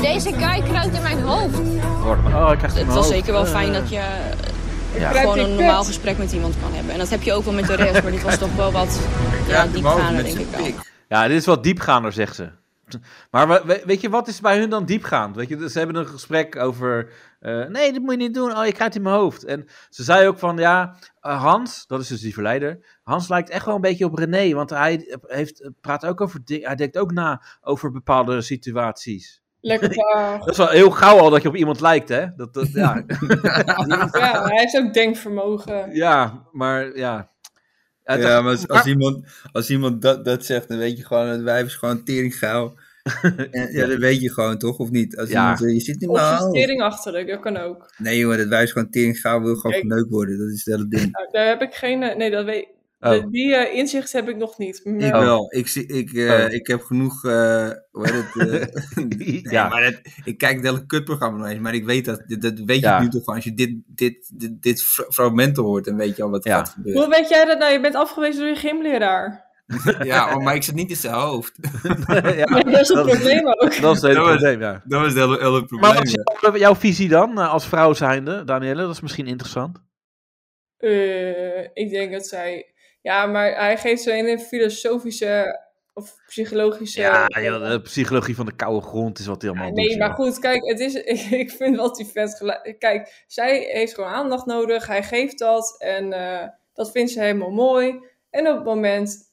S3: Deze guy kruipt in mijn hoofd.
S1: Oh, ik krijg het in mijn
S4: Het was
S1: hoofd.
S4: zeker wel
S1: Eh,
S4: fijn dat je
S1: Ja.
S4: gewoon een normaal
S6: gesprek.
S4: gesprek met iemand kan hebben. En dat heb je ook wel met de rest, maar dit was toch wel wat ja,
S2: Ja, boven
S4: diepgaander,
S2: met
S4: denk ik
S2: zijn
S4: wel.
S2: pik.
S1: Ja, dit is wat diepgaander, zegt ze. Maar we- we- weet je, wat is bij hun dan diepgaand? Weet je, ze hebben een gesprek over... eh, nee, dit moet je niet doen. Oh, je krijgt het in mijn hoofd. En ze zei ook van, ja, eh, Hans, dat is dus die verleider. Hans lijkt echt wel een beetje op René. Want hij eh, heeft, praat ook over... di- Hij denkt ook na over bepaalde situaties.
S6: Lekker waar.
S1: Dat is wel heel gauw al dat je op iemand lijkt, hè? Dat, dat, ja.
S6: Ja, hij heeft ook
S1: Nou.
S6: denkvermogen.
S1: ja, maar ja. Het-
S2: Ja, maar als, als iemand, als iemand dat, dat zegt, dan weet je gewoon, het wijf is
S1: [LAUGHS]
S2: gewoon teringgeil. En, ja, dat weet je gewoon, toch? Of niet? Als
S1: Ja.
S2: iemand zegt, je zit niet
S6: Of
S2: meer aan.
S6: versteringachterlijk, dat kan ook.
S2: Nee jongen, dat wijf is gewoon teringgeil, wil gewoon
S6: Kijk.
S2: verneukt worden. Dat is het hele ding.
S6: Nou, daar heb ik geen... eh, Nee, dat weet
S1: Oh.
S6: Die eh, inzicht heb ik nog niet. Maar-
S2: Ik wel. Ik, zie- ik, eh,
S1: Oh.
S2: ik heb genoeg, eh, hoe heet het? eh, [LAUGHS] nee,
S1: [LAUGHS] Ja.
S2: maar dat- ik kijk het hele kutprogramma nog eens, maar ik weet dat, dat, dat weet
S1: Ja.
S2: je nu toch gewoon. Als je dit, dit, dit, dit fra- fragment hoort, dan weet je al wat er
S1: Ja.
S2: gaat gebeuren.
S6: Hoe weet jij dat nou? Je bent afgewezen door je gymleraar.
S2: Ja, oh, maar ik zit niet in zijn hoofd.
S1: ja,
S6: [LAUGHS] dat is het
S1: dat-
S6: probleem ook.
S1: dat is het hele
S2: Dat was-
S1: probleem, ja.
S2: [LAUGHS] Dat was het hele, hele probleem.
S1: Maar wat is jouw, jouw visie dan, eh, als vrouw zijnde, Danielle? Dat is misschien interessant.
S6: Eh, ik denk dat zij... Ja, maar hij geeft zo'n hele filosofische of psychologische...
S1: Ja, joh, de psychologie van de koude grond is wat hij allemaal doet,
S6: Eh, Nee, maar
S1: joh.
S6: goed, kijk, het is, [LAUGHS] ik vind wat die vent gelijk... Kijk, zij heeft gewoon aandacht nodig, hij geeft dat en eh, dat vindt ze helemaal mooi. En op het moment,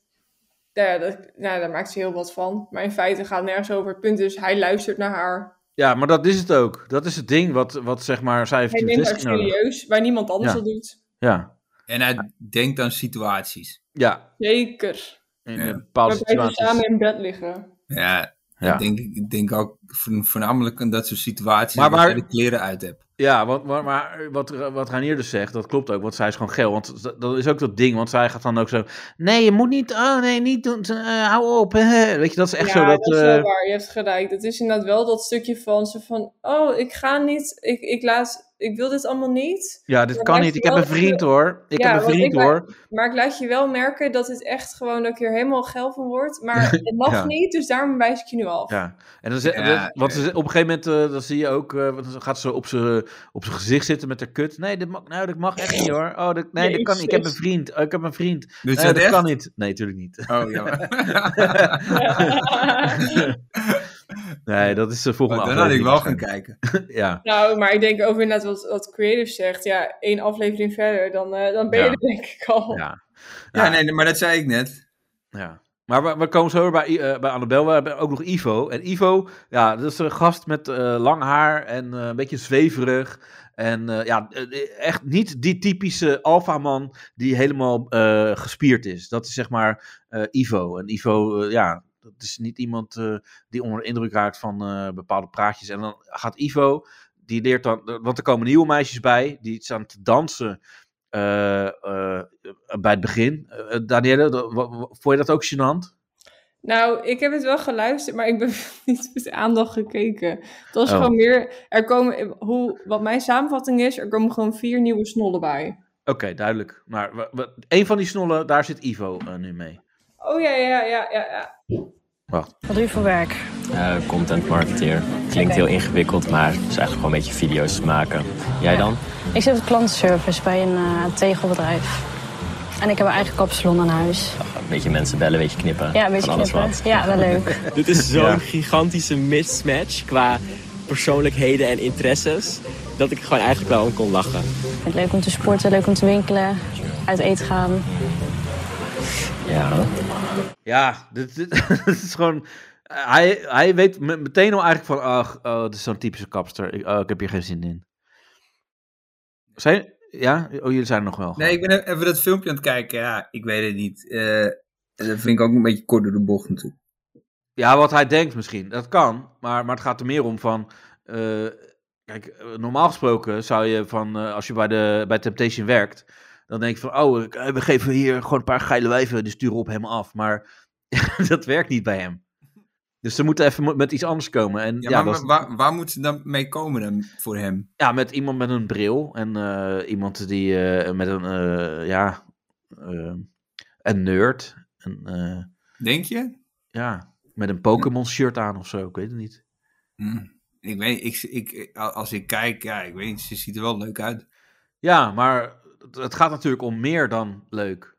S6: nou ja, dat, nou, daar maakt ze heel wat van. Maar in feite gaat het nergens over. Het punt is, hij luistert naar haar.
S1: Ja, maar dat is het ook. Dat is het ding wat, wat zeg maar, zij heeft
S6: Hij
S1: de
S6: neemt haar
S1: bevestiging nodig.
S6: serieus, waar niemand anders
S1: Ja.
S6: dat doet.
S1: Ja.
S2: En hij denkt aan situaties.
S1: Ja.
S6: Zeker.
S1: In
S2: Ja.
S1: bepaalde
S6: Waarbij ze
S1: situaties.
S6: samen in bed liggen.
S2: Ja,
S1: Ja.
S2: Ik, denk, ik denk ook vo- voornamelijk aan dat soort situaties
S1: Maar
S2: waar je
S1: waar-
S2: de kleren uit hebt.
S1: Ja, want, maar, maar wat, wat Ranier dus zegt, dat klopt ook, want zij is gewoon geil. Want dat- dat is ook dat ding, want zij gaat dan ook zo... Nee, je moet niet... Oh, nee, niet doen. eh, hou op. hè." Weet je, dat is echt
S6: ja,
S1: zo dat...
S6: is wel
S1: eh,
S6: waar. Je hebt gelijk. Dat is inderdaad wel dat stukje van zo van, oh, ik ga niet, ik, ik laat, ik wil dit allemaal niet.
S1: ja, dit
S6: Maar
S1: kan
S6: laat
S1: niet.
S6: je
S1: Ik heb
S6: wel-
S1: een vriend, hoor. Ik
S6: Ja,
S1: heb een
S6: want
S1: vriend,
S6: ik-
S1: hoor.
S6: Maar ik laat je wel merken dat het echt gewoon dat ik hier helemaal geil van word. Maar het mag
S1: [LAUGHS] Ja.
S6: niet, dus daarom wijs ik je nu af.
S1: Ja, en dan
S2: Ja,
S1: ze, dat- want ze- op een gegeven moment eh, dan zie je ook, eh, want dan gaat ze op zijn op z'n gezicht zitten met haar kut. Nee, dat mag, nou, dat mag echt niet hoor. Oh, dat, nee, dat kan niet. Ik heb een
S6: Jezus.
S1: vriend. Oh, ik heb een vriend.
S2: Doet
S1: nee,
S2: ze dat echt?
S1: kan niet. Nee, natuurlijk niet. [LAUGHS]
S2: Oh, jammer.
S1: nee, dat is de volgende
S2: Maar [LAUGHS] Oh, dan had ik wel gaan
S1: aflevering
S2: kijken.
S1: waarschijnlijk. [LAUGHS] ja.
S6: [LAUGHS] Nou, maar ik denk over inderdaad wat, wat Creative zegt. Ja, één aflevering verder, dan, eh, dan ben je
S1: Ja.
S6: er denk ik al.
S1: Ja,
S2: Ja, nee, maar dat zei ik net.
S1: ja. Maar we, we komen zo weer bij, I- eh, bij Annabel. We hebben ook nog Ivo. En Ivo, ja, dat is een gast met eh, lang haar en eh, een beetje zweverig. En eh, ja, eh, echt niet die typische alfaman die helemaal eh, gespierd is. Dat is zeg maar eh, Ivo. En Ivo, eh, ja, dat is niet iemand eh, die onder de indruk raakt van eh, bepaalde praatjes. En dan gaat Ivo, die leert dan, want er komen nieuwe meisjes bij, die staan te dansen eh, eh, bij het begin. Eh, Danielle, dat- wa- wa- vond je dat ook gênant?
S6: Nou, ik heb het wel geluisterd, maar ik ben [LAUGHS] niet met aandacht gekeken. Het was
S1: Oh.
S6: gewoon meer, er komen, hoe, wat mijn samenvatting is, er komen gewoon vier nieuwe snollen bij.
S1: Oké, duidelijk. Maar wa- wa- een van die snollen, daar zit Ivo eh, nu mee.
S6: Oh ja, ja, ja, ja, ja.
S11: Wat doe je voor werk?
S12: content marketeer. Klinkt heel ingewikkeld, maar het is eigenlijk gewoon een beetje video's maken. Jij dan?
S11: Ik zit op klantenservice bij een eh, tegelbedrijf. En ik heb een eigen kapsalon aan huis.
S12: Een beetje mensen bellen, een beetje knippen.
S11: Ja, een beetje
S12: van alles
S11: knippen.
S12: wat.
S11: Ja, wel leuk.
S12: Dit is zo'n
S11: Ja.
S12: gigantische mismatch qua persoonlijkheden en interesses. Dat ik gewoon eigenlijk wel om kon lachen.
S11: Ik vind het leuk om te sporten, leuk om te winkelen, uit eten gaan.
S12: Ja.
S1: Ja, dit, dit- [LAUGHS] dit is gewoon. eh, Hij, hij weet me- meteen al eigenlijk van. Ach, oh, dit is zo'n typische kapster. Ik, oh, ik heb hier geen zin in. Zijn. Ja? Oh, jullie zijn er nog wel.
S2: Nee, ik ben e- even dat filmpje aan het kijken. Ja, ik weet het niet. Eh, dat vind ik ook een beetje kort door de bocht natuurlijk.
S1: Ja, wat hij denkt misschien. Dat kan. Maar, maar het gaat er meer om van. eh, kijk, eh, normaal gesproken zou je van. eh, als je bij, de, bij Temptation werkt. Dan denk je van. Oh, ik- eh, we geven hier gewoon een paar geile wijven. Die sturen op hem af. Maar [LAUGHS] dat werkt niet bij hem. Dus ze moeten even mo- met iets anders komen. En,
S2: Ja,
S1: ja,
S2: maar
S1: dat is-
S2: waar, waar moet ze dan mee komen dan voor hem?
S1: Ja, met iemand met een bril en eh, iemand die eh, met een, eh, ja, eh, een nerd. Een, eh,
S2: Denk je?
S1: ja, met een Pokémon shirt aan of zo, ik weet het niet. Hmm.
S2: Ik weet ik, ik, als ik kijk, ja, ik weet niet, ze ziet er wel leuk uit.
S1: Ja, maar het- het gaat natuurlijk om meer dan leuk.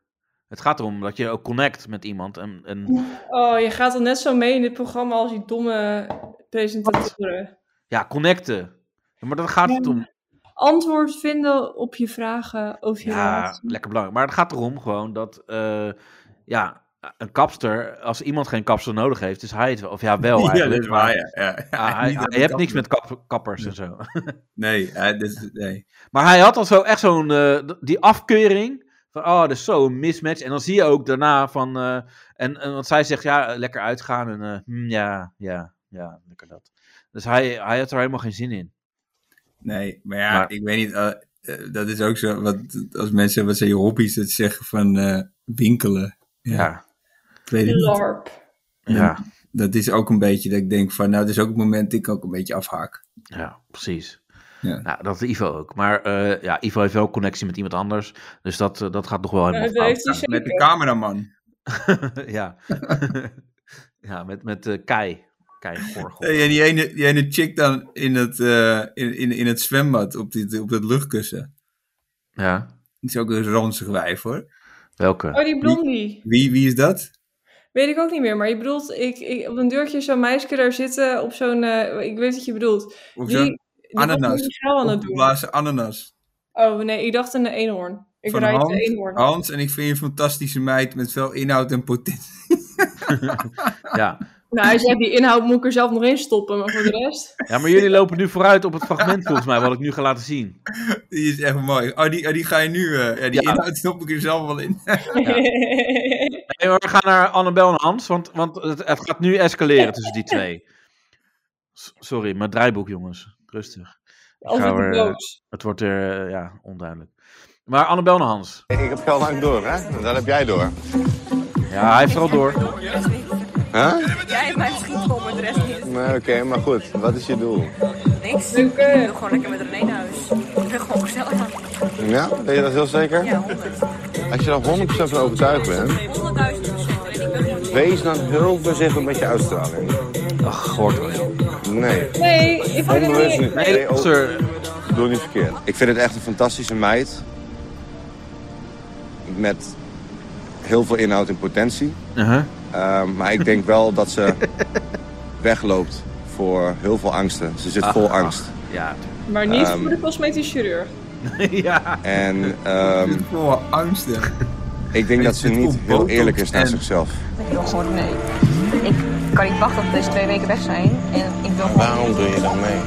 S1: Het gaat erom dat je ook connect met iemand. En, en
S6: Oh, je gaat al net zo mee in dit programma als die domme presentatoren.
S1: ja, connecten. Maar dat gaat het om.
S6: Antwoord vinden op je vragen of je
S1: Ja,
S6: raad.
S1: lekker belangrijk. Maar het gaat erom gewoon dat, eh, ja, een kapster, als iemand geen kapster nodig heeft, is hij het wel. Of ja, wel
S2: [LAUGHS] Ja, dat is
S1: eigenlijk.
S2: waar,
S1: maar-
S2: ja, ja.
S1: Ah, hij,
S2: Niet dat
S1: hij
S2: een
S1: heeft
S2: kapper-
S1: niks met kap- kappers en zo.
S2: Nee, eh, dit is- nee.
S1: Maar hij had al zo echt zo'n eh, d- die afkeuring. Van, oh, dat is zo'n mismatch. En dan zie je ook daarna van. eh, en, en want zij zegt, ja, eh, lekker uitgaan. En eh, hmm, ja, ja, ja, lekker dat. Dus hij, hij had er helemaal geen zin in.
S2: Nee, maar ja, ik weet niet. eh, eh, dat is ook zo. Wat, als mensen wat zijn je hobby's, dat zeggen van eh, winkelen. Ja. Ik weet het niet.
S6: LARP.
S1: Ja.
S2: Dat is ook een beetje dat ik denk van, nou, dat is ook het moment dat ik ook een beetje afhaak.
S1: Ja, precies.
S2: Ja.
S1: Nou, dat Ivo ook. Maar eh, ja, Ivo heeft wel connectie met iemand anders. Dus dat, eh, dat gaat nog wel helemaal
S6: dat heeft hij
S1: fout.
S6: zeker.
S2: Met de cameraman.
S1: [LAUGHS] ja. ja, met, met eh, Kai. Kai Gorgel.
S2: Ja, die, ene, die ene chick dan in het, eh, in, in, in het zwembad op, dit, op dat luchtkussen.
S1: Ja.
S2: Dat is ook een ranzig wijf hoor.
S1: Welke?
S6: Oh,
S2: eh,
S6: die blondie.
S2: Wie, wie is dat?
S6: Weet ik ook niet meer, maar je bedoelt, ik, ik, op een deurtje zo'n meisje daar zitten op zo'n, eh, ik weet wat je bedoelt.
S2: Of
S6: Die-
S2: zo'n
S6: die was
S2: ananas.
S6: een geil aan het doen.
S2: Opgeblazen ananas.
S6: Oh nee, ik dacht een eenhoorn. Ik
S2: van Oh.
S6: rijd
S2: Hans,
S6: een eenhoorn.
S2: Hans, en ik vind je een fantastische meid met veel inhoud en potentie.
S1: ja,
S6: Nou, als jij die inhoud moet ik er zelf nog in stoppen, maar voor de
S2: [LAUGHS]
S6: rest...
S1: Ja, maar jullie lopen nu vooruit op het fragment volgens mij, wat ik nu ga laten zien.
S2: [LAUGHS] Die is echt mooi. Oh, die, oh, die ga je nu. eh, ja, die
S1: Ja.
S2: inhoud stop ik er zelf wel in. [LAUGHS]
S6: [LAUGHS]
S1: Nee, maar we gaan naar Annabel en Hans, want, want het, het gaat nu escaleren tussen die twee. S- Sorry, mijn draaiboek, jongens. Rustig. Ik
S7: Of
S1: ga
S7: het
S1: er,
S7: is
S1: eh,
S7: boos.
S1: het wordt er, eh, ja, onduidelijk. Maar Annabel en Hans.
S7: Ik heb het al lang door, hè? Dat heb jij door.
S1: Ja, hij heeft er al door.
S7: Huh?
S13: Jij hebt mij misschien voor, maar de rest niet.
S7: Nee, oké, maar goed. Wat is je doel?
S13: Niks. Ik
S6: eh.
S13: wil gewoon lekker met René naar huis. Ik ben gewoon gezellig aan het
S7: Ja, ben je dat heel zeker?
S13: Ja, 100.
S7: Als je er 100% van overtuigd bent,
S13: 100.000 misschien. En ik ben gewoon...
S7: wees dan heel voorzichtig met je uitstraling. Ach, goord Nee.
S6: Nee, ik vind
S7: Onbewust
S6: het
S7: niet.
S6: niet...
S7: Nee, sir. Doe niet verkeerd. Ik vind het echt een fantastische meid. Met heel veel inhoud en potentie.
S1: Uh-huh.
S7: Ehm, maar ik denk wel dat ze wegloopt voor heel veel angsten. Ze zit vol
S1: Ach, ach,
S7: angst.
S1: Ja.
S6: Maar niet
S7: Ehm.
S6: voor de cosmetisch chirurg.
S1: ja.
S7: En ehm,
S2: Vol angsten.
S7: ik denk dat ze niet heel eerlijk is naar zichzelf.
S13: Ik wil gewoon nee. Ik kan niet wachten tot deze twee weken weg zijn. En ik wil gewoon...
S7: Waarom doe je dan mee?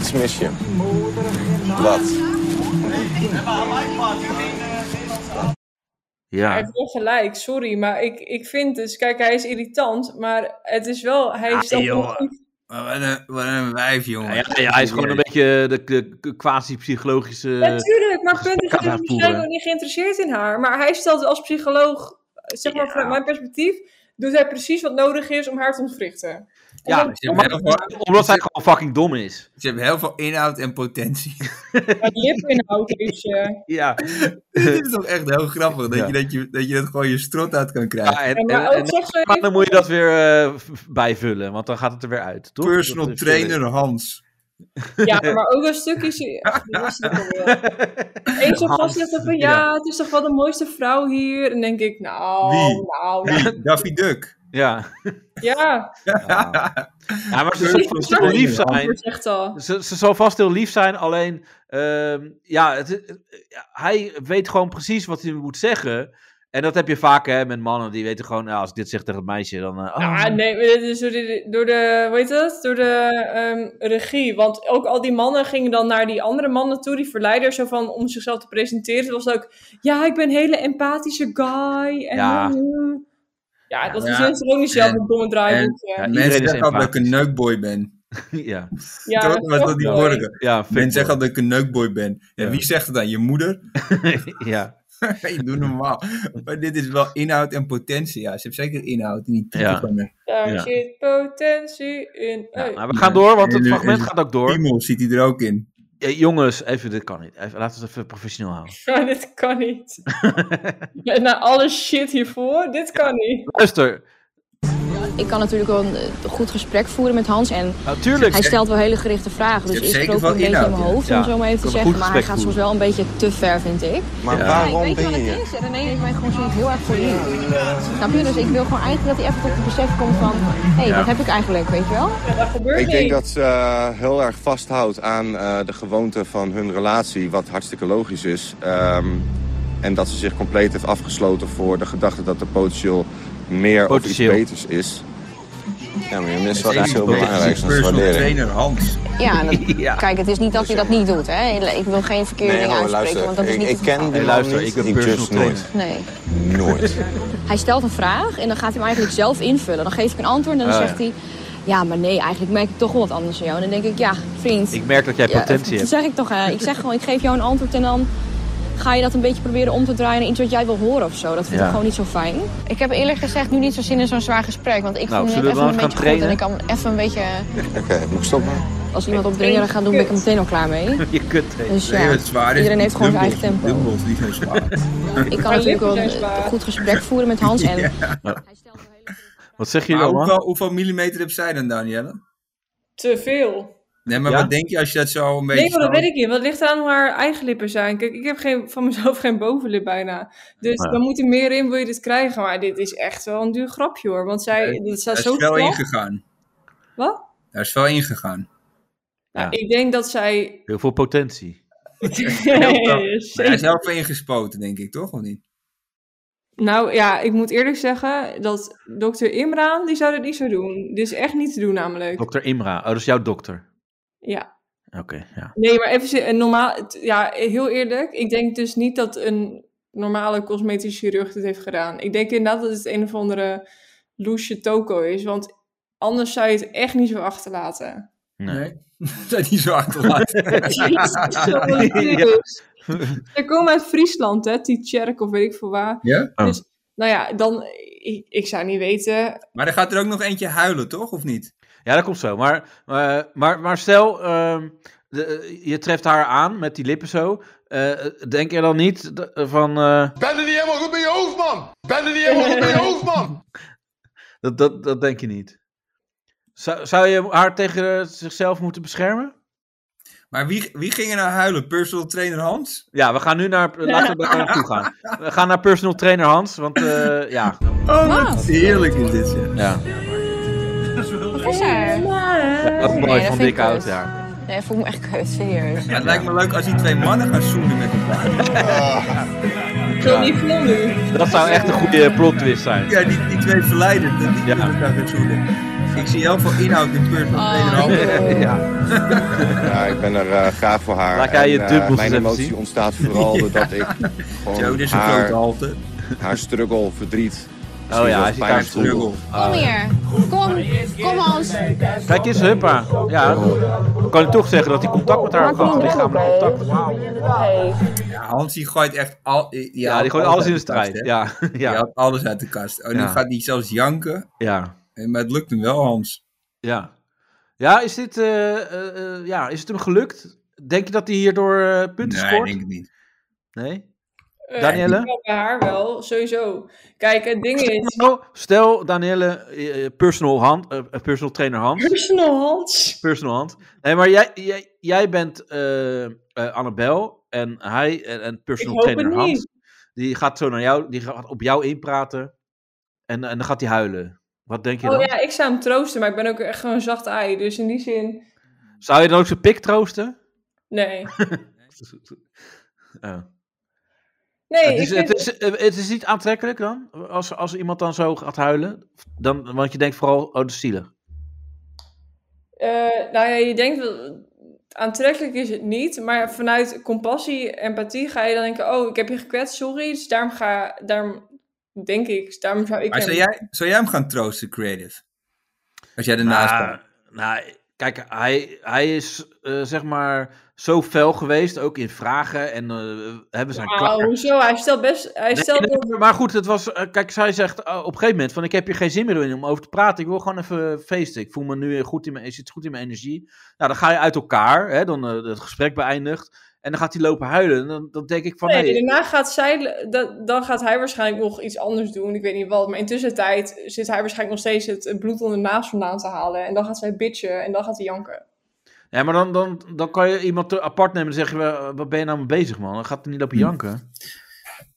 S7: Iets mis je. Wat?
S6: Hij
S1: Ja.
S6: heeft wel gelijk, sorry. Maar ik, ik vind dus... Kijk, hij is irritant, maar het is wel... Hij is
S2: Ah,
S6: dan
S2: joh.
S6: goed.
S2: Maar Wat een, wat een wijf, jongen.
S1: Ja, ja, hij is gewoon een beetje eh, de, de, de quasi-psychologische...
S6: Natuurlijk, maar punten
S1: eh, kan
S6: is
S1: haar
S6: waarschijnlijk
S1: voeren.
S6: ook niet geïnteresseerd in haar. Maar hij stelt als psycholoog, zeg maar vanuit mijn perspectief, doet hij precies wat nodig is om haar te ontwrichten.
S1: Ja,
S6: Omdat-
S1: omdat- omdat hij gewoon fucking dom is.
S2: Ze hebben heel veel inhoud en potentie.
S6: Het lipinhoud is. eh,
S1: Ja.
S2: [LAUGHS] Dit
S1: [LAUGHS]
S2: is toch echt heel grappig. Dat,
S1: Ja.
S2: je, dat, je, dat je dat gewoon je strot uit kan krijgen.
S1: Ja, en,
S6: Ja, maar
S1: en- en-
S6: ook zeg ze
S1: maar dan moet je dat weer eh, v- v- bijvullen, want dan gaat het er weer uit, toch?
S2: Personal
S1: Dat is- eh,
S2: trainer Hans.
S6: Ja, maar ook een
S1: [LAUGHS]
S6: stukje. Ach, dat was het ook alweer. Eén zo'n
S2: Hans,
S6: gast zegt dan van ja, het is toch wel de mooiste vrouw hier. En denk ik, nou,
S2: Wie?
S6: nou.
S2: Wie? Daffy Duck.
S1: Ja.
S6: Ja,
S2: [LAUGHS]
S1: ja, maar ze zal vast
S6: Ik
S1: heel
S6: snap
S1: lief
S6: het wel,
S1: zijn.
S6: dat zegt al.
S1: Ze, ze zal vast heel lief zijn, alleen ehm, ja, het, eh, ja, hij weet gewoon precies wat hij moet zeggen. En dat heb je vaak hè, met mannen, die weten gewoon, nou, als ik dit zeg tegen het meisje, dan... eh, ah,
S6: Ah, nee, maar dit is door de, door de, hoe heet dat? Door de ehm, regie. Want ook al die mannen gingen dan naar die andere mannen toe, die verleiders, zo van om zichzelf te presenteren. Het was ook, ja, ik ben een hele empathische guy. En
S2: Ja.
S6: mm. ja, dat
S2: Ja.
S6: is natuurlijk ook niet zelf een domme
S2: En,
S6: draaiboek.
S2: en
S6: Ja,
S2: mensen
S1: is
S2: zeggen altijd dat ik een
S1: empathisch.
S2: neukboy ben.
S1: [LAUGHS] ja.
S6: Ja,
S2: dat
S6: dat
S2: maar
S6: is
S2: tot die
S6: ook mooi.
S2: woorden.
S1: Ja,
S2: mensen zeggen dat ik een neukboy ben. En
S1: Ja.
S2: wie zegt het dan? Je moeder? [LAUGHS]
S1: ja.
S2: je doet normaal. maar dit is wel inhoud en potentie. Ja, ze heeft zeker inhoud in die titel
S1: Ja.
S2: van eh, haar.
S6: Daar
S2: Ja.
S6: zit potentie in. Oh, Hey. [LAUGHS]
S1: Maar we gaan door, want het fragment gaat ook door.
S2: Timo zit hij er ook in.
S1: Ja, jongens, even, dit kan niet. Even, laten we het even professioneel houden.
S6: Ja, dit kan
S2: [LAUGHS]
S6: niet. Na alle shit hiervoor, dit kan niet.
S1: Luister,
S4: Ik kan natuurlijk wel een eh, goed gesprek voeren met Hans. En
S1: natuurlijk.
S4: hij stelt wel hele gerichte vragen. Dus
S1: hebt
S4: ik
S1: zeker
S4: rook
S1: wel
S4: een beetje in
S1: inhoud,
S4: mijn
S1: ja.
S4: hoofd, om
S1: Ja,
S4: het zo maar even
S1: kan
S4: te
S1: een
S4: zeggen.
S1: goed
S4: Maar hij
S1: gesprek
S4: gaat soms wel een beetje te ver, vind ik.
S7: Maar
S4: Ja.
S7: waarom
S4: ik weet
S7: ben
S4: wat
S7: je
S4: het is. René heeft mij gewoon soms heel erg voor lief. Snap je? Dus ik wil gewoon eigenlijk dat hij even tot het besef komt van... Hé, hey,
S7: Ja.
S4: wat heb ik eigenlijk, weet je wel?
S6: dat gebeurt
S7: Ik denk dat ze eh, heel erg vasthoudt aan eh, de gewoonte van hun relatie, wat hartstikke logisch is. Ehm, en dat ze zich compleet heeft afgesloten voor de gedachte dat er potentieel meer
S1: Potentieel.
S7: of iets beters is. Ja, maar je mist wel
S2: Zeker
S7: iets heel
S2: potentieel.
S7: belangrijks. dat is
S2: Personal
S7: waardering.
S2: trainer Hans.
S4: Ja, en dat-
S7: Ja.
S4: kijk, het is niet dat hij dat niet doet, hè. Ik wil geen verkeerde dingen
S7: hoor,
S4: uitspreken, want dat is niet
S7: ik, ik
S4: het
S7: ken
S4: geval.
S7: die man
S1: luister,
S7: niet.
S1: ik heb
S7: judge
S1: personal
S7: nooit.
S4: Nee.
S1: [LAUGHS]
S7: Nooit.
S4: Hij stelt een vraag en dan gaat hij hem eigenlijk zelf invullen. Dan geef ik een antwoord en dan
S1: Ah, ja.
S4: zegt hij... Ja, maar nee, eigenlijk merk ik toch wel wat anders aan jou. En dan denk ik, ja, vriend...
S1: Ik merk dat jij
S4: ja,
S1: potentie
S4: dat
S1: hebt.
S4: zeg ik toch, hè. Ik zeg gewoon, ik geef jou een antwoord en dan... Ga je dat een beetje proberen om te draaien naar iets wat jij wil horen of zo? Dat vind
S1: Ja.
S4: ik gewoon niet zo fijn.
S3: Ik heb eerlijk gezegd nu niet zo zin in zo'n zwaar gesprek. Want ik
S4: Nou,
S3: voel me
S4: zullen
S3: net
S4: we
S3: even een
S4: dan
S3: beetje
S4: gaan
S3: goed. En ik
S4: trainen?
S3: kan even een beetje...
S7: Oké, moet ik stoppen?
S4: Als iemand op dringeren gaat doen, ben ik er meteen al klaar mee.
S1: [LAUGHS] Je kunt het.
S4: Dus ja,
S1: [LAUGHS]
S4: iedereen heeft gewoon zijn eigen tempo.
S2: Dumbbells, die zijn zwaar.
S4: Ik kan natuurlijk wel
S6: zijn
S4: een een goed gesprek voeren met
S1: [LAUGHS]
S4: Hans. En
S1: Wat zeg je
S2: Maar
S1: dan, man?
S2: hoeveel, hoeveel millimeter heb zij dan, Danielle?
S6: Te veel.
S2: Nee, maar
S1: Ja?
S2: wat denk je als je dat zo een beetje...
S6: Nee, maar dat
S2: zo-
S6: weet ik niet. Want het ligt aan hoe haar eigen lippen zijn. Kijk, ik heb geen, van mezelf geen bovenlip bijna. Dus
S2: Ja.
S6: dan moet er meer in, wil je dit krijgen. Maar dit is echt wel een duur grapje hoor. Want zij, dit staat
S2: Daar
S6: zo
S2: is wel
S6: plat.
S2: ingegaan.
S6: Wat?
S2: Daar is wel ingegaan.
S1: Ja.
S6: Ik denk dat
S2: [LAUGHS]
S6: zij...
S1: Heel veel potentie.
S2: Heel veel-
S6: Yes. [LAUGHS]
S2: Daar is heel veel ingespoten, denk ik, toch? Of niet?
S6: Nou ja, ik moet eerlijk zeggen dat dokter Imran, die zou dat niet zo doen. Dit is echt niet te doen namelijk.
S1: Dokter Imra, oh, dat is jouw dokter.
S6: Ja.
S1: Oké, ja.
S6: Nee, maar even se- een normaal, t- ja, heel eerlijk. Ik denk dus niet dat een normale cosmetisch chirurg dit heeft gedaan. Ik denk inderdaad dat het een of andere loesje toko is, want anders zou je het echt niet zo achterlaten.
S2: Nee. [LAUGHS] Dat niet zo [LAUGHS] achterlaat.
S6: Jezus. Ze komen uit Friesland, hè, Tjerk of weet ik veel waar.
S2: Ja? Oh.
S6: Dus, nou ja, dan, ik, ik zou niet weten.
S2: Maar er gaat er ook nog eentje huilen, toch? Of niet?
S1: Ja, dat komt zo. Maar, eh, maar, maar stel, ehm, de- je treft haar aan met die lippen zo. Eh, denk je dan niet d- van... eh,
S14: Ben er niet helemaal goed bij je hoofd, man! Ben er niet helemaal goed bij je hoofd, man!
S1: dat, dat, dat denk je niet. Zou, zou je haar tegen eh, zichzelf moeten beschermen?
S2: Maar wie, wie ging er nou huilen? Personal trainer Hans?
S1: Ja, we gaan nu naar... Laten we daar naartoe gaan. We gaan naar personal trainer Hans, want eh, ja.
S2: Oh, wat heerlijk is dit. zeg.
S1: ja.
S13: Wat is er?
S1: Dat is mooi
S13: Nee,
S1: van
S13: vind
S1: dik
S13: ik
S1: oud,
S13: kut.
S1: ja.
S13: Nee, dat voel ik me echt kut, serieus.
S2: Ja, het lijkt me leuk als die twee mannen gaan zoenen met elkaar.
S6: niet veel nu.
S1: Dat zou echt een goede plot twist
S2: [LAUGHS]
S1: zijn.
S2: Ja, die, die twee verleiden, dat die met elkaar gaan zoenen. Ik zie heel veel inhoud in personal trainer Hans.
S7: Ja, ik ben er eh, graag voor haar.
S2: Laat jij je
S7: eh,
S2: dubbels eens
S7: Mijn
S2: even
S7: emotie
S2: zien.
S1: [LAUGHS]
S7: ontstaat vooral doordat ik gewoon
S2: Zo, dit is een
S7: haar,
S2: grote halte.
S7: haar struggle, verdriet.
S1: Oh ja, hij ziet haar struggle.
S3: Kom hier. Kom, kom Hans.
S1: Kijk eens, huppa. Ja, ik kan je toch zeggen dat hij contact met haar heeft gehad. Lichamelijk contact.
S2: Ja, Hans die gooit echt al, ja,
S1: die gooit alles in de strijd, ja, [LAUGHS] ja.
S2: Die haalt alles uit de kast. Oh, nu
S1: Ja.
S2: gaat hij zelfs janken.
S1: Ja.
S2: Eh, Maar het lukt hem wel, Hans.
S1: Ja. Ja, is dit, eh, eh, eh, ja, is het hem gelukt? Denk je dat hij hierdoor eh, punten
S2: Nee,
S1: scoort?
S2: denk ik niet.
S1: Nee?
S6: Eh,
S1: Danielle?
S6: ik denk wel Bij haar wel, sowieso. Kijk, het ding is.
S1: Stel, Nou, stel Danielle, eh, eh, personal, hand, eh, eh, personal trainer
S6: [LAUGHS]
S1: Hans.
S6: Personal Hans.
S1: Personal hand. Nee, maar jij, jij, jij bent eh, eh, Annabel en hij eh, en, en personal
S6: Ik hoop
S1: trainer
S6: het niet.
S1: Hans. Die gaat zo naar jou, die gaat op jou inpraten en, en dan gaat hij huilen. Wat denk je
S6: Oh
S1: dan?
S6: ja, ik zou hem troosten, maar ik ben ook echt gewoon een zacht ei. Dus in die zin,
S1: Zou je dan ook zijn pik troosten? [LAUGHS]
S6: nee.
S1: Oh.
S6: Nee,
S1: het, is,
S6: ik vind-
S1: het, is, eh, het is niet aantrekkelijk dan? Als, als iemand dan zo gaat huilen? Dan, want je denkt vooral, oh, dat is zielig.
S6: Eh, nou ja, je denkt wel, aantrekkelijk is het niet, maar vanuit compassie, empathie ga je dan denken, oh, ik heb je gekwetst, sorry, dus daarom ga, daarom denk ik, dus daarom zou ik.
S2: Maar
S6: hem-
S2: zou jij, zou jij hem gaan troosten, Creative? Als jij ernaast
S1: Nou,
S2: komt.
S1: nou, kijk, hij, hij is eh, zeg maar zo fel geweest, ook in vragen en eh, hebben zijn klaar.
S6: Nou, hoezo? Hij stelt best, hij
S1: Nee,
S6: stelt
S1: nee,
S6: wel-
S1: maar goed, het was, eh, kijk, zij zegt eh, op een gegeven moment van ik heb hier geen zin meer in om over te praten. Ik wil gewoon even feesten. Ik voel me nu goed in mijn, ik zit goed in mijn energie. Nou, dan ga je uit elkaar, hè, dan eh, het gesprek beëindigt en dan gaat hij lopen huilen. En dan, dan denk ik van
S6: nee,
S1: nee,
S6: daarna gaat zij, dat, dan gaat hij waarschijnlijk nog iets anders doen, ik weet niet wat, maar intussen tijd zit hij waarschijnlijk nog steeds het het bloed onder de naast vandaan te halen en dan gaat zij bitchen en dan gaat hij janken.
S1: Ja, maar dan, dan, dan kan je iemand er apart nemen en zeggen: "Wa- Wat ben je nou mee bezig, man? Dan gaat er niet lopen janken.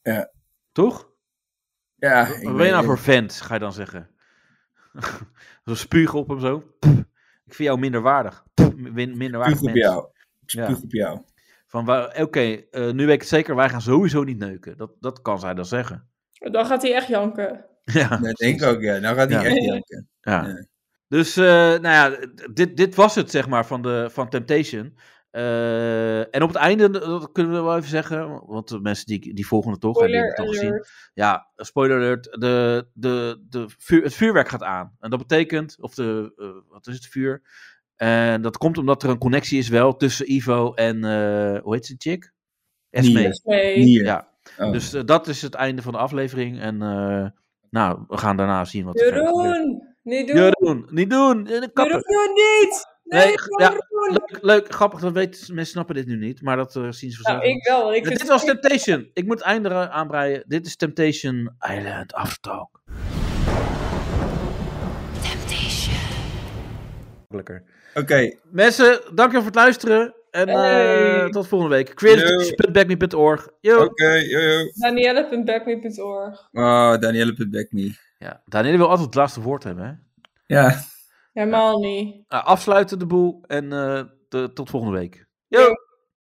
S2: Hm. Ja.
S1: Toch?
S2: Ja, ik
S1: Wat ben
S2: weet-
S1: je nou voor vent, ga je dan zeggen? [LAUGHS] zo spugen op hem zo. Pff, ik vind jou minder waardig. Pff, min- minder waardig.
S2: Spuug op
S1: mens.
S2: jou. Spuug op jou.
S1: Van, wa- oké, eh, nu weet ik het zeker, wij gaan sowieso niet neuken. Dat, dat kan zij dan zeggen.
S6: Dan gaat hij echt janken.
S1: [LAUGHS] Ja.
S2: Dat denk ik ook, ja. Nou gaat hij
S1: Ja.
S2: echt janken.
S1: Ja. Dus, eh, nou ja, dit, dit was het, zeg maar, van, de, van Temptation. Eh, en op het einde, dat kunnen we wel even zeggen, want de mensen die, die volgen het toch, en die
S6: Spoiler
S1: hebben het al gezien.
S6: alert.
S1: Ja, spoiler alert, de, de, de vuur, het vuurwerk gaat aan. En dat betekent, of de, eh, wat is het, vuur? En dat komt omdat er een connectie is wel tussen Ivo en, eh, hoe heet ze chick?
S2: Nier.
S6: Esmee.
S2: Nier.
S1: Ja,
S2: Oh.
S1: dus eh, dat is het einde van de aflevering. En eh, nou, we gaan daarna zien wat er verder gebeurt.
S6: Jeroen, niet doen.
S1: Jeroen, niet doen! eh, kappen.
S6: Jeroen, doe het niet! Nee,
S1: Nee,
S6: Jeroen,
S1: ja,
S6: Jeroen.
S1: leuk, leuk, grappig, dat weet, mensen snappen dit nu niet, maar dat eh, zien ze vanzelf.
S6: Nou, ik wel. want Ik
S1: Ja,
S6: vind
S1: dit was Temptation. Ik moet het einde eraan- aanbreien. Dit is Temptation Island Aftertalk. Temptation.
S2: Oké,
S1: Mensen, dankjewel voor het luisteren. En eh,
S6: Hey.
S1: tot volgende week. creative.backme.org.
S2: oké,
S1: Yo.
S2: yo, yo.
S6: Danielle.backme.org.
S2: Oh, Danielle put back me.
S1: Ja, Daniel wil altijd het laatste woord hebben. Hè?
S2: Ja.
S6: Helemaal niet.
S1: Nou, afsluiten de boel en eh, de- tot volgende week.
S6: Yo.